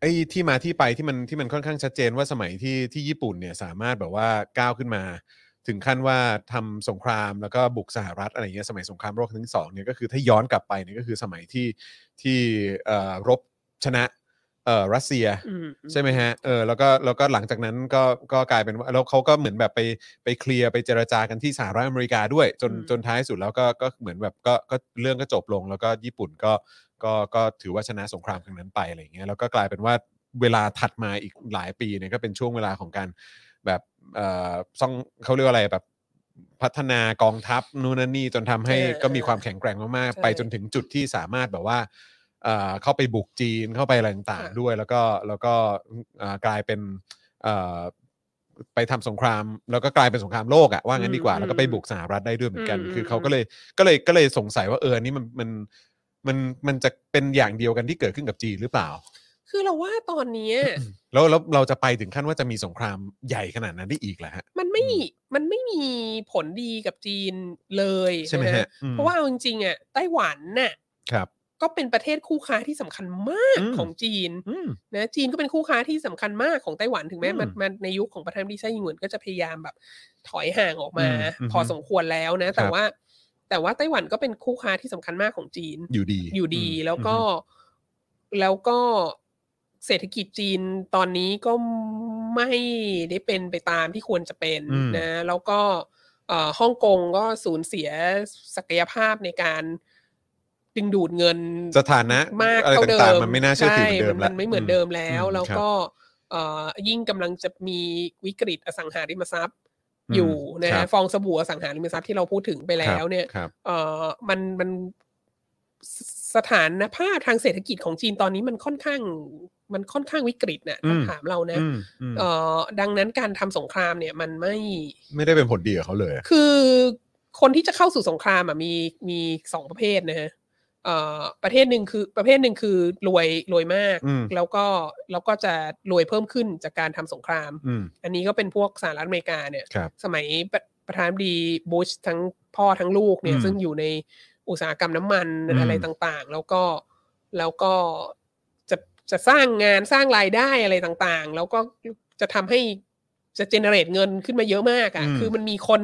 Speaker 2: ไอ้ที่มาที่ไปที่มันที่มันค่อนข้างชัดเจนว่าสมัยที่ที่ญี่ปุ่นเนี่ยสามารถแบบว่าก้าวขึ้นมา ถึงขั้นว่าทำสงครามแล้วก็บุกสหรัฐอะไรเงี้ยสมัยสงครามโลกครั้งที่สองเนี่ยก็คือถ้าย้อนกลับไปเนี่ยก็คือสมัยที่ที่เอ่อรบชนะเอ่อรัสเซีย
Speaker 3: อืม
Speaker 2: ใช่ไหมฮะ เออ แล้วก็ แล้วก็หลังจากนั้นก็ ก็กลายเป็นว่า แล้วเขาก็เหมือนแบบไป ไปเคลียร์ ไปเจรจากันที่สหรัฐอเมริกาด้วย จน
Speaker 3: อืม
Speaker 2: จนท้ายสุดแล้วก็ ก็เหมือนแบบ ก็ ก็เรื่องก็จบลง แล้วก็ญี่ปุ่นก็ ก็ ก็ถือว่าชนะสงครามครั้งนั้นไปอะไรอย่างเงี้ย แล้วก็กลายเป็นว่าเวลาถัดมาอีกหลายปีเนี่ย ก็เป็นช่วงเวลาของการแบบ เอ่อซ่องเขาเรียกว่าอะไร แบบ พัฒนากองทัพนู่นนั่นนี่ จนทำให้
Speaker 3: เออ
Speaker 2: ก็มีความแข็งแกร่งมาก
Speaker 3: ใช่
Speaker 2: ๆ ไปจนถึงจุดที่สามารถแบบว่า เอ่อเข้าไปบุกจีนเข้าไปอะไรต่าง
Speaker 3: ค่ะ
Speaker 2: ๆด้วย แล้วก็แล้วก็เอ่อกลายเป็นเอ่อ ไปทำสงคราม แล้วก็กลายเป็นสงครามโลกอะว่างั้นดีกว่า
Speaker 3: อืม
Speaker 2: แล้วก็ไปบุกสหรัฐได้ด้วยเหมือนกัน
Speaker 3: อืม
Speaker 2: คือ
Speaker 3: ม
Speaker 2: เขาก็เลยก็เลยก็เลยสงสัยว่าเอออันนี้มันมันมันมันจะเป็นอย่างเดียวกันที่เกิดขึ้นกับจีนหรือเปล่า
Speaker 3: คือเราว่าตอนเนี้ย
Speaker 2: แล้วแล้วเราจะไปถึงขั้นว่าจะมีสงครามใหญ่ขนาดนั้นได้อีกเหรอฮะ
Speaker 3: มันไม่ มันไม่มีผลดีกับจีนเลย
Speaker 2: ใช่ไหม
Speaker 3: น
Speaker 2: ฮะอืม
Speaker 3: เพราะว่าเอาจริงๆอ่ะไต้หวันน่ะ
Speaker 2: ครับ
Speaker 3: ก็เป็นประเทศคู่ค้าที่สำคัญมาก
Speaker 2: อืม
Speaker 3: ของจีน
Speaker 2: อืม
Speaker 3: นะจีนก็เป็นคู่ค้าที่สำคัญมากของไต้หวันถึงแม้
Speaker 2: อืม
Speaker 3: มันมันในยุคของประธานาธิบดีไส้หยิงเหวินก็จะพยายามแบบถอยห่างออกมา
Speaker 2: อืมอืม
Speaker 3: พอสมควรแล้วนะ
Speaker 2: ค
Speaker 3: แต่
Speaker 2: รับ
Speaker 3: ว่า แต่ว่าไต้หวันก็เป็นคู่ค้าที่สำคัญมากของจีน
Speaker 2: อยู่ดี
Speaker 3: อยู่ดี
Speaker 2: อืม
Speaker 3: แล้วก็
Speaker 2: อืม
Speaker 3: แล้วก็เศรษฐกิจจีนตอนนี้ก็ไม่ได้เป็นไปตามที่ควรจะเป็น
Speaker 2: อืม
Speaker 3: นะแล้วก็เอ่อฮ่องกงก็สูญเสียศักยภาพในการดึงดูดเงิน
Speaker 2: สถานะ
Speaker 3: มาก
Speaker 2: อะไร
Speaker 3: เท่าเดิ
Speaker 2: ต่าง
Speaker 3: ม
Speaker 2: ๆมันไม่น่าเชื่อถือเหมือนเดิม
Speaker 3: ใช่
Speaker 2: ละ
Speaker 3: นไม่เหมือนเดิมแล้ว
Speaker 2: อืม
Speaker 3: แล้ว
Speaker 2: ครับ
Speaker 3: ก็เอ่อยิ่งกำลังจะมีวิกฤตอสังหาริมทรัพย์
Speaker 2: อืม
Speaker 3: อยู่นะครับ ฟองสบู่อสังหาริมทรัพย์ที่เราพูดถึงไปแล้วเนี่ย
Speaker 2: ครับ
Speaker 3: เอ่อมันมันสสถานภาพทางเศรษฐกิจของจีนตอนนี้มันค่อนข้าง มันค่อนข้างวิกฤตนะถ้าถามเรานะ
Speaker 2: อืมอืม
Speaker 3: เอ่อดังนั้นการทำสงครามเนี่ย มันไม่
Speaker 2: ไม่ได้เป็นผลดีกับเขาเลย
Speaker 3: คือคนที่จะเข้าสู่สงครามอ่ะมีมีสองประเภทนะฮะเอ่อประเภทศหนึ่งคือประเภทหนึ่งคือรวยรวยมาก
Speaker 2: อืม
Speaker 3: แล้วก็แล้วก็จะรวยเพิ่มขึ้นจากการทำสงคราม
Speaker 2: อืม
Speaker 3: อันนี้ก็เป็นพวกสหรัฐอเมริกาเนี่ย
Speaker 2: ครับ
Speaker 3: สมัยประประธานาธิบดีบูชทั้งพ่อทั้งลูกเนี่
Speaker 2: อื
Speaker 3: ย
Speaker 2: ม
Speaker 3: ซึ่งอยู่ในอุตสาหกรรมน้ำมัน
Speaker 2: อืม
Speaker 3: อะไรต่างๆ แล้วก็แล้วก็จะจะสร้างงานสร้างรายได้อะไรต่างๆ แล้วก็จะทำให้จะเจเนเรตเงินขึ้นมาเยอะมาก
Speaker 2: อืม
Speaker 3: อะ่ะคือมันมีคน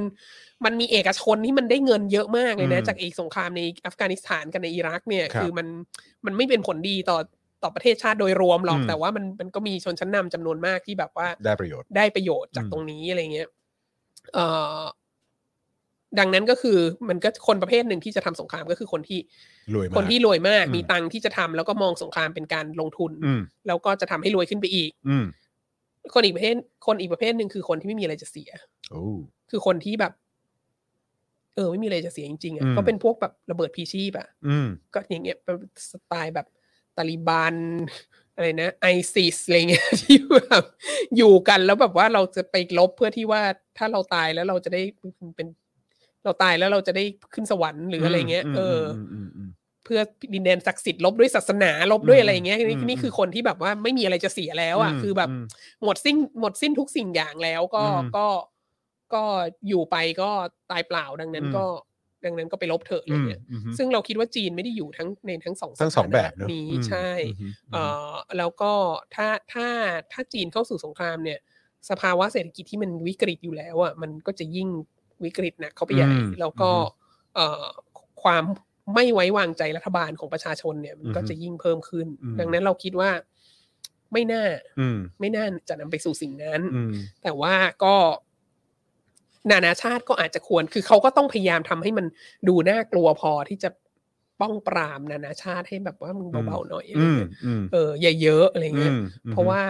Speaker 3: มันมีเอกชนที่มันได้เงินเยอะมากเลยนะ
Speaker 2: อืม
Speaker 3: จากไอีกสงครามในอัฟกานิสถานกับในอิรักเนี่ย
Speaker 2: ครั
Speaker 3: อ
Speaker 2: บ
Speaker 3: มันมันไม่เป็นผลดีต่อต่อประเทศชาติโดยรวมหรอก
Speaker 2: อืม
Speaker 3: แต่ว่ามันมันก็มีชนชั้นนำจำนวนมากที่แบบว่า
Speaker 2: ได้ประโยชน์
Speaker 3: ได้ประโยชน์จาก
Speaker 2: อืม
Speaker 3: ตรงนี้อะไรเงี้ยเอ่อดังนั้นก็คือมันก็คนประเภทหนึ่งที่จะทำสงครามก็คือคนที่
Speaker 2: รวยมาก
Speaker 3: คนที่รวยมาก
Speaker 2: อืม
Speaker 3: มีตังค์ที่จะทำแล้วก็มองสงครามเป็นการลงทุน
Speaker 2: อืม
Speaker 3: แล้วก็จะทำให้รวยขึ้นไปอีก
Speaker 2: อืม
Speaker 3: คนอีกประเภท คนอีกประเภทหนึ่งคือคนที่ไม่มีอะไรจะเสีย
Speaker 2: โอ้
Speaker 3: คือคนที่แบบ เออ ไม่มีอะไรจะเสียจริงๆ
Speaker 2: อื
Speaker 3: อะ
Speaker 2: ม
Speaker 3: ก็เป็นพวกแบบระเบิดพีชีพอะ
Speaker 2: อืม
Speaker 3: ก็อย่างเงี้ยเป็นสไตล์แบบตาลิบัน *laughs* อะไรนะไอซิสอะไรเงี้ย *laughs* ที่แบบอยู่กันแล้วแบบว่าเราจะไปลบเพื่อที่ว่าถ้าเราตายแล้วเราจะได้เป็น เราตายแล้วเราจะได้ขึ้นสวรรค์หรืออะไรเงี้ยเอออ เพื่อดินแดนศักดิ์สิทธิ์ลบด้วยศาสนาลบด้วยอะไรอย่างเงี้ยนี่
Speaker 2: อืม
Speaker 3: นี่คือคนที่แบบว่าไม่มีอะไรจะเสียแล้วอ่ะ
Speaker 2: อืม
Speaker 3: คือแบบ
Speaker 2: อืม
Speaker 3: หมดสิ้นหมดสิ้นทุกสิ่งอย่างแล้วก็
Speaker 2: อืม
Speaker 3: ก็ก็อยู่ไปก็ตายเปล่าดังนั้น
Speaker 2: อืม
Speaker 3: ก็ ดังนั้นก็ไปลบเถอะอะไร
Speaker 2: อืม
Speaker 3: เงี้ย
Speaker 2: อืม
Speaker 3: ซึ่งเราคิดว่าจีนไม่ได้อยู่ทั้งในทั้งสอง
Speaker 2: ทั้งสองแบบเนอะ
Speaker 3: นี้
Speaker 2: อืม
Speaker 3: ใช่
Speaker 2: อืม
Speaker 3: เอ่อแล้วก็ถ้าถ้าถ้าจีนเข้าสู่สงครามเนี่ย สภาวะเศรษฐกิจที่มันวิกฤตอยู่แล้วอ่ะมันก็จะยิ่งวิกฤตหนักเข้าไปใหญ่
Speaker 2: อืม
Speaker 3: แล้วก็เอ่อความไม่ไว้วางใจรัฐบาลของประชาชนเนี่ย มันก็
Speaker 2: อือฮึ
Speaker 3: จะยิ่งเพิ่มขึ้น
Speaker 2: อืม
Speaker 3: ดังนั้นเราคิดว่าไม่น่า
Speaker 2: อืม
Speaker 3: ไม่น่าจะนำไปสู่สิ่งนั้น
Speaker 2: อืม
Speaker 3: แต่ว่าก็นานาชาติก็อาจจะควร คือเขาก็ต้องพยายามทำให้มันดูน่ากลัวพอที่จะป้องปรามนานาชาติให้แบบว่ามึงเบาๆหน่อยอะไร
Speaker 2: อืม
Speaker 3: เงี้ย
Speaker 2: อืม
Speaker 3: เอออย่าเยอะอะไร
Speaker 2: อื
Speaker 3: เงี้ย
Speaker 2: มอืม
Speaker 3: เพราะว่า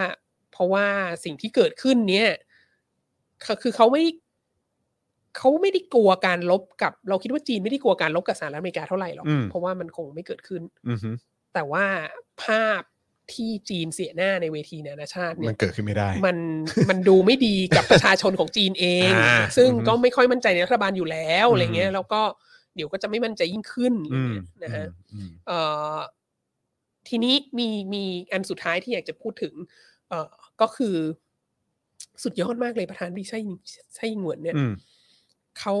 Speaker 3: เพราะว่าสิ่งที่เกิดขึ้นเนี่ยเขาคือเขาไม่เขาไม่ได้กลัวการลบกับ เราคิดว่าจีนไม่ได้กลัวการลบกับสหรัฐอเมริกาเท่าไหร่หรอก
Speaker 2: อืม
Speaker 3: เพราะว่ามันคงไม่เกิดขึ้น
Speaker 2: อือหือ
Speaker 3: แต่ว่าภาพที่จีนเสียหน้าในเวทีนานาชาติเนี่
Speaker 2: มั
Speaker 3: ย
Speaker 2: นเกิดขึ้นไม่ได้
Speaker 3: มันมันดูไม่ดีกับประชาชนของจีนเอง
Speaker 2: อ่า
Speaker 3: ซึ่ง
Speaker 2: อือฮึ
Speaker 3: ก็ไม่ค่อยมั่นใจในรัฐบาลอยู่แล้วอะไรเงี้
Speaker 2: อื
Speaker 3: ย
Speaker 2: ม
Speaker 3: แล้วก็เดี๋ยวก็จะไม่มั่นใจยิ่งขึ้นอะไร
Speaker 2: อืม
Speaker 3: เงี้ยนะฮะ
Speaker 2: อืม
Speaker 3: เอ่อทีนี้มีมีอันสุดท้ายที่อยากจะพูดถึง เอ่อก็คือสุดยอดมากเลยประธานดีไช่ไช่ยิงเหวนเนี่ย
Speaker 2: อืม
Speaker 3: เขา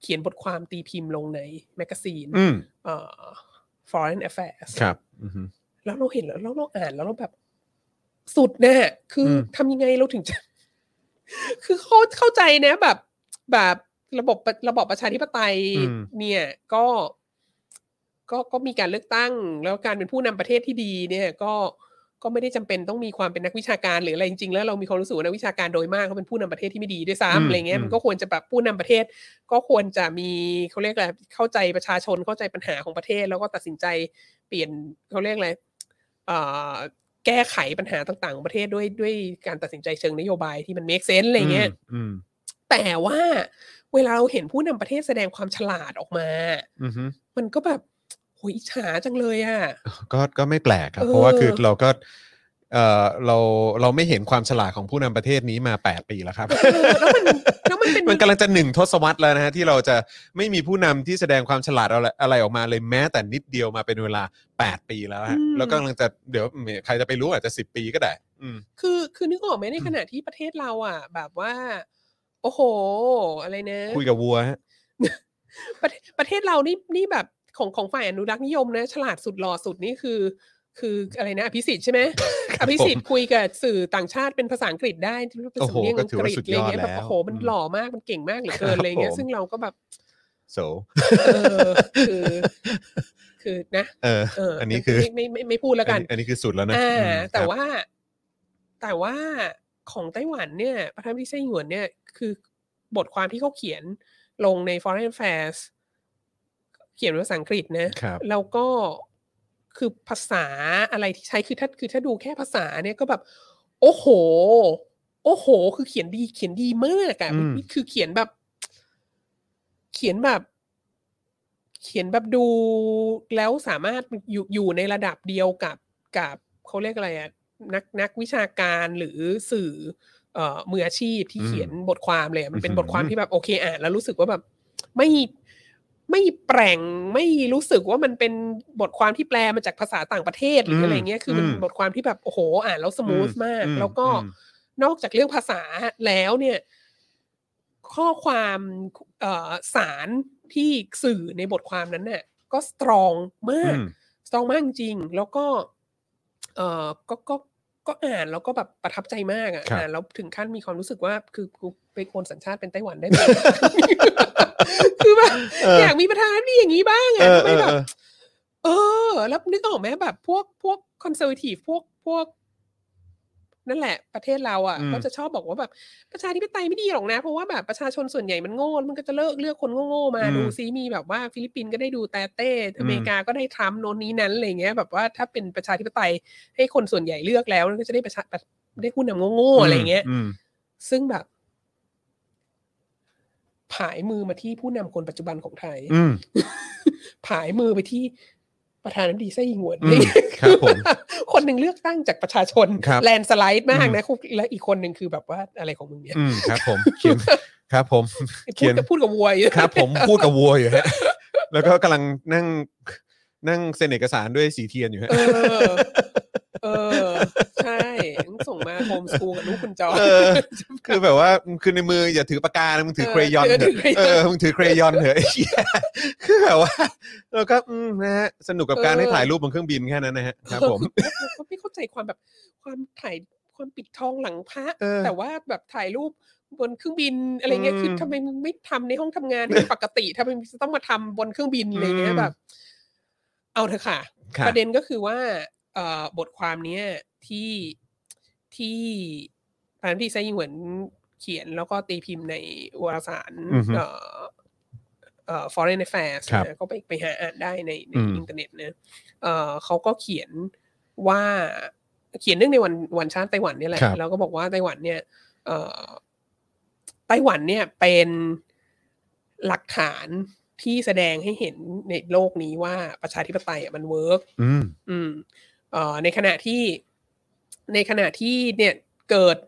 Speaker 3: เขียนบทความตีพิมพ์ลงในแมกกาซีน
Speaker 2: อืม
Speaker 3: เอ่อ Foreign Affairs
Speaker 2: ครับอือหือ
Speaker 3: แล้วเราเห็นแล้วแล้วเราอ่านแล้วเราแบบสุดเนี่ยคืออ
Speaker 2: ม
Speaker 3: ทำยังไงเราถึงจะ *laughs* คือเข้าเข้าใจนะแบบ แบบระบบระบอบประชาธิปไตยเนี่ย ก็ ก็ก็มีการเลือกตั้ง แล้วการเป็นผู้นำประเทศที่ดี เนี่ย ก็ก็ไม่ได้จำเป็นต้องมีความเป็นนักวิชาการหรืออะไรจริงๆแล้วเรามีความรู้สึกว่านักวิชาการโดยมากเขาเป็นผู้นำประเทศที่ไม่ดีด้วย
Speaker 2: อืม
Speaker 3: ซ้ำอะไรเงี้ย
Speaker 2: อืม
Speaker 3: มันก็ควรจะแบบผู้นำประเทศ ก็ควรจะมีเขาเรียกอะไรเข้าใจประชาชนเข้าใจปัญหาของประเทศ แล้วก็ตัดสินใจเปลี่ยนเขาเรียกอะไรเอ่อแก้ไขปัญหาต่างๆของประเทศด้วยด้วยการตัดสินใจเชิงนโยบายที่มัน make sense อะไรเงี้ย
Speaker 2: อืม
Speaker 3: แต่ว่าเวลาเราเห็นผู้นำประเทศแสดงความฉลาดออกมา
Speaker 2: อือหือ
Speaker 3: มันก็แบบโหยอิจฉาจังเลยอะ
Speaker 2: *laughs* ก็ก็ไม่แปลกครับ
Speaker 3: เออ
Speaker 2: เพราะว่าคือเราก็ เอ่อเราเราไม่เห็นความฉลาดของผู้นำประเทศนี้มา 8 ปีแล้วครับ
Speaker 3: เออแล้วมันแล้วมันเป็น
Speaker 2: *laughs* มันกำลังจะหนึ่งทศวรรษแล้วนะฮะที่เราจะไม่มีผู้นำที่แสดงความฉลาดอะไรอะไรออกมาเลยแม้แต่นิดเดียวมาเป็นเวลา 8 ปีแล้วฮะ
Speaker 3: อืม
Speaker 2: แล้วก็กำลังจะเดี๋ยวใครจะไปรู้อาจจะ 10 ปีก็ได้ อืม
Speaker 3: คือคือนึกออกไหมในขณะที่ประเทศเราอ่ะ แบบว่า โอ้โห อะไรนะ
Speaker 2: คุยกับวัวฮะ
Speaker 3: ประเทศประเทศเรานี่นี่แบบของของฝ่ายอนุรักษ์นิยมนะ ฉลาดสุดหล่อสุดนี่คือ คืออะไรนะอภิสิทธิ์ใช่ไหม
Speaker 2: ค
Speaker 3: อ
Speaker 2: รั
Speaker 3: บ
Speaker 2: ผม
Speaker 3: ภิสิทธิ์คุยกับสื่อต่างชาติเป็นภาษาอังกฤษได้เป็น
Speaker 2: โอ้
Speaker 3: สำ
Speaker 2: โห
Speaker 3: เนียง
Speaker 2: ก็
Speaker 3: อัง
Speaker 2: ถือก ว่า
Speaker 3: ฤษ
Speaker 2: สุด
Speaker 3: อะไร
Speaker 2: ยอด
Speaker 3: เงี้ยแบบ
Speaker 2: แล้ว
Speaker 3: โอ้โหมัน
Speaker 2: อืม
Speaker 3: หล่อมากมันเก่งมากเหลือเกิน
Speaker 2: ครับ
Speaker 3: อะไรเงี้ย
Speaker 2: ผม
Speaker 3: ซึ่งเราก็แบบ
Speaker 2: โซ
Speaker 3: *laughs* เออคือ คือนะ
Speaker 2: เออ
Speaker 3: เออ
Speaker 2: อั
Speaker 3: อั
Speaker 2: นนี้คือ
Speaker 3: ไม่ไม่ไม่พูดแล้วกัน
Speaker 2: อัอันนี้คือสุดแล้วนะ
Speaker 3: อ่า
Speaker 2: อืม
Speaker 3: แต่
Speaker 2: ครับ
Speaker 3: ว่าแต่ว่าของไต้หวันเนี่ย ประธานาธิบดีไส้หวนเนี่ย คือบทความที่เขาเขียนลงใน Foreign Affairs เขียนเป็นภาษาอังกฤษนะครับ แล้วก็คือภาษาอะไรที่ใช้คือถ้าคือถ้าดูแค่ภาษาเนี่ยก็แบบ โอ้โห โอ้โห คือเขียนดีเขียนดีมากอะ่ะมัน
Speaker 2: อืม
Speaker 3: คือเขียนแบบ เขียนแบบ เขียนแบบดูแล้วสามารถอยู่อยู่ในระดับเดียวกับกับเขาเรียกอะไรอะนักนักวิชาการหรือสื่อ เอ่อมืออาชีพที่
Speaker 2: อืม
Speaker 3: เขียนบทความเลยอะมันเป็น
Speaker 2: อื้อหื
Speaker 3: บ
Speaker 2: อ
Speaker 3: ทความที่แบบโอเคอ่านแล้วรู้สึกว่าแบบไม่ไม่แปลงไม่รู้สึกว่ามันเป็นบทความที่แปลมาจากภาษาต่างประเทศหรืออะไรเงี้ยคือมัน
Speaker 2: อืม
Speaker 3: บทความที่แบบโอ้โห อ่านแล้วสมูทมาก
Speaker 2: อืม
Speaker 3: แล้วก็
Speaker 2: อืม
Speaker 3: นอกจากเรื่องภาษาแล้วเนี่ย ข้อความเอ่อสารที่สื่อในบทความนั้นเนี่ยก็สตรองมาก
Speaker 2: อืม
Speaker 3: สตรองมากจริงๆแล้วก็ เออก็ก็ก็อ่านแล้วก็แบบประทับใจมากอ่ะ
Speaker 2: ครับ
Speaker 3: อ่านแล้วถึงขั้นมีความรู้สึกว่า คือกูไปโอนสัญชาติเป็นไต้หวันได้ไหม *laughs* คือแบบ
Speaker 2: เออ
Speaker 3: อยากมีประธานาธิบดีอย่างนี้บ้าง
Speaker 2: เอ
Speaker 3: อ่ะ
Speaker 2: อ
Speaker 3: ทำไมแบบ
Speaker 2: เออ
Speaker 3: เออ แล้วนึกออกไหมแบบพวกพวกคอนเซอร์วทีฟพวกพวก นั่นแหละ ประเทศเราอ่ะ
Speaker 2: อืม
Speaker 3: ก็จะชอบบอกว่าแบบประชาธิปไตยไม่ดีหรอกนะ เพราะว่าแบบประชาชนส่วนใหญ่มันโง่แล้วมันก็จะเลิกเลือกคนโง่ๆมาดูซิมีแบบว่าฟิลิปปินส์ก็ได้ดูแตเต้อเมริกาก็ได้ทรัมป์โน่นนี้นั้นอะไรเงี้ยแบบว่าถ้าเป็นประชาธิปไตยให้คนส่วนใหญ่เลือกแล้วมันก็จะได้ประชาได้ผู้นำโง่ๆอะไรเงี้ย
Speaker 2: อืม
Speaker 3: ซึ่งแบบผายมือมาที่ผู้นำคนปัจจุบันของไทย
Speaker 2: อืม
Speaker 3: ผายมือไปที่ประธานาธิบดีไส้หงวน
Speaker 2: อืมครับผม
Speaker 3: *laughs* คนหนึ่งเลือกตั้งจากประชาชน
Speaker 2: ครับ
Speaker 3: แลนด์สไลด์มาก
Speaker 2: อืม
Speaker 3: นะและอีกคนหนึ่งคือแบบว่าอะไรของมึงเนี่ย
Speaker 2: อืมครับผมเขียนครับผม
Speaker 3: พู
Speaker 2: เขีย
Speaker 3: ด
Speaker 2: น
Speaker 3: กับพูดกับวัวอยู่
Speaker 2: ครับผมพูดกับวัวอยู่ฮะ แล้วก็กำลังนั่งนั่งเซ็นเอกสารด้วยสีเทียนอยู่ฮะ
Speaker 3: เออ เออ ใช่ต้องส่งมาโฮมสกูลกับลูกคุณจอ
Speaker 2: เออ คือแบบว่าคือในมืออย่าถือปากกานะมึงถือ
Speaker 3: เออ
Speaker 2: เครยอนเถอะ
Speaker 3: ถือ crayon
Speaker 2: เออมึงถือเครยอนเถอะไอ้เหี้ยคือแบบว่าแล้วก็อืมนะฮะสนุกกับการให้ถ่ายรูปบนเครื่องบินแค่นั้นนะฮะครับผม
Speaker 3: ก็ไม่เข้าใจความแบบความถ่ายความปิดทองหลังพระ
Speaker 2: เออ
Speaker 3: แต่ว่าแบบถ่ายรูปบนเครื่องบินอะไรเงี้ย
Speaker 2: อืม
Speaker 3: คือทำไมมึงไม่ทำในห้องทำงานที่ปกติทำไมมึงจะต้องมาทำบนเครื่องบินอะไรเงี้
Speaker 2: อื
Speaker 3: ย
Speaker 2: ม
Speaker 3: แบบ เอาเถอะค่ะ *laughs*
Speaker 2: ค่ะ
Speaker 3: ประเด็นก็คือว่าเอ่อบทความเนี้ยที่ที่ตามที่ไซยิงเหวินเขียนแล้วก็ตีพิมพ์ในวารสาร
Speaker 2: อือฮึ
Speaker 3: เอ่อเอ่อ foreign affairs
Speaker 2: ครับ
Speaker 3: นะก็ไปไปหาอ่านได้ในใน
Speaker 2: อืม
Speaker 3: อินเทอร์เน็ตนะเอ่อเขาก็เขียนว่าเขียนเรื่องในวันวันชาติไต้หวันเนี่ยแหละ
Speaker 2: ครับ
Speaker 3: แล้วก็บอกว่าไต้หวันเนี่ย เอ่อไต้หวันเนี่ยเป็นหลักฐานที่แสดงให้เห็นในโลกนี้ว่าประชาธิปไตยอ่ะมันเวิร์ก
Speaker 2: อืม
Speaker 3: อืมเอ่อในขณะที่ในขณะที่เนี่ยเกิด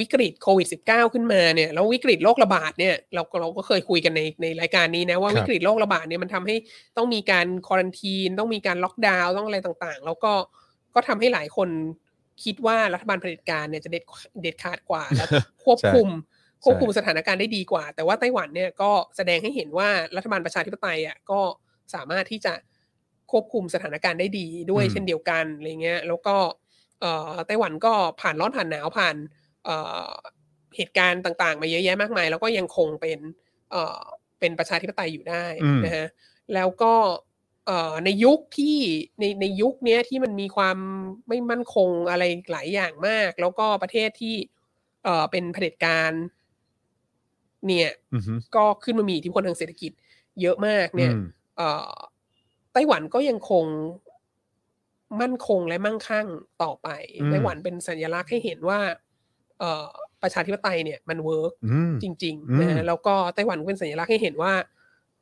Speaker 3: วิกฤตโควิด -19 ขึ้นมาเนี่ยแล้ววิกฤตโรคระบาดเนี่ยเราก็เราก็เคยคุยกันในในรายการนี้นะว่า
Speaker 2: ครับ
Speaker 3: วิกฤตโรคระบาดเนี่ยมันทำให้ต้องมีการควอรันทีน ต้องมีการล็อกดาวน์ต้องอะไรต่างๆ แล้วก็ก็ทำให้หลายคนคิดว่ารัฐบาลเผด็จการเนี่ยจะเด็ดเด็ดขาดกว่าและ ควบคุม ควบคุมสถานการณ์ได้ดีกว่า แต่ว่าไต้หวันเนี่ยก็แสดงให้เห็นว่ารัฐบาลประชาธิปไตยอ่ะก็สามารถที่จะควบคุมสถานการณ์ได้ดีด้วย
Speaker 2: อืม
Speaker 3: เช่นเดียวกันอะไรเงี้ยแล้วก็เอ่อไต้หวันก็ผ่านร้อนผ่านหนาวผ่านเอ่อเหตุการณ์ต่างๆ มาเยอะแยะมากมาย แล้วก็ยังคงเป็นเอ่อเป็นประชาธิปไตยอยู่ได้นะฮะแล้วก็เอ่อในยุคที่ในในยุคเนี้ยที่มันมีความไม่มั่นคงอะไรหลายอย่างมาก แล้วก็ประเทศที่ เอ่อเป็นเผด็จการ เนี่ย
Speaker 2: อืม
Speaker 3: ก็ขึ้นมามีอิทธิพลทางเศรษฐกิจ เยอะมาก
Speaker 2: อื
Speaker 3: เนี่ย
Speaker 2: ม
Speaker 3: เอ่อไต้หวันก็ยังคงมั่นคงและมั่งคั่งต่อไป
Speaker 2: อืม
Speaker 3: ไต้หวันเป็นสัญลักษณ์ให้เห็นว่า เอ่อประชาธิปไตยเนี่ยมันเวิร์ก
Speaker 2: อืม
Speaker 3: จริง
Speaker 2: อื
Speaker 3: ๆ
Speaker 2: ม
Speaker 3: นะฮะแล้วก็ไต้หวันก็เป็นสัญลักษณ์ให้เห็นว่า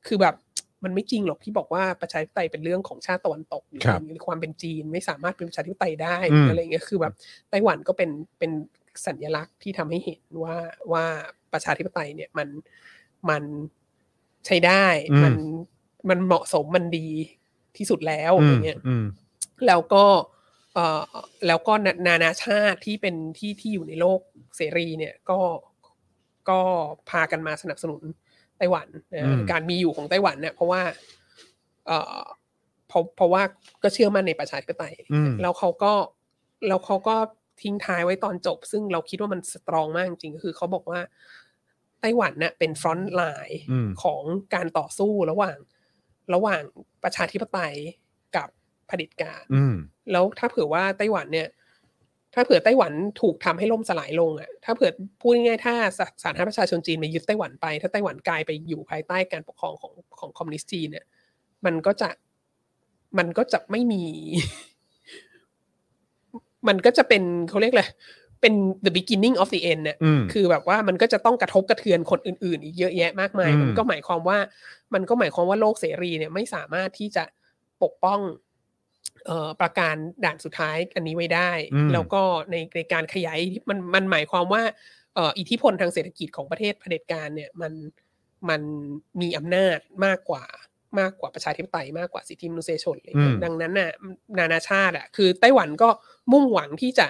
Speaker 3: คือแบบ มันไม่จริงหรอกที่บอกว่าประชาธิปไตยเป็นเรื่องของชาติตะวันตกหรือ
Speaker 1: ครับ
Speaker 3: หรือความเป็นจีนไม่สามารถเป็นประชาธิปไตยได้
Speaker 2: อืม
Speaker 3: อะไรเงี้ยคือแบบไต้หวันก็เป็นเป็นสัญลักษณ์ที่ทำให้เห็นว่าว่าประชาธิปไตยเนี่ยมันมันใช้ได้
Speaker 2: อืม
Speaker 3: มันมันเหมาะสมมันดีที่สุดแล้ว
Speaker 2: อื
Speaker 3: อ
Speaker 2: ม
Speaker 3: ย่างเงี้ย
Speaker 2: อืม
Speaker 3: แล้วก็เอ่อแล้วก็นานานาชาติที่เป็นที่ที่อยู่ในโลกเสรีเนี่ยก็ก็พากันมาสนับสนุนไต้หวันนะ
Speaker 2: อืม
Speaker 3: การมีอยู่ของไต้หวันเนี่ยเพราะว่าเอ่อเพราะเพราะว่าก็เชื่อมั่นในประชาธิปไตย
Speaker 2: อืม
Speaker 3: แล้วเขาก็แล้วเขาก็ทิ้งท้ายไว้ตอนจบ ซึ่งเราคิดว่ามันสตรองมากจริงๆก็คือเขาบอกว่าไต้หวันน่ะเป็นฟรอนต์ไลน์
Speaker 2: อืม
Speaker 3: ของการต่อสู้ระหว่างระหว่างประชาธิปไตยกับเผด็จการ
Speaker 2: อืม
Speaker 3: แล้วถ้าเผื่อว่าไต้หวันเนี่ย ถ้าเผื่อไต้หวันถูกทำให้ล่มสลายลงอะ่ะ ถ้าเผื่อพูดง่ายๆถ้าสสาธารณรัฐประชาชนจีนมายึดไต้หวันไป ถ้าไต้หวันกลายไปอยู่ภายใต้การปกครองของของคอมมิวนิสต์จีนเนี่ย มันก็จะมันก็จะไม่มี *laughs* มันก็จะเป็นเขาเรียกอะไรเป็น the beginning of the end เนี่ย
Speaker 2: อืม
Speaker 3: คือแบบว่ามันก็จะต้องกระทบกระเทือนคนอื่นๆ อีกเยอะแยะมากมาย
Speaker 2: อืม
Speaker 3: มันก็หมายความว่า มันก็หมายความว่าโลกเสรีเนี่ยไม่สามารถที่จะปกป้องเอ่อประการด่านสุดท้ายอันนี้ไว้ได้
Speaker 2: อืม
Speaker 3: แล้วก็ในในการขยายมันมันหมายความว่าเอ่ออิทธิพลทางเศรษฐกิจของประเทศเผด็จการเนี่ยมันมันมีอำนาจมากกว่ามากกว่าประชาธิปไตยมากกว่าสิทธิมนุษยชนอะไรอย่างเลย
Speaker 2: อืม
Speaker 3: ดังนั้นน่ะนานาชาติอ่ะคือไต้หวันก็มุ่งหวังที่จะ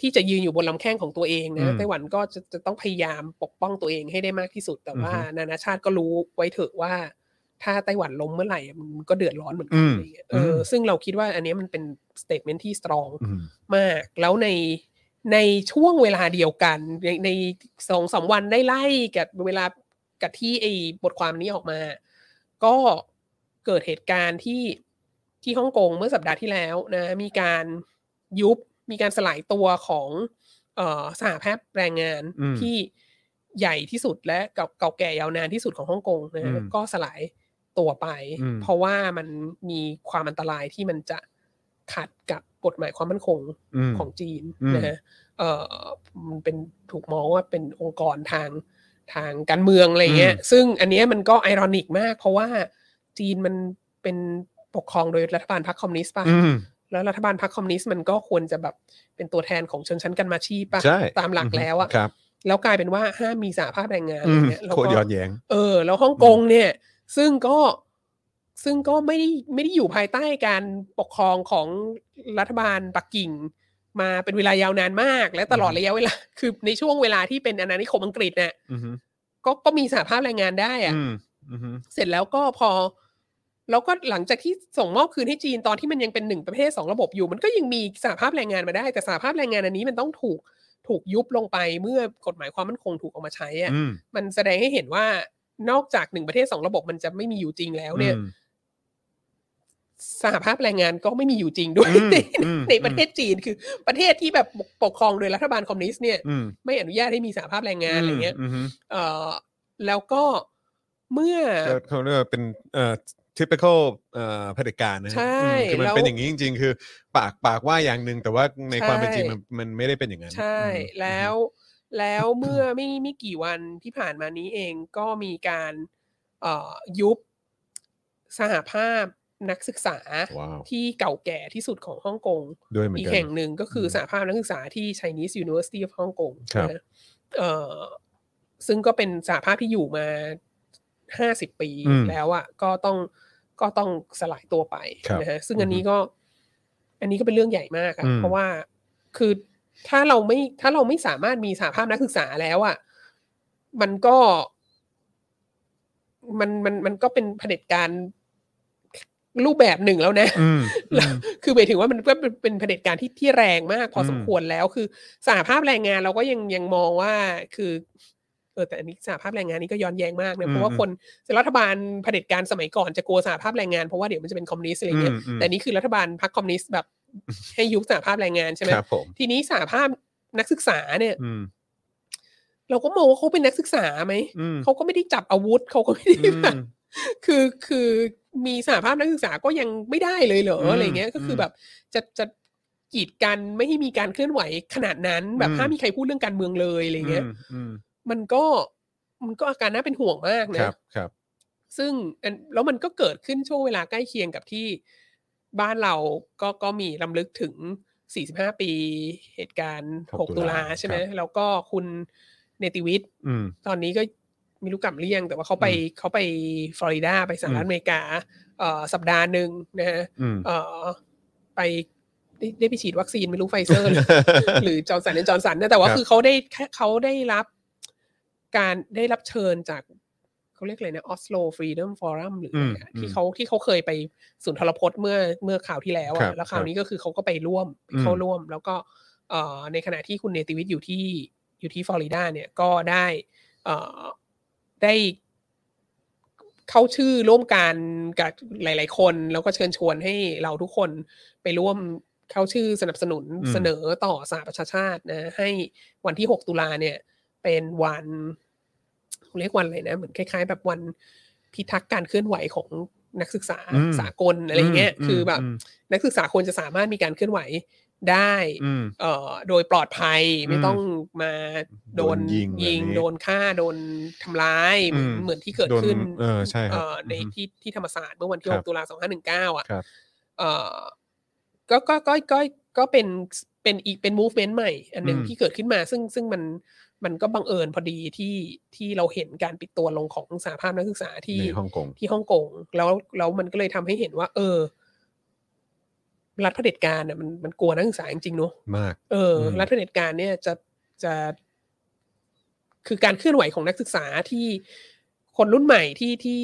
Speaker 3: ที่จะยืนอยู่บนลำแข้งของตัวเอง
Speaker 2: อื
Speaker 3: นะ
Speaker 2: ม
Speaker 3: ไต้หวันก็จะจะต้องพยายามปกป้องตัวเองให้ได้มากที่สุด แต่ว่า
Speaker 2: อือฮึ
Speaker 3: นานาชาติก็รู้ไว้เถอะว่า ถ้าไต้หวันล้มเมื่อไหร่อะมันก็เดือดร้อนเหมือนกั
Speaker 2: อื
Speaker 3: น
Speaker 2: ม
Speaker 3: อะไรเงี้ยเอออ
Speaker 2: ม
Speaker 3: ซึ่งเราคิดว่าอันเนี้ยมันเป็นสเตทเมนที่สตรอง
Speaker 2: อืม
Speaker 3: มากแล้วในในช่วงเวลาเดียวกัน ในในสองสามวันได้ไล่กับเวลากับที่ไอ้บทความนี้ออกมา ก็เกิดเหตุการณ์ที่ที่ฮ่องกงเมื่อสัปดาห์ที่แล้วนะมีการยุบมีการสลายตัวของเอ่อสหภาพแรงงาน
Speaker 2: อืม
Speaker 3: ที่ใหญ่ที่สุดและเก่าเก่าแก่ยาวนานที่สุดของฮ่องกงนะ
Speaker 2: อืม
Speaker 3: ก็สลายตัวไป
Speaker 2: อืม
Speaker 3: เพราะว่ามันมีความอันตรายที่มันจะขัดกับกฎหมายความมั่นคง
Speaker 2: อืม
Speaker 3: ของจีน
Speaker 2: อืม
Speaker 3: นะฮะเออมันเป็นถูกมองว่าเป็นองค์กรทางทางการเมืองอะไรเงี้ย ซึ่งอันเนี้ยมันก็ไอรอนิกมาก เพราะว่าจีนมันเป็นปกครองโดยรัฐบาลพรรคคอมมิวนิสต์ป่ะ
Speaker 2: อืม
Speaker 3: แล้วรัฐบาลพรรคคอมมิวนิสต์มันก็ควรจะแบบเป็นตัวแทนของชนชั้นกันมาชีพป่ะ
Speaker 2: ใช่
Speaker 3: ตามหลักแล้วอะ
Speaker 2: ครับ
Speaker 3: แล้วกลายเป็นว่าห้ามมีสหภาพแรงงานอะ
Speaker 2: อื
Speaker 3: ไร
Speaker 2: ม
Speaker 3: เงี้ยแล้ว
Speaker 2: โค
Speaker 3: ก็
Speaker 2: ตรย้อนแย้ง
Speaker 3: เออแล้วฮ่องกงเนี่ย ซึ่งก็ซึ่งก็ไม่ได้ไม่ได้อยู่ภายใต้การปกครองของรัฐบาลปักกิ่ง มาเป็นเวลายาวนานมาก และตลอด
Speaker 2: อืม
Speaker 3: ระยะเวลา *laughs* คือในช่วงเวลาที่เป็นอาณานิคมอังกฤษเนี่ย
Speaker 2: อืม
Speaker 3: ก็ก็มีสหภาพแรงงานได้อะ
Speaker 2: อืมอืม
Speaker 3: เสร็จแล้วก็พอ แล้วก็หลังจากที่ส่งมอบคืนให้จีนตอนที่มันยังเป็นหนึ่งประเภทสองระบบอยู่ มันก็ยังมีสหภาพแรงงานมาได้ แต่สหภาพแรงงานอันนี้มันต้องถูกถูกยุบลงไปเมื่อกฎหมายความมั่นคงถูกเอามาใช้อะ
Speaker 2: อืม
Speaker 3: มันแสดงให้เห็นว่านอกจากหนึ่งประเทศสองระบบมันจะไม่มีอยู่จริงแล้วเนี่ย
Speaker 2: อืม
Speaker 3: สหภาพแรงงานก็ไม่มีอยู่จริงด้วย
Speaker 2: อืม
Speaker 3: ใน
Speaker 2: อืม
Speaker 3: ในประเทศจีนคือประเทศที่แบบปกครองโดยรัฐบาลคอมมิวนิสต์เนี่ย
Speaker 2: อืม
Speaker 3: ไม่อนุญาตให้มีสหภาพแรงงานอะไรเงี้ย
Speaker 2: อืมอืม
Speaker 3: เออแล้วก็เมื่อ
Speaker 2: ก็เขาเรียกว่าเป็นเอ่อ typical เอ่อเผด็จการนะฮะ
Speaker 3: ใช่
Speaker 2: อืมคือมัน
Speaker 3: แล้ว
Speaker 2: เป็นอย่างนี้จริง ๆ คือ ปากปากว่าอย่างหนึ่งแต่ว่าในความเป็นจริงมันมันไม่ได้เป็นอย่างนั้น
Speaker 3: ใช่แล้วแล้วเมื่อไม่ไม่กี่วันที่ผ่านมานี้เองก็มีการเอ่อยุบสหภาพนักศึกษา
Speaker 2: ว้าว
Speaker 3: ที่เก่าแก่ที่สุดของฮ่องกง
Speaker 2: ด้วยเหมือน
Speaker 3: อีก
Speaker 2: กัน
Speaker 3: แห่งหนึ่งก็คืออ
Speaker 2: ม
Speaker 3: สหภาพนักศึกษาที่ Chinese University of Hong Kong
Speaker 2: ครับ
Speaker 3: นะเอ่อซึ่งก็เป็นสหภาพที่อยู่มาห้าสิบปี
Speaker 2: อืม
Speaker 3: แล้วอะก็ต้องก็ต้องสลายตัวไป
Speaker 2: ครับ
Speaker 3: นะฮะซึ่งอันนี้ก็ อันนี้ก็เป็นเรื่องใหญ่มากอะ
Speaker 2: อืม
Speaker 3: เพราะว่าคือถ้าเราไม่ถ้าเราไม่สามารถมีสหภาพนักศึกษาแล้วอะมันก็ มันมันมันก็เป็นเผด็จการรูปแบบหนึ่งแล้วนะ
Speaker 2: อืม
Speaker 3: แล้ว
Speaker 2: อืม
Speaker 3: คือหมายถึงว่ามันก็เป็นเป็นเผด็จการที่ที่แรงมาก พออ
Speaker 2: ม
Speaker 3: สมควรแล้วคือสหภาพแรงงานเราก็ยังยังมองว่าคือเออแต่อันนี้สหภาพแรงงานนี่ก็ย้อนแย้งมากนะเพราะว่าคนรัฐบาลเผด็จการสมัยก่อนจะกลัวสหภาพแรงงานเพราะว่าเดี๋ยวมันจะเป็นคอมมิวนิสต์อะไรเงี้ย
Speaker 2: อืม
Speaker 3: แต่นี่คือรัฐบาลพรรคคอมมิวนิสต์แบบ ให้ยุบสหภาพแรงงานใช่ไหม
Speaker 2: ครับผม
Speaker 3: ทีนี้สหภาพนักศึกษาเนี่ย
Speaker 2: อืม
Speaker 3: เราก็มองว่าเขาเป็นนักศึกษาไหม
Speaker 2: อืม
Speaker 3: เขาก็ไม่ได้จับอาวุธเขาก็ไม่ได้แบบ คือคือมีสหภาพนักศึกษาก็ยังไม่ได้เลยเหรอ
Speaker 2: อืม
Speaker 3: อะไรเงี้ยก็คืออ
Speaker 2: ม
Speaker 3: แบบจะจะกีดกันไม่ให้มีการเคลื่อนไหวขนาดนั้น แบบ
Speaker 2: อืม
Speaker 3: ห้ามมีใครพูดเรื่องการเมืองเลยอะไรเงี้ย
Speaker 2: มอืม
Speaker 3: มันก็มันก็อาการน่าเป็นห่วงมาก
Speaker 2: ครั
Speaker 3: นะ
Speaker 2: บครับ
Speaker 3: ซึ่งอันแล้วมันก็เกิดขึ้นช่วงเวลาใกล้เคียงกับที่บ้านเราก็ก็มีลำลึกถึง 45 ปีเหตุการณ์
Speaker 1: หก
Speaker 3: 6
Speaker 1: ตุ
Speaker 3: ตุ
Speaker 1: ลา
Speaker 3: ลาใช่ไหม
Speaker 1: ครับ
Speaker 3: แล้วก็คุณเนติวิทย์
Speaker 2: อืม
Speaker 3: ตอนนี้ก็ไมีรู้กลับหรือยังแต่ว่าเขาไปเขาไปฟลอริดาไปสหรัฐ
Speaker 2: อืม
Speaker 3: อเมริกาเอ่อสัปดาห์หนึ่งนะฮะ
Speaker 2: อืม
Speaker 3: เอ่อไปได้ได้ไปฉีดวัคซีนไม่รู้ไฟเซอร์ หรือ *laughs* หรือจอร์นสันและจอร์นสันนะแต่ว่า
Speaker 2: ครับ
Speaker 3: คือเขาได้เขาได้รับการได้รับเชิญจากเขาเรียกอะไรนะออสโลฟรีเดมฟอรัมหรืออะไรอะ
Speaker 1: อืม
Speaker 3: ที่เขาที่เขาเคยไปศูนย์ทรพจน์เมื่อเมื่อข่าวที่แล้ว
Speaker 1: ครั
Speaker 3: อะ
Speaker 1: บ
Speaker 3: แล้วคราวนี้ก็คือเขาก็ไปร่วม
Speaker 1: อืม
Speaker 3: เข้าร่วม แล้วก็เอ่อในขณะที่คุณเนติวิทย์อยู่ที่อยู่ที่ฟลอริดาเนี่ยก็ได้ เอ่อได้เข้าชื่อร่วมกันกับหลาย ๆ คน แล้วก็เชิญชวนให้เราทุกคนไปร่วมเข้าชื่อสนับสนุน
Speaker 2: อืม
Speaker 3: เสนอต่อสหประชาชาตินะให้วันที่ 6 ตุลาเนี่ย เป็นวันเรียกวันอะไรนะ เหมือนคล้าย ๆ แบบวันพิทักษ์การเคลื่อนไหวของนักศึกษา
Speaker 2: อืม
Speaker 3: สากลอะไรอย่างเงี้ยคือแบบนักศึกษาควรจะสามารถมีการเคลื่อนไหวได้
Speaker 2: อืม
Speaker 3: เอ่อโดยปลอดภัยไม่ต้องมาโดน
Speaker 1: โดนยิงอะไร
Speaker 3: ยิง
Speaker 1: นี้
Speaker 3: โดนฆ่าโดนทำร้ายเหมือน
Speaker 2: อืม
Speaker 3: เหมือนที่เกิด
Speaker 2: โดน
Speaker 3: ขึ้น
Speaker 2: เออใช่ครับ
Speaker 3: เอ่อใน
Speaker 2: อืม
Speaker 3: ที่ที่ธรรมศาสตร์เมื่อวันที่
Speaker 2: ครับ
Speaker 3: 6 ตุลา2519 อ่ะ
Speaker 2: ครับ
Speaker 3: เอ่อก็ก็ก็ก็ก็เป็นเป็นอีกเป็น movement ใหม่ อันหนึ่ง
Speaker 2: อืม
Speaker 3: ที่เกิดขึ้นมา ซึ่งซึ่งมันมันก็บังเอิญพอดีที่ที่เราเห็นการปิดตัวลงของสหภาพนักศึกษาที่
Speaker 1: ในฮ่องกง
Speaker 3: ที่ฮ่องกงแล้วแล้วมันก็เลยทำให้เห็นว่า เออ รัฐเผด็จการน่ะมันมันกลัวนักศึกษาจริงๆเนอะ
Speaker 2: มาก
Speaker 3: เอออ
Speaker 2: ม
Speaker 3: รัฐเผด็จการเนี่ยจะจะคือการเคลื่อนไหวของนักศึกษาที่คนรุ่นใหม่ที่ที่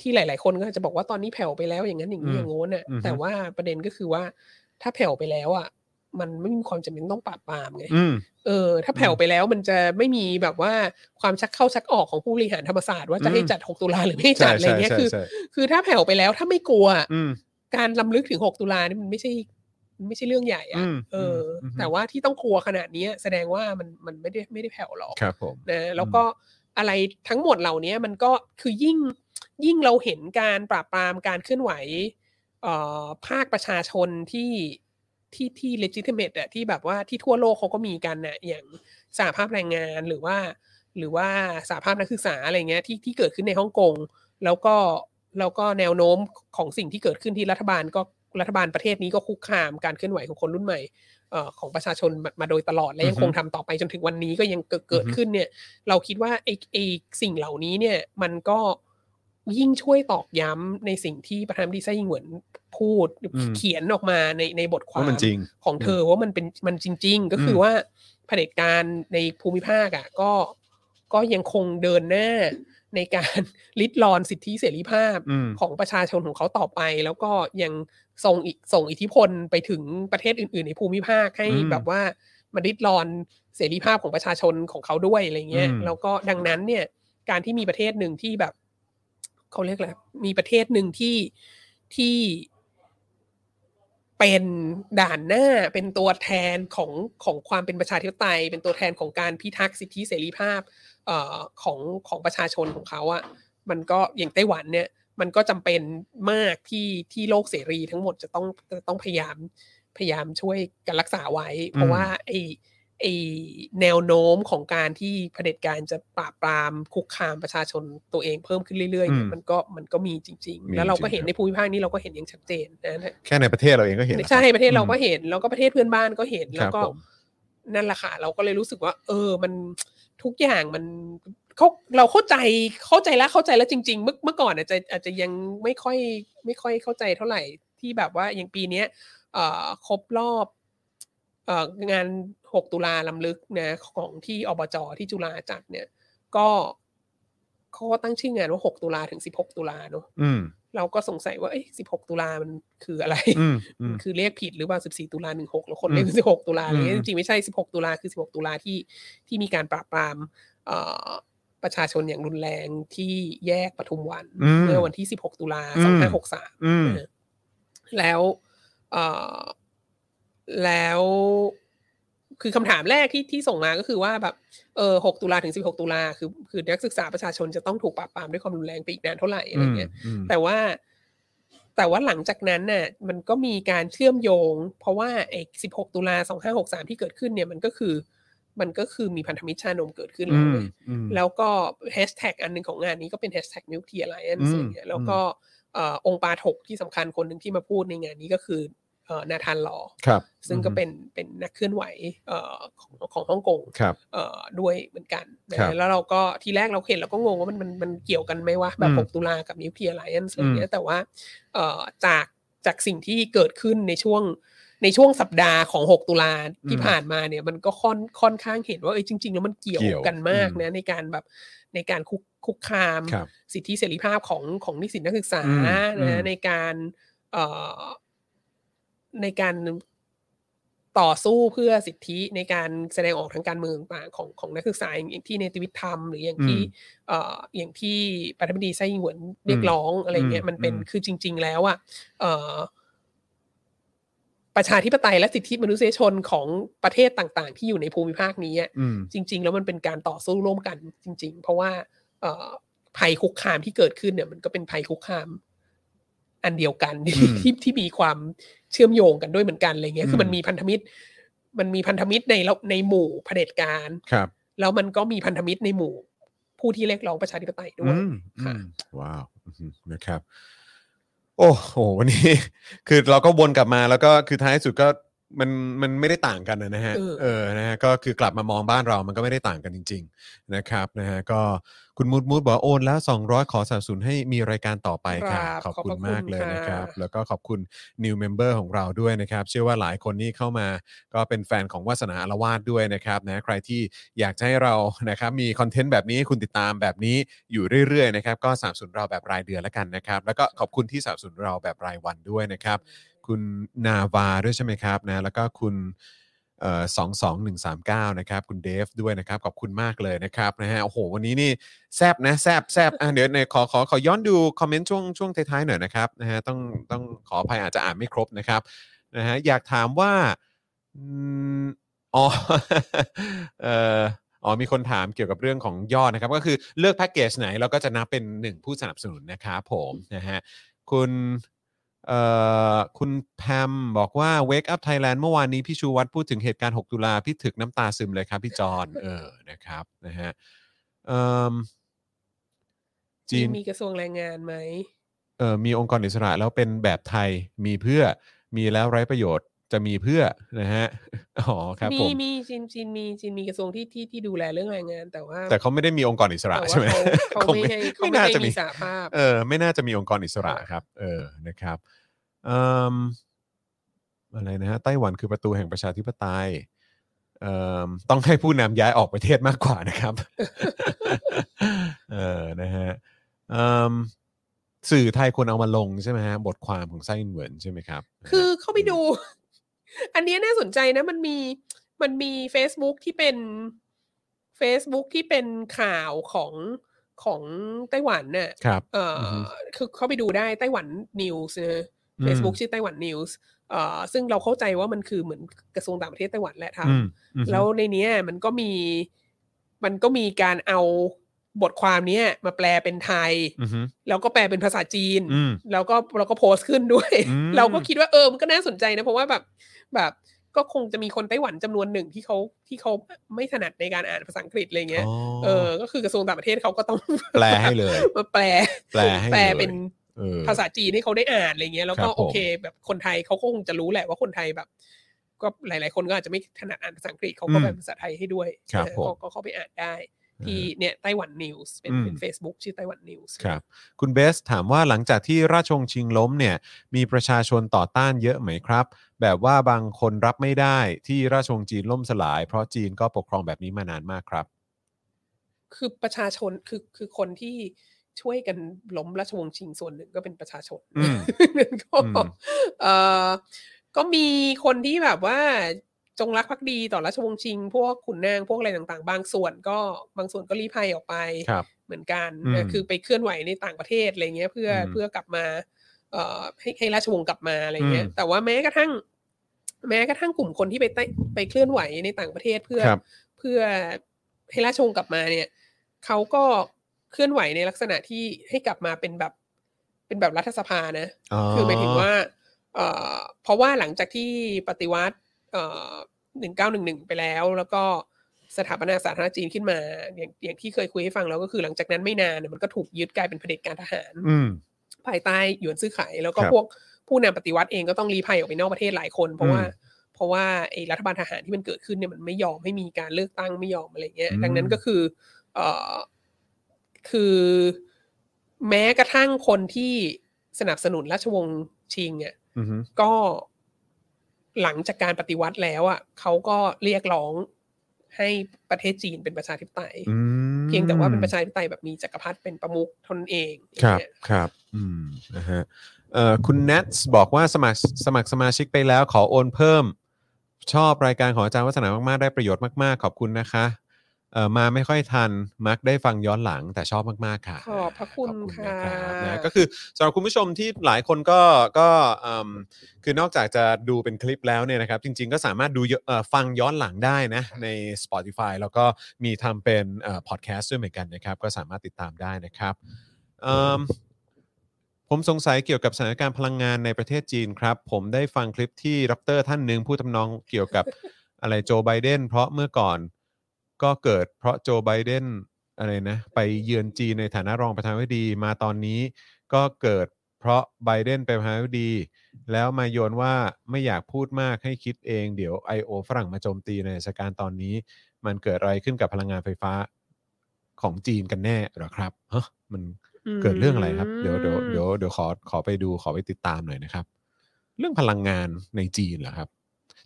Speaker 3: ที่หลาย ๆ คนก็จะบอกว่าตอนนี้แผ่วไปแล้วอย่างนั้นอย่างนี้
Speaker 2: อืม
Speaker 3: อย่างโน้นน่ะ
Speaker 2: อือฮึ
Speaker 3: แต่ว่าประเด็นก็คือว่า ถ้าแผ่วไปแล้วอ่ะ มันไม่มีความจำเป็นต้องปราบปรามไง
Speaker 2: อืม
Speaker 3: เออถ้าแผ่วไปแล้วมันจะไม่มีแบบว่าความชักเข้าชักออกของผู้บริหารธรรมศาสตร์ว่าจะให้
Speaker 2: อืม
Speaker 3: จัด 6 ตุลาหรือไม่ให้จั
Speaker 2: ใช่
Speaker 3: ดอะไร
Speaker 2: ใช่
Speaker 3: เงี้ย
Speaker 2: ใช่
Speaker 3: คือ
Speaker 2: ใช่
Speaker 3: คือถ้าแผ่วไปแล้วถ้าไม่กลัว
Speaker 2: อืม
Speaker 3: การลำลึกถึง 6 ตุลานี่มันไม่ใช่มันไม่ใช่เรื่องใหญ่
Speaker 2: อื
Speaker 3: อะ
Speaker 2: ม
Speaker 3: เอออ
Speaker 2: มอืม
Speaker 3: แต่ว่าที่ต้องกลัวขนาดนี้แสดงว่ามันมันไม่ได้ไม่ได้แผ่วหรอก
Speaker 2: ครับผม
Speaker 3: นะ แล้วก็อะไรทั้งหมดเหล่านี้มันก็คือยิ่งยิ่งเราเห็นการปราบปรามการเคลื่อนไหวเอ่อภาคประชาชนที่ที่ที่ legitimate อะที่แบบว่าที่ทั่วโลกเขาก็มีกันน่ะอย่างสหภาพแรงงานหรือว่า หรือว่าสหภาพนักศึกษาอะไรเงี้ยที่ที่เกิดขึ้นในฮ่องกง แล้วก็แล้วก็แนวโน้มของสิ่งที่เกิดขึ้นที่รัฐบาลก็รัฐบาลประเทศนี้ก็คุกคามการเคลื่อนไหวของคนรุ่นใหม่เอ่อของประชาชนมามาโดยตลอดและยัง
Speaker 2: อือ
Speaker 3: ค
Speaker 2: ฮึ
Speaker 3: งทำต่อไปจนถึงวันนี้ก็ยังเกิดเกิด
Speaker 2: อือฮึ
Speaker 3: ขึ้นเนี่ย เราคิดว่าไอ้ไอ้สิ่งเหล่านี้เนี่ยมันก็ยิ่งช่วยตอกย้ำในสิ่งที่ประธานาธิบดีไส้ยิงเหวินพูดหรืออ
Speaker 2: ม
Speaker 3: เขียนออกมาในในบทควา
Speaker 2: ว่ามัน
Speaker 3: ม
Speaker 2: จริง
Speaker 3: ของเธอว่ามันเป็นมันจริง ๆ ก็คืออ
Speaker 2: ม
Speaker 3: ว่าเผด็จการในภูมิภาคอ่ะก็ก็ยังคงเดินหน้าในการ *laughs* ลิดรอนสิทธิเสรีภาพ
Speaker 2: อืม
Speaker 3: ของประชาชนของเขาต่อไป แล้วก็ยังส่งอิส่งอิทธิพลไปถึงประเทศอื่น ๆ ในภูมิภาคให้
Speaker 2: อืม
Speaker 3: แบบว่ามาลิดรอนเสรีภาพของประชาชนของเขาด้วยอะไรเงี้ย
Speaker 2: อืม
Speaker 3: แล้วก็ดังนั้นเนี่ย การที่มีประเทศหนึ่งที่แบบเขาเรียกอะไรมีประเทศหนึ่งที่ที่เป็นด่านหน้าเป็นตัวแทนของของความเป็นประชาธิปไตย เป็นตัวแทนของการพิทักษ์สิทธิเสรีภาพ เอ่อของของประชาชนของเขาอะมันก็อย่างไต้หวันเนี่ย มันก็จำเป็นมากที่ที่โลกเสรีทั้งหมดจะต้องจะต้องพยายามพยายามช่วยกันรักษาไว้ เพ
Speaker 2: อื
Speaker 3: ราะ
Speaker 2: ม
Speaker 3: ว่าไอ ไอแนวโน้มของการที่เผด็จการจะปราบปรามคุกคามประชาชนตัวเองเพิ่มขึ้นเรื่อยๆเนี่ย
Speaker 2: อืม
Speaker 3: มันก็มันก็มีจริง
Speaker 1: มี
Speaker 3: ๆ แล้วเราก็
Speaker 1: จริง
Speaker 3: เห็น
Speaker 1: ครับ
Speaker 3: ในภูมิภาคนี้เราก็เห็นอย่างชัดเจนนะ
Speaker 2: แค่ในประเทศเราเองก็เห็นแล้ว
Speaker 3: ใช่
Speaker 2: คบ
Speaker 3: ประเทศเราก็
Speaker 2: อืม
Speaker 3: เห็นแล้วก็ประเทศเพื่อนบ้านก็เห็น
Speaker 2: ค
Speaker 3: แล้ว
Speaker 2: รับ
Speaker 3: ก็
Speaker 2: ผม
Speaker 3: นั่นแหละค่ะเราก็เลยรู้สึกว่า เออมันทุกอย่างมันเขาเราเข้าใจเข้าใจแล้วเข้าใจแล้วจริง ๆ เมื่อเมื่อก่อนอาจจะอาจจะยังไม่ค่อยไม่ค่อยเข้าใจเท่าไหร่ที่แบบว่าอย่างปีเนี้ยเอ่อครบรอบเอ่องาน 6 ตุลาลำลึกนะของที่อบจที่จุฬาจัดเนี่ย ก็เขาก็ตั้งชื่องานว่า 6 ตุลาถึง 16 ตุลาเนอะ
Speaker 2: อืม
Speaker 3: เราก็สงสัยว่าเอ้ย16 ตุลามันคืออะไร
Speaker 2: อืมอืม
Speaker 3: คือเรียกผิดหรือเปล่า 14 ตุลา 16 แล้วคน
Speaker 2: อืม
Speaker 3: เรียกเป็น16 ตุลาอะไรเงี้
Speaker 2: อื
Speaker 3: ย
Speaker 2: ม
Speaker 3: จริงๆ ไม่ใช่ 16 ตุลา คือ 16 ตุลาที่ที่มีการปราบปรามเอ่อประชาชนอย่างรุนแรงที่แยกปทุมวัน
Speaker 2: อืม
Speaker 3: เมื่อวันที่ 16 ตุลา
Speaker 2: อืม
Speaker 3: 2563
Speaker 2: อืม
Speaker 3: แล้วเอ่อแล้ว คือคำถามแรกที่ที่ส่งมาก็คือว่าแบบเออ6ตุลาถึง 16 ตุลา คือคือนักศึกษาประชาชนจะต้องถูกปราบปรามด้วยความรุนแรงไปอีกนานเท่าไหร่อะไรเงี้ย
Speaker 2: อืม
Speaker 3: แต่ว่าแต่ว่าหลังจากนั้นน่ะมันก็มีการเชื่อมโยง เพราะว่าไอ้ 16 ตุลา 2563 ที่เกิดขึ้นเนี่ยมันก็คือ มันก็คือมีพันธมิตรชานมเกิดขึ้น
Speaker 2: อื
Speaker 3: แล้ว
Speaker 2: ม
Speaker 3: เว้ย
Speaker 2: อืม
Speaker 3: แล้วก็แฮชแท็กอันหนึ่งของงานนี้ก็เป็นแฮชแท็กมิวทีอะไรอัน
Speaker 2: อืม
Speaker 3: เงี้ยแล้วก็เอ่อองค์ปาถกที่สำคัญคนหนึ่งที่มาพูดในงานนี้ก็คือเอ่อนาธานลอ
Speaker 2: ครับ
Speaker 3: ซึ่งก็เป็นเป็นนักเคลื่อนไหวเอ่อของของฮ่องกง
Speaker 2: ครับ
Speaker 3: เอ่อด้วยเหมือนกันนะครับ แล้วเราก็ทีแรกเราเห็นเราก็งงว่ามันมันมันเกี่ยวกันไหมวะแบ
Speaker 2: อื
Speaker 3: บ
Speaker 2: ม
Speaker 3: 6ตุลากับมิวทีอะไรอันอะไรเงี้
Speaker 2: อื
Speaker 3: ย
Speaker 2: ม
Speaker 3: แต่ว่าเอ่อจากจากสิ่งที่เกิดขึ้นในช่วงในช่วงสัปดาห์ของ 6 ตุลาที่ผ่านมาเนี่ยมันก็ค่อนค่อนข้างเห็นว่าเอ้ยจริง ๆ แล้วมันเกี่ยว
Speaker 2: เกี่ยว
Speaker 3: กันมาก
Speaker 2: อืม
Speaker 3: นะในการแบบในการคุกคุกคาม
Speaker 2: ครับ
Speaker 3: สิทธิเสรีภาพของของนิสิตนักศึกษา
Speaker 2: อืมอืม
Speaker 3: นะในการเอ่อในการต่อสู้เพื่อสิทธิในการแสดงออกทางการเมืองต่างๆของของนักศึกษาอย่างอย่างที่ในติวิตทำหรืออย่างที่
Speaker 2: อืม
Speaker 3: เอ่ออย่างที่ประธานาธิบดีไส้หวนเรียกร้องอะไรเงี้ย
Speaker 2: อืม
Speaker 3: มันเป็น
Speaker 2: อืม
Speaker 3: คือจริง ๆ แล้วอ่ะเอ่อ ประชาธิปไตยและสิทธิมนุษยชนของประเทศต่าง ๆ ที่อยู่ในภูมิภาคนี้อะ
Speaker 2: อืม
Speaker 3: จริง ๆ แล้วมันเป็นการต่อสู้ร่วมกันจริง ๆ เพราะว่าเอ่อภัยคุกคามที่เกิดขึ้นเนี่ย มันก็เป็นภัยคุกคาม อันเดียวกัน *laughs* ที่
Speaker 2: อืม
Speaker 3: ที่ที่มีความเชื่อมโยงกันด้วยเหมือนกันอะไรเงี้ย คือมั
Speaker 2: อื
Speaker 3: น
Speaker 2: ม
Speaker 3: มีพันธมิตร มันมีพันธมิตรในระในหมู่เผด็จการ
Speaker 2: ครับ
Speaker 3: แล้วมันก็มีพันธมิตรในหมู่ ผู้ที่เรียกร้องประชาธิปไตยด้วย
Speaker 2: อืม
Speaker 3: ค่ะ
Speaker 2: อืมว้าวอืมนะครับ โอ้โหวันนี้ คือเราก็วนกลับมาแล้วก็คือท้ายสุดก็มันมันไม่ได้ต่างกันนะฮะ
Speaker 3: เออ
Speaker 2: เออนะฮะก็คือกลับมามองบ้านเรามันก็ไม่ได้ต่างกันจริง ๆ นะครับนะฮะก็คุณมูดมูดบอกว่าโอนแล้ว 200 ขอสนับสนุนให้มีรายการต่อไปค่ะ
Speaker 3: ครับ
Speaker 2: ขอบ
Speaker 3: ขอบ
Speaker 2: คุ
Speaker 3: พ
Speaker 2: ณ
Speaker 3: ระคุณ
Speaker 2: มากเลยนะครับ
Speaker 3: ค่ะ
Speaker 2: แล้วก็ขอบคุณ new member ของเราด้วยนะครับ เชื่อว่าหลายคนนี่เข้ามา ก็เป็นแฟนของวาสนาอารวาสด้วยนะครับนะใครที่อยากจะให้เรานะครับมีคอนเทนต์แบบนี้คุณติดตามแบบนี้อยู่เรื่อยๆนะครับก็สามสูนเราแบบรายเดือนแล้วกันนะครับ แล้วก็ขอบคุณที่สามสูนเราแบบรายวันด้วยนะครับ คุณนาวาด้วยใช่ไหมครับนะแล้วก็คุณสองสองหนึ่งสามเก้านะครับ คุณเดฟด้วยนะครับ ขอบคุณมากเลยนะครับนะฮะโอ้โห วันนี้นี่แซบนะแซบแซบอ่ะเดี๋ยวในขอขอขอย้อนดูคอมเมนต์ช่วงช่วงท้ายๆหน่อยนะครับนะฮะต้องต้องขออภัยอาจจะอ่านไม่ครบนะครับ นะฮะอยากถามว่าอืมอ๋ *laughs* อ เอ่ออ๋อมีคนถามเกี่ยวกับเรื่องของยอดนะครับ ก็คือเลือกแพ็กเกจไหนเราก็จะนับเป็นหนึ่งผู้สนับสนุนนะครับผมนะฮะคุณเอ่อคุณแพมบอกว่า Wake Up Thailand เมื่อวานนี้พี่ชูวัตรพูดถึงเหตุการณ์ 6 ตุลาพี่ถึกน้ำตาซึมเลยครับพี่จอนเออนะครับนะฮะเอิ่มจีน
Speaker 3: มีกระทรวงแรงงานไหม
Speaker 2: เออมีองค์กรอิสระแล้วเป็นแบบไทยมีเพื่อมีแล้วไร้ประโยชน์จะมีเพื่อนะฮะ *laughs* อ๋อครับผม
Speaker 3: มีจีนจีนมีจีนมีกระทรวงที่ที่ที่ดูแลเรื่องแรงงาน แต่ว่า
Speaker 2: แต่เขาไม่ได้มีองค์กรอิสระ
Speaker 3: แต่ว่า
Speaker 2: ใช่ไหม
Speaker 3: เขาเขาไม่ให้เขาไม่
Speaker 2: น่า
Speaker 3: ให้
Speaker 2: จะ
Speaker 3: มี
Speaker 2: มี
Speaker 3: สหภาพ
Speaker 2: เออไม่น่าจะมีองค์กรอิสระครับ เออนะครับเอิ่มอะไรนะฮะไต้หวันคือประตูแห่งประชาธิปไตยเอิ่มต้องให้ผู้นำย้ายออกประเทศมากกว่านะครับ *laughs* เออนะฮะเอิ่มสื่อไทยควรเอามาลงใช่ไหมฮะบทความของไส้เหมือนใช่ไหมครับ
Speaker 3: คือเข้าไปดู *laughs* อันเนี้ยน่าสนใจนะ มันมีมันมี Facebook ที่เป็น Facebook ที่เป็นข่าวของของไต้หวันน่ะ
Speaker 2: ครับ
Speaker 3: เอ่ออ
Speaker 2: อฮึ
Speaker 3: คือเข้าไปดูได้ไต้หวันนิวส์นะ
Speaker 2: อืม
Speaker 3: Facebook ชื่อไต้หวันนิวส์เอ่อซึ่งเราเข้าใจว่ามันคือเหมือนกระทรวงต่างประเทศไต้หวันแหละทำ
Speaker 2: อืมอืม
Speaker 3: แล้วในเนี้ยมันก็มีมันก็มีการเอาบทความเนี้ยมาแปลเป็นไทย
Speaker 2: อืมอืม
Speaker 3: แล้วก็แปลเป็นภาษาจีน
Speaker 2: อืม
Speaker 3: แล้วก็เราก็โพสต์ขึ้นด้วย
Speaker 2: อืม
Speaker 3: เราก็คิดว่าเออมันก็น่าสนใจนะ เพราะว่าแบบแบบก็คงจะมีคนไต้หวันจำนวนหนึ่งที่เขาที่เขาไม่ถนัดในการอ่านภาษาอังกฤษอะไรเงี้ย
Speaker 2: อ๋อ
Speaker 3: เออ ก็คือกระทรวงต่างประเทศเขาก็ต้อง
Speaker 2: แปลให้เลย
Speaker 3: มาแปล
Speaker 2: แปลให้
Speaker 3: แปล
Speaker 2: ลย
Speaker 3: เป็น
Speaker 2: เออ
Speaker 3: ภาษาจีนให้เขาได้อ่านอะไรเงี้ยแล้ว
Speaker 2: ค
Speaker 3: ก็
Speaker 2: รับผม
Speaker 3: โอเค แบบคนไทยเขาก็คงจะรู้แหละว่าคนไทยแบบ ก็หลาย ๆ คนก็อาจจะไม่ถนัดอ่านภาษาอังกฤษเขาก็แปลเป็นภาษาไทยให้ด้วย
Speaker 2: ครับ
Speaker 3: เออ
Speaker 2: ผม
Speaker 3: ก็ก็เข้าไปอ่านได้ ที่เนี่ยไต้หวันนิวส์เป็น
Speaker 2: อืม
Speaker 3: เป็น Facebook ชื่อไต้หวันนิวส์
Speaker 2: ครับ คุณเบสถามว่าหลังจากที่ราชวงศ์ชิงล้มเนี่ย มีประชาชนต่อต้านเยอะไหมครับ แบบว่าบางคนรับไม่ได้ที่ราชวงศ์จีนล่มสลาย เพราะจีนก็ปกครองแบบนี้มานานมากครับ
Speaker 3: คือประชาชนคือคือคนที่ช่วยกันล้มราชวงศ์ชิงส่วนหนึ่งก็เป็นประชาชน
Speaker 2: อืม
Speaker 3: นั่น *laughs* ก็
Speaker 2: อืม
Speaker 3: เออก็มีคนที่แบบว่าจงรักภักดีต่อราชวงศ์ชิง พวกขุนนางพวกอะไรต่างๆ บางส่วนก็บางส่วนก็รีภัยออกไป
Speaker 2: ครับ
Speaker 3: เหมือนกัน
Speaker 2: อืม
Speaker 3: นะคือไปเคลื่อนไหวในต่างประเทศอะไรเงี้ย เพื่อ
Speaker 2: อืม
Speaker 3: เพื่อกลับมาเอ่อให้ให้ราชวงศ์กลับมาอะไรเงี้ย
Speaker 2: อืม
Speaker 3: แต่ว่าแม้กระทั่ง แม้กระทั่งกลุ่มคนที่ไปใต้ไปเคลื่อนไหวในต่างประเทศเพื่อ
Speaker 2: ครับ
Speaker 3: เพื่อให้ราชวงศ์กลับมาเนี่ยเขาก็เคลื่อนไหวในลักษณะที่ให้กลับมาเป็นแบบเป็นแบบรัฐสภานะ คือหมายถึงว่าเอ่อเพราะว่าหลังจากที่ปฏิวัติหนึ่งเก้าหนึ่งหนึ่งไปแล้ว แล้วก็ สถาปนาสาธารณจีนขึ้นมา อย่างอย่างที่เคยคุยให้ฟังแล้วก็คือหลังจากนั้นไม่นานเนี่ยมันก็ถูกยึดกลายเป็นเผด็จการทหาร
Speaker 2: อืม
Speaker 3: ภายใต้หยวนซื้อขายแล้วก็
Speaker 2: ครับ
Speaker 3: พวกผู้นำปฏิวัติเองก็ต้องรีภัยออกไปนอกประเทศหลายคน เพราะว่า
Speaker 2: อืม
Speaker 3: เพราะว่าไอ้รัฐบาลทหารที่มันเกิดขึ้นเนี่ยมันไม่ยอมให้มีการเลือกตั้งไม่ยอมอะไรเงี้ย
Speaker 2: อืม
Speaker 3: ดังนั้นก็คือเอ่อคือแม้กระทั่งคนที่สนับสนุนราชวงศ์ชิงอ่ะ
Speaker 2: อืมฮึ
Speaker 3: ก็หลังจากการปฏิวัติแล้วอ่ะเขาก็เรียกร้องให้ประเทศจีนเป็นประชาธิปไตย
Speaker 2: อืม
Speaker 3: เพียงแต่ว่าเป็นประชาธิปไตยแบบมีจักรพรรดิเป็นประมุขเทานนเองอย่าง
Speaker 2: ครับ
Speaker 3: เงี้ย
Speaker 2: ครับอืมนะฮะเอ่อคุณเนทบอกว่าสมัครสมัครสมาชิกไปแล้วขอโอนเพิ่ม ชอบรายการของอาจารย์วัฒนามาก ๆ ได้ประโยชน์มาก ๆ ขอบคุณนะคะเอ่อมาไม่ค่อยทัน มักได้ฟังย้อนหลังแต่ชอบมาก ๆ ค่ะ
Speaker 3: ขอบพระคุณ
Speaker 2: ขอบ
Speaker 3: ค่ะ
Speaker 2: นรับนะก็คือสำหรับคุณผู้ชมที่หลายคนก็ก็เอิ่มคือนอกจากจะดูเป็นคลิปแล้วเนี่ยนะครับ จริง ๆ ก็สามารถดูเยอะเอ่อฟังย้อนหลังได้นะ ใน Spotify แล้วก็มีทำเป็นพอดแคสต์ด้วยเหมือนกันนะครับ ก็สามารถติดตามได้นะครับเอิ่มผมสงสัยเกี่ยวกับสถานการณ์พลังงานในประเทศจีนครับ ผมได้ฟังคลิปที่ดรท่านหนึ่งพูดทำนองเกี่ยวกับ *laughs* อะไรโจไบเดนเพราะเมื่อก่อนก็เกิดเพราะโจไบเดนอะไรนะ ไปเยือนจีนในฐานะรองประธานาธิบดีมาตอนนี้ ก็เกิดเพราะไบเดนเป็นประธานาธิบดี แล้วมาโยนว่าไม่อยากพูดมากให้คิดเองเดี๋ยว I.O. ฝรั่งมาโจมตีในสถานการณ์ตอนนี้ มันเกิดอะไรขึ้นกับพลังงานไฟฟ้าของจีนกันแน่เหรอครับฮะมันเกิดเรื่องอะไรครับ เดี๋ยวเดี๋ยวเดี๋ยวเดี๋ยวขอขอไปดูขอไปติดตามหน่อยนะครับ เรื่องพลังงานในจีนเหรอครับ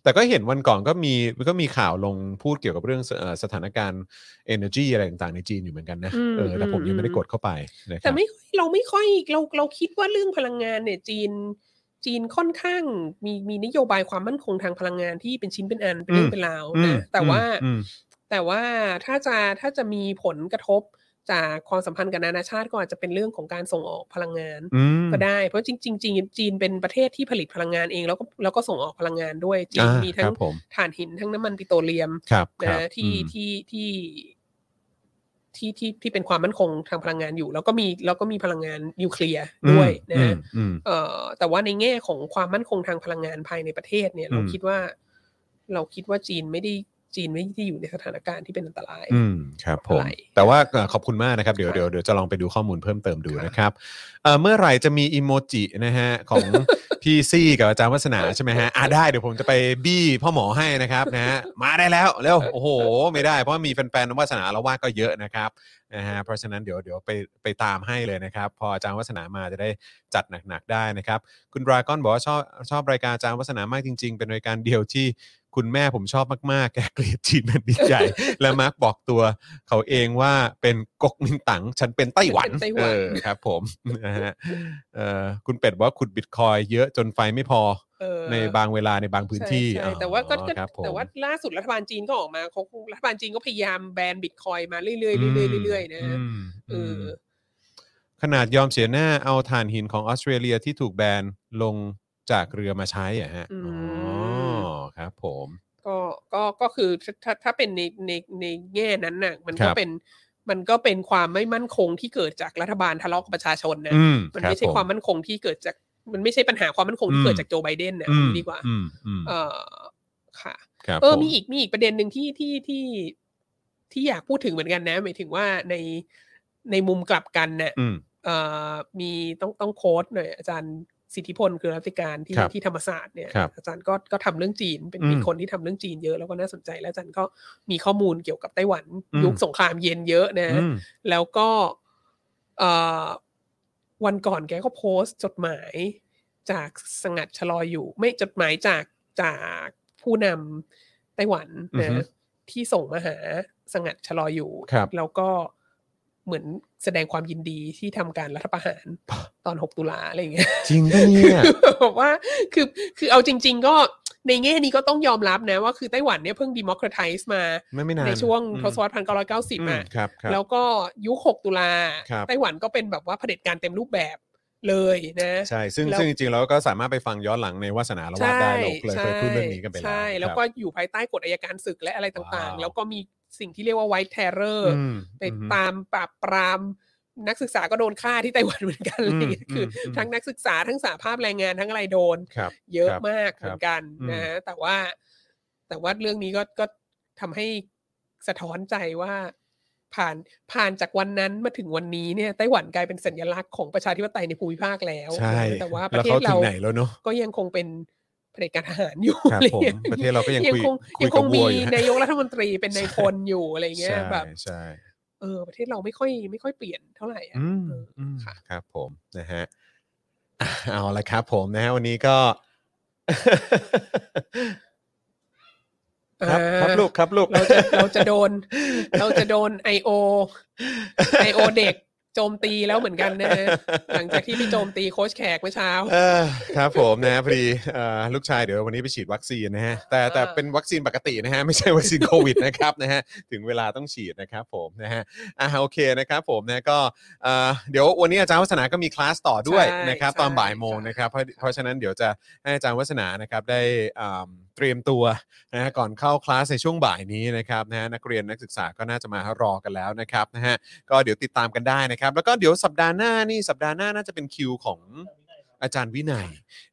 Speaker 2: แต่ก็เห็นวันก่อนก็มีก็มีข่าวลงพูดเกี่ยวกับเรื่องสเอ่อสถานการณ์ energy อะไรต่างๆในจีนอยู่เหมือนกันนะ
Speaker 3: อืม
Speaker 2: เออแต่ผม
Speaker 3: อืม
Speaker 2: ยังไม่ได้กดเข้าไปนะค
Speaker 3: แต่
Speaker 2: รับ
Speaker 3: ไม่เราไม่ค่อยเราเราคิดว่าเรื่องพลังงานเนี่ย จีน จีนค่อนข้างมีมีนโยบายความมั่นคงทางพลังงานที่เป็นชิ้นเป็นอันเป็นเรื่องเป็นราว
Speaker 2: อืม
Speaker 3: นะแต่
Speaker 2: อืม
Speaker 3: ว่า
Speaker 2: อืม
Speaker 3: แต่ว่าถ้าจะถ้าจะมีผลกระทบจากความสัมพันธ์กับนานาชาติก็อาจจะเป็นเรื่องของการส่งออกพลังงาน
Speaker 2: อืม
Speaker 3: ก็ได้เพราะจริงๆจีนจีนเป็นประเทศที่ผลิตพลังงานเองแล้วก็แล้วก็ส่งออกพลังงานด้วยจีน
Speaker 2: อ่า
Speaker 3: มี
Speaker 2: มี
Speaker 3: ทั้
Speaker 2: ครั
Speaker 3: ง
Speaker 2: บผม
Speaker 3: ถ่านหินทั้งน้ำมันปิโตรเลียม
Speaker 2: ครับค
Speaker 3: นะ
Speaker 2: รับ
Speaker 3: ที่
Speaker 2: อืม
Speaker 3: ที่ที่ที่ที่ที่เป็นความมั่นคงทางพลังงานอยู่ แล้วก็มีแล้วก็มีพลังงานนิวเคลียร์ด้วยนะฮะ
Speaker 2: อืม
Speaker 3: เอ่อแต่ว่าในแง่ของความมั่นคงทางพลังงานภายในประเทศเนี่ย เรา
Speaker 2: อืม
Speaker 3: คิดว่า เราคิดว่าจีนไม่ได้จีนไม่ได้อยู่ในสถานการณ์ที่เป็นอันตราย
Speaker 2: อืมครับผม
Speaker 3: ไหล
Speaker 2: แต่ว่าเอ่อขอบคุณมากนะครับ เดี๋ยว
Speaker 3: ค่ะ
Speaker 2: เดี๋ยวเดี๋ยวจะลองไปดูข้อมูลเพิ่มเติมดู
Speaker 3: ค่ะ
Speaker 2: นะครับเอ่อเมื่อไหร่จะมีอิโมจินะฮะของ พี่ซี่กับอาจารย์วัฒ *laughs* นาใช่ไหมฮะอ่าได้เดี๋ยวผมจะไปบี้พ่อหมอให้นะครับนะฮะมาได้แล้วเร็วโอ้โห ไม่ได้เพราะมีแฟนๆวัฒนาละว่าดก็เยอะนะครับนะฮะเพราะฉะนั้นเดี๋ยวเดี๋ยวไปไปตามให้เลยนะครับ พออาจารย์วัฒนามาจะได้จัดหนักๆได้นะครับ คุณดราก้อนบอกว่าชอบชอบรายการอาจารย์วัฒนามากจริง ๆ เป็นรายการเดียวที่คุณแม่ผมชอบมากๆ *laughs* แกเกลียดจีนแผ่นดินใหญ่ *laughs* และมาร์กบอกตัวเขาเองว่าเป็นก๊กมินตั๋งฉันเป็นไต้หวัน
Speaker 3: ฉันเป็นไต้ห
Speaker 2: เอ
Speaker 3: วัน
Speaker 2: อครับผม *laughs* นะฮะเอ่อคุณเป็ดบอกว่าขุดบิตคอยเยอะจนไฟไม่พอ
Speaker 3: เออ
Speaker 2: ในบางเวลาในบางพื้นที่
Speaker 3: ใช่
Speaker 2: อ๋
Speaker 3: ใช่
Speaker 2: อ
Speaker 3: แต่ว่าก็ก็
Speaker 2: ครับผม
Speaker 3: แต่ว่าล่าสุดรัฐบาลจีนก็ออกมาเขารัฐบาลจีนก็พยายามแบนบิตคอยน์มาเรื่อยๆเรื่อยๆเรื่อยๆนะ
Speaker 2: ม
Speaker 3: เอออื
Speaker 2: มขนาดยอมเสียหน้าเอาถ่านหินของออสเตรเลียที่ถูกแบนลงจากเรือมาใช้อ่ะฮะ
Speaker 3: อืม
Speaker 2: อ๋อครับผม
Speaker 3: ก็ก็ก็คือถ้าถ้าถ้าเป็นในในในแง่นั้นน่ะ มัน
Speaker 2: ครั
Speaker 3: ก็
Speaker 2: บ
Speaker 3: เป็นมันก็เป็นความไม่มั่นคงที่เกิดจากรัฐบาลทะเลาะกับประชาชนนะ
Speaker 2: อืม
Speaker 3: มัน
Speaker 2: รับ
Speaker 3: ไม่ใช่
Speaker 2: ผ
Speaker 3: ความมั่นคงที่เกิดจากมันไม่ใช่ปัญหาความมั่นคงที่
Speaker 2: อืม
Speaker 3: เกิดจากโจไบเดนเนี่ย
Speaker 2: อืม
Speaker 3: ดีกว่า
Speaker 2: อืมอืม
Speaker 3: เออค่ะ
Speaker 2: ครับ
Speaker 3: เออ
Speaker 2: ผ
Speaker 3: มีอีกมีอีกประเด็นหนึ่งที่ที่ที่ที่อยากพูดถึงเหมือนกันนะหมายถึงว่าในในมุมกลับกันเนี่ย
Speaker 2: อืม
Speaker 3: เอ่อมีต้องต้องโค้ดหน่อยอาจารย์สิทธิพลคือรัติการที่
Speaker 2: ครับ
Speaker 3: ที่ธรรมศาสตร์เนี่ย
Speaker 2: ครับ
Speaker 3: อาจารย์ก็ก็ทำเรื่องจีนเป็น
Speaker 2: อืม
Speaker 3: เป็นคนที่ทำเรื่องจีนเยอะแล้วก็น่าสนใจแล้วอาจารย์ก็มีข้อมูลเกี่ยวกับไต้หวัน
Speaker 2: อืม
Speaker 3: ยุคสงครามเย็นเยอะนะ
Speaker 2: อืม
Speaker 3: แล้วก็เอ่อวันก่อนแกก็โพสต์จดหมายจากสงัดชะลออยู่ ไม่จดหมายจากจากผู้นำไต้หวัน
Speaker 2: อือฮึ
Speaker 3: นะที่ส่งมาหาสงัดชะลออยู่
Speaker 2: ครับ
Speaker 3: แล้วก็เหมือนแสดงความยินดีที่ทำการรัฐประ
Speaker 2: *laughs*
Speaker 3: หารตอน 6 ตุลาอะไรอย่างเงี้ย
Speaker 2: จริงปะเนี่ย
Speaker 3: คือแบบว่าคือคือเอาจริง ๆ ก็ในแง่นี้ก็ต้องยอมรับนะว่าคือไต้หวันเนี่ยเพิ่งดิม o คร a ไทซ์มา
Speaker 2: ไม่ไม่นาน
Speaker 3: ในช่วง
Speaker 2: อืม
Speaker 3: ทศวรรษพันเก้าร้อยเก้าสิบ
Speaker 2: อืม
Speaker 3: อ่ะ
Speaker 2: ครับครับ
Speaker 3: แล้วก็ยุค 6 ตุลา
Speaker 2: ครับ
Speaker 3: ไต้หวันก็เป็นแบบว่าเผด็จการเต็มรูปแบบเลยนะ
Speaker 2: ใช่ ซึ่ง
Speaker 3: แล้ว
Speaker 2: ซึ่งจริงๆแล้วก็สามารถไปฟังย้อนหลังในวาสนาละวาดได้เราเลยเคยพูดเรื่องนี้กันไปแล้ว
Speaker 3: ใช่ แล้ว
Speaker 2: ครับ
Speaker 3: ก็อยู่ภายใต้กฎอายการศึกและอะไรต่าง
Speaker 2: ว้าว
Speaker 3: ๆ แล้วก็มีสิ่งที่เรียกว่า white terror
Speaker 2: อืม
Speaker 3: ไป
Speaker 2: อืม
Speaker 3: ตามปราบปรามนักศึกษาก็โดนฆ่าที่ไต้หวันเหมือนกันอะ
Speaker 2: อืม
Speaker 3: ไรอย่างเงี้ยคืออ
Speaker 2: ม
Speaker 3: ทั้งนักศึกษาทั้งสาภาพแรงงานทั้งอะไรโดน
Speaker 2: ครับ
Speaker 3: เยอะ
Speaker 2: ครับ
Speaker 3: มาก
Speaker 2: ครับ
Speaker 3: เหมือนกัน
Speaker 2: อืม
Speaker 3: นะฮะแต่ว่า แต่ว่าเรื่องนี้ก็ก็ทำให้ สะท้อนใจว่า ผ่านผ่านจากวันนั้นมาถึงวันนี้เนี่ยไต้หวันกลายเป็นสัญลักษณ์ของประชาธิปไตยในภูมิภาคแล้ว
Speaker 2: ใช่
Speaker 3: แต่ว่าประเทศ
Speaker 2: แล้วเขา
Speaker 3: เรา
Speaker 2: ถึงไหนแล้วเนอะ
Speaker 3: ก็ยังคงเป็นเผด็จการทหารอยู่
Speaker 2: ครับ
Speaker 3: อไงี้ย
Speaker 2: ผมประเทศเราก็ยังคุย
Speaker 3: คง
Speaker 2: คุย
Speaker 3: ยังคง
Speaker 2: กับวั
Speaker 3: มี
Speaker 2: วอยู่นะ
Speaker 3: นายกรัฐมนตรีเป็นนายพลอยู่อะไรเงี้ย
Speaker 2: *laughs* ใช่
Speaker 3: แบบ
Speaker 2: ใช่
Speaker 3: เออประเทศเราไม่ค่อยไม่ค่อยเปลี่ยนเท่าไหร่อะ
Speaker 2: อืม
Speaker 3: เออ
Speaker 2: อืม
Speaker 3: ค่ะ
Speaker 2: ครับผมนะฮะ *laughs* อ่ะเอาละครับผมนะฮะวันนี้ก็ *laughs* ครับครับลูกครับลูก
Speaker 3: เราจะ *laughs* เราจะโดน เราจะโดน IO IO เด็กโจมตีแล้วเหมือนกันนะฮะหลังจากที่ไปโจมตีโค้ชแขกเมื่อเช้า
Speaker 2: *laughs* เออครับผมนะฮะพอดีเอ่อลูกชายเดี๋ยววันนี้ไปฉีดวัคซีนนะฮะแต่แต่
Speaker 3: อ่า
Speaker 2: เป็นวัคซีนปกตินะฮะไม่ใช่วัคซีนโควิดนะครับนะฮะถึงเวลาต้องฉีดนะครับผมนะฮะอ่าโอเคนะครับผมนะก็เอ่อเดี๋ยววันนี้อาจารย์วัฒนาก็มีคลาสต่อด้วย
Speaker 3: ใช่
Speaker 2: นะครับ
Speaker 3: ใช่
Speaker 2: ตอนบ่ายโมง
Speaker 3: ใช่
Speaker 2: นะครับเพราะเพราะฉะนั้นเดี๋ยวจะให้อาจารย์วัฒนานะครับได้อ่าเตรียมตัวนะฮะก่อนเข้าคลาสในช่วงบ่ายนี้นะครับนะฮะนักเรียนนักศึกษาก็น่าจะมารอกันแล้วนะครับนะฮะก็เดี๋ยวติดตามกันได้นะครับ แล้วก็เดี๋ยวสัปดาห์หน้านี่สัปดาห์หน้าน่าจะเป็นคิวของ อาจารย์วินัย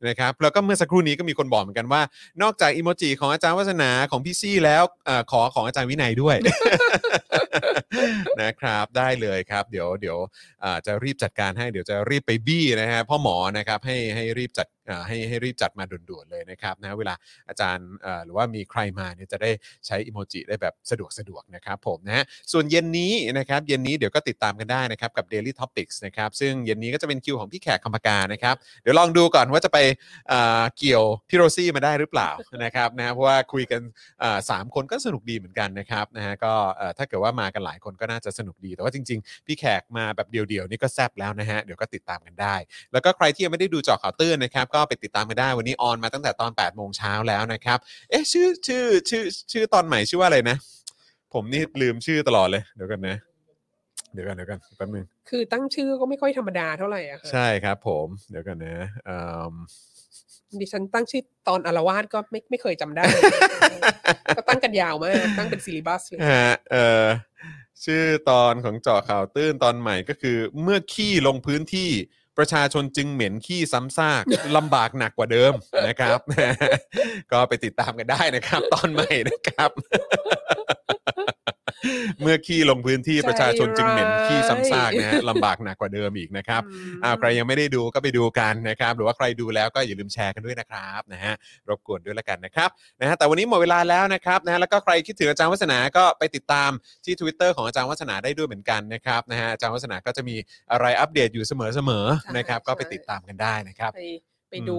Speaker 2: นะครับแล้วก็เมื่อสักครู่นี้ก็มีคนบอกเหมือนกันว่า นอกจากอิโมจิของอาจารย์วัฒนาของพี่ซี่แล้วเออขอของอาจารย์วินัยด้วย *laughs* นะครับได้เลยครับ เดี๋ยวเดี๋ยวเอ่อจะรีบจัดการให้เดี๋ยวจะรีบไปบี้นะฮะพ่อหมอนะครับให้ให้รีบจัดเอ่อให้ให้รีบจัดมาด่วนๆเลยนะครับนะเวลาอาจารย์เอ่อหรือว่ามีใครมาเนี่ยจะได้ใช้อิโมจิได้แบบสะดวกสะดวกนะครับผมนะฮะ ส่วนเย็นนี้นะครับเย็นนี้เดี๋ยวก็ติดตามกันได้นะครับกับ Daily Topics นะครับซึ่งเย็นนี้ก็จะเป็นคิวของพี่แขกคำปากานะครับเดี๋ยวลองดูก่อนว่าจะไปเอ่อเกี่ยวพี่โรซี่มาได้หรือเปล่า นะครับนะฮะเพราะว่าคุยกันเอ่อสามคนก็สนุกดีเหมือนกันนะครับนะฮะก็เอ่อถ้าเกิดว่ามากันหลายคนก็น่าจะสนุกดี แต่ว่าจริงๆ พี่แขกมาแบบเดียวๆนี่ก็แซบแล้วนะฮะเดี๋ยวก็ติดตามกันได้ แล้วก็ใครที่ยังไม่ได้ดูเจอข่าวตื้นนะครับก็ไปติดตามกันได้วันนี้ออนมาตั้งแต่ตอน8ปดโมงเช้าแล้วนะครับเอ๊ะชื่อชื่อชื่อชื่อตอนใหม่ชื่อว่าอะไรนะ ผมนี่ลืมชื่อตลอดเลยเดี๋ยวกันนะ เดี๋ยวกันเดี๋ยวกันแป๊บนึง
Speaker 3: คือตั้งชื่อก็ไม่ค่อยธรรมดาเท่าไหร่อะค่ะ
Speaker 2: ใช่ครับผมเดี๋ยวกันนะเอิ่ม *laughs*
Speaker 3: ดิฉันตั้งชื่อตอนอารวาสก็ไม่ไม่เคยจำได้ ก็ตั้งกันยาวมากตั้งเป็นซีรีบัสเลย
Speaker 2: ฮะเออชื่อตอนของเจาะข่าวตื้นตอนใหม่ก็คือ เมื่อขี้ลงพื้นที่ประชาชนจึงเหม็นขี้ซ้ำซาก *laughs* ลำบากหนักกว่าเดิม *laughs* นะครับ ก็ไปติดตามกันได้นะครับ *laughs* ตอนใหม่นะครับ *laughs* เมื่อขี้ลงพื้นที่ประชาชนจึงเหม็นขี้ซ้ำซากนะฮะลำบากหนักกว่าเดิมอีกนะครับ
Speaker 3: อืม
Speaker 2: อ้าวใครยังไม่ได้ดูก็ไปดูกันนะครับ หรือว่าใครดูแล้วก็อย่าลืมแชร์กันด้วยนะครับนะฮะรบกวนด้วยละกันนะครับนะฮะแต่วันนี้หมดเวลาแล้วนะครับนะฮะแล้วก็ใครคิดถึงอาจารย์วัฒนาก็ไปติดตามที่ Twitter ของอาจารย์วัฒนาได้ด้วยเหมือนกันนะครับนะฮะอาจารย์วัฒนาก็จะมีอะไรอัปเดตอยู่เสมอ
Speaker 3: ใช่
Speaker 2: ๆนะครับ ก็ไป
Speaker 3: ใช่
Speaker 2: ติดตามกันได้นะครับ
Speaker 3: ไปไปดู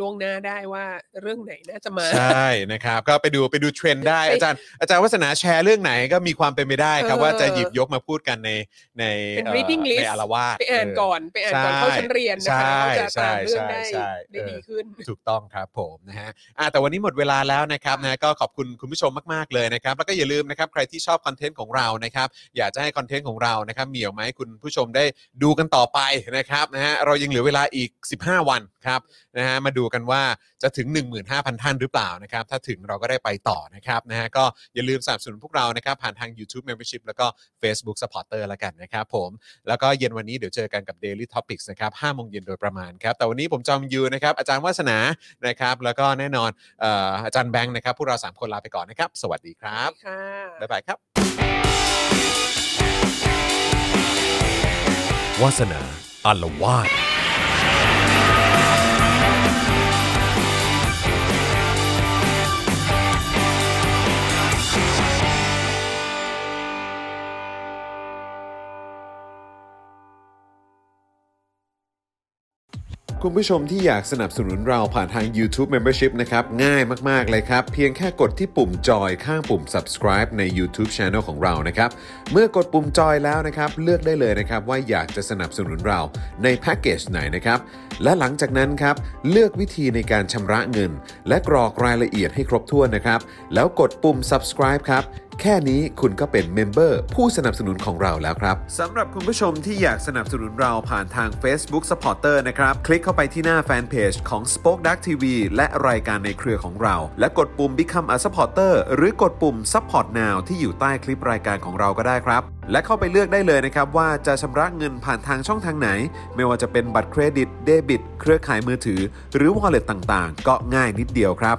Speaker 3: ล่วงหน้าได้ว่าเรื่องไหนน่าจะมา
Speaker 2: ใช่นะครับ ก็ไปดูไปดูเทรนด์ได้
Speaker 3: ไป
Speaker 2: อาจารย์ อาจารย์วัฒนาแชร์เรื่องไหนก็มีความเป็นไปได้ครับ
Speaker 3: เออ
Speaker 2: ว่าจะหยิบยกมาพูดกันในใน
Speaker 3: เป็น
Speaker 2: เอ่อ
Speaker 3: reading list
Speaker 2: ในอารวาส
Speaker 3: ไปอ่านก่อนไปอ่านก่อนเข้าชั้นเรียนนะคะ
Speaker 2: ใช่
Speaker 3: ก็จะตามเรื่องได้
Speaker 2: ใช่ใช่
Speaker 3: ได้
Speaker 2: เออ
Speaker 3: ดีขึ้น
Speaker 2: ถูกต้องครับผมนะฮะอ่ะแต่วันนี้หมดเวลาแล้วนะครับนะก็ขอบคุณคุณผู้ชมมาก ๆ เลยนะครับ แล้วก็อย่าลืมนะครับใครที่ชอบคอนเทนต์ของเรานะครับ อยากจะให้คอนเทนต์ของเรานะครับมีออกมาให้คุณผู้ชมได้ดูกันต่อไปนะครับนะฮะเรายังเหลือเวลาอีก 15 วันครับนะฮะมาดูกันว่าจะถึง 15,000 ท่านหรือเปล่านะครับ ถ้าถึงเราก็ได้ไปต่อนะครับนะฮะก็อย่าลืมสนับสนุนพวกเรานะครับผ่านทาง YouTube Membership แล้วก็ Facebook Supporter ละกันนะครับผม แล้วก็เย็นวันนี้เดี๋ยวเจอกันกับ Daily Topics นะครับ5โมงเย็นโดยประมาณครับ แต่วันนี้ผมจอมยูนะครับ อาจารย์วัฒนา นะครับ แล้วก็แน่นอนเอ่ออาจารย์แบงค์นะครับ พวกเรา 3 คนลาไปก่อนนะครับ สวัสดีครับ
Speaker 3: ค่ะ
Speaker 2: บ๊ายบายครับ
Speaker 5: วาสนาอารวาส
Speaker 1: คุณผู้ชมที่อยากสนับสนุนเราผ่านทาง YouTube Membership นะครับง่ายมาก ๆ เลยครับ เพียงแค่กดที่ปุ่มจอยข้างปุ่ม subscribe ใน YouTube Channel ของเรานะครับเมื่อกดปุ่มจอยแล้วนะครับเลือกได้เลยนะครับว่าอยากจะสนับสนุนเราในแพ็กเกจไหนนะครับและหลังจากนั้นครับเลือกวิธีในการชำระเงิน และกรอกรายละเอียดให้ครบถ้วนนะครับแล้วกดปุ่ม subscribe ครับ แค่นี้คุณก็เป็นเมมเบอร์ผู้สนับสนุนของเราแล้วครับสำหรับคุณผู้ชมที่อยากสนับสนุนเราผ่านทาง Facebook Supporter นะครับ คลิกเข้าไปที่หน้าแฟนเพจของ Spoke Dark TV และรายการในเครือของเรา และกดปุ่ม Become a Supporter หรือกดปุ่ม Support Now ที่อยู่ใต้คลิปรายการของเราก็ได้ครับ และเข้าไปเลือกได้เลยนะครับ ว่าจะชำระเงินผ่านทางช่องทางไหน ไม่ว่าจะเป็นบัตรเครดิตเดบิตเครือข่ายมือถือ หรือ Wallet ต่างๆ ก็ง่ายนิดเดียวครับ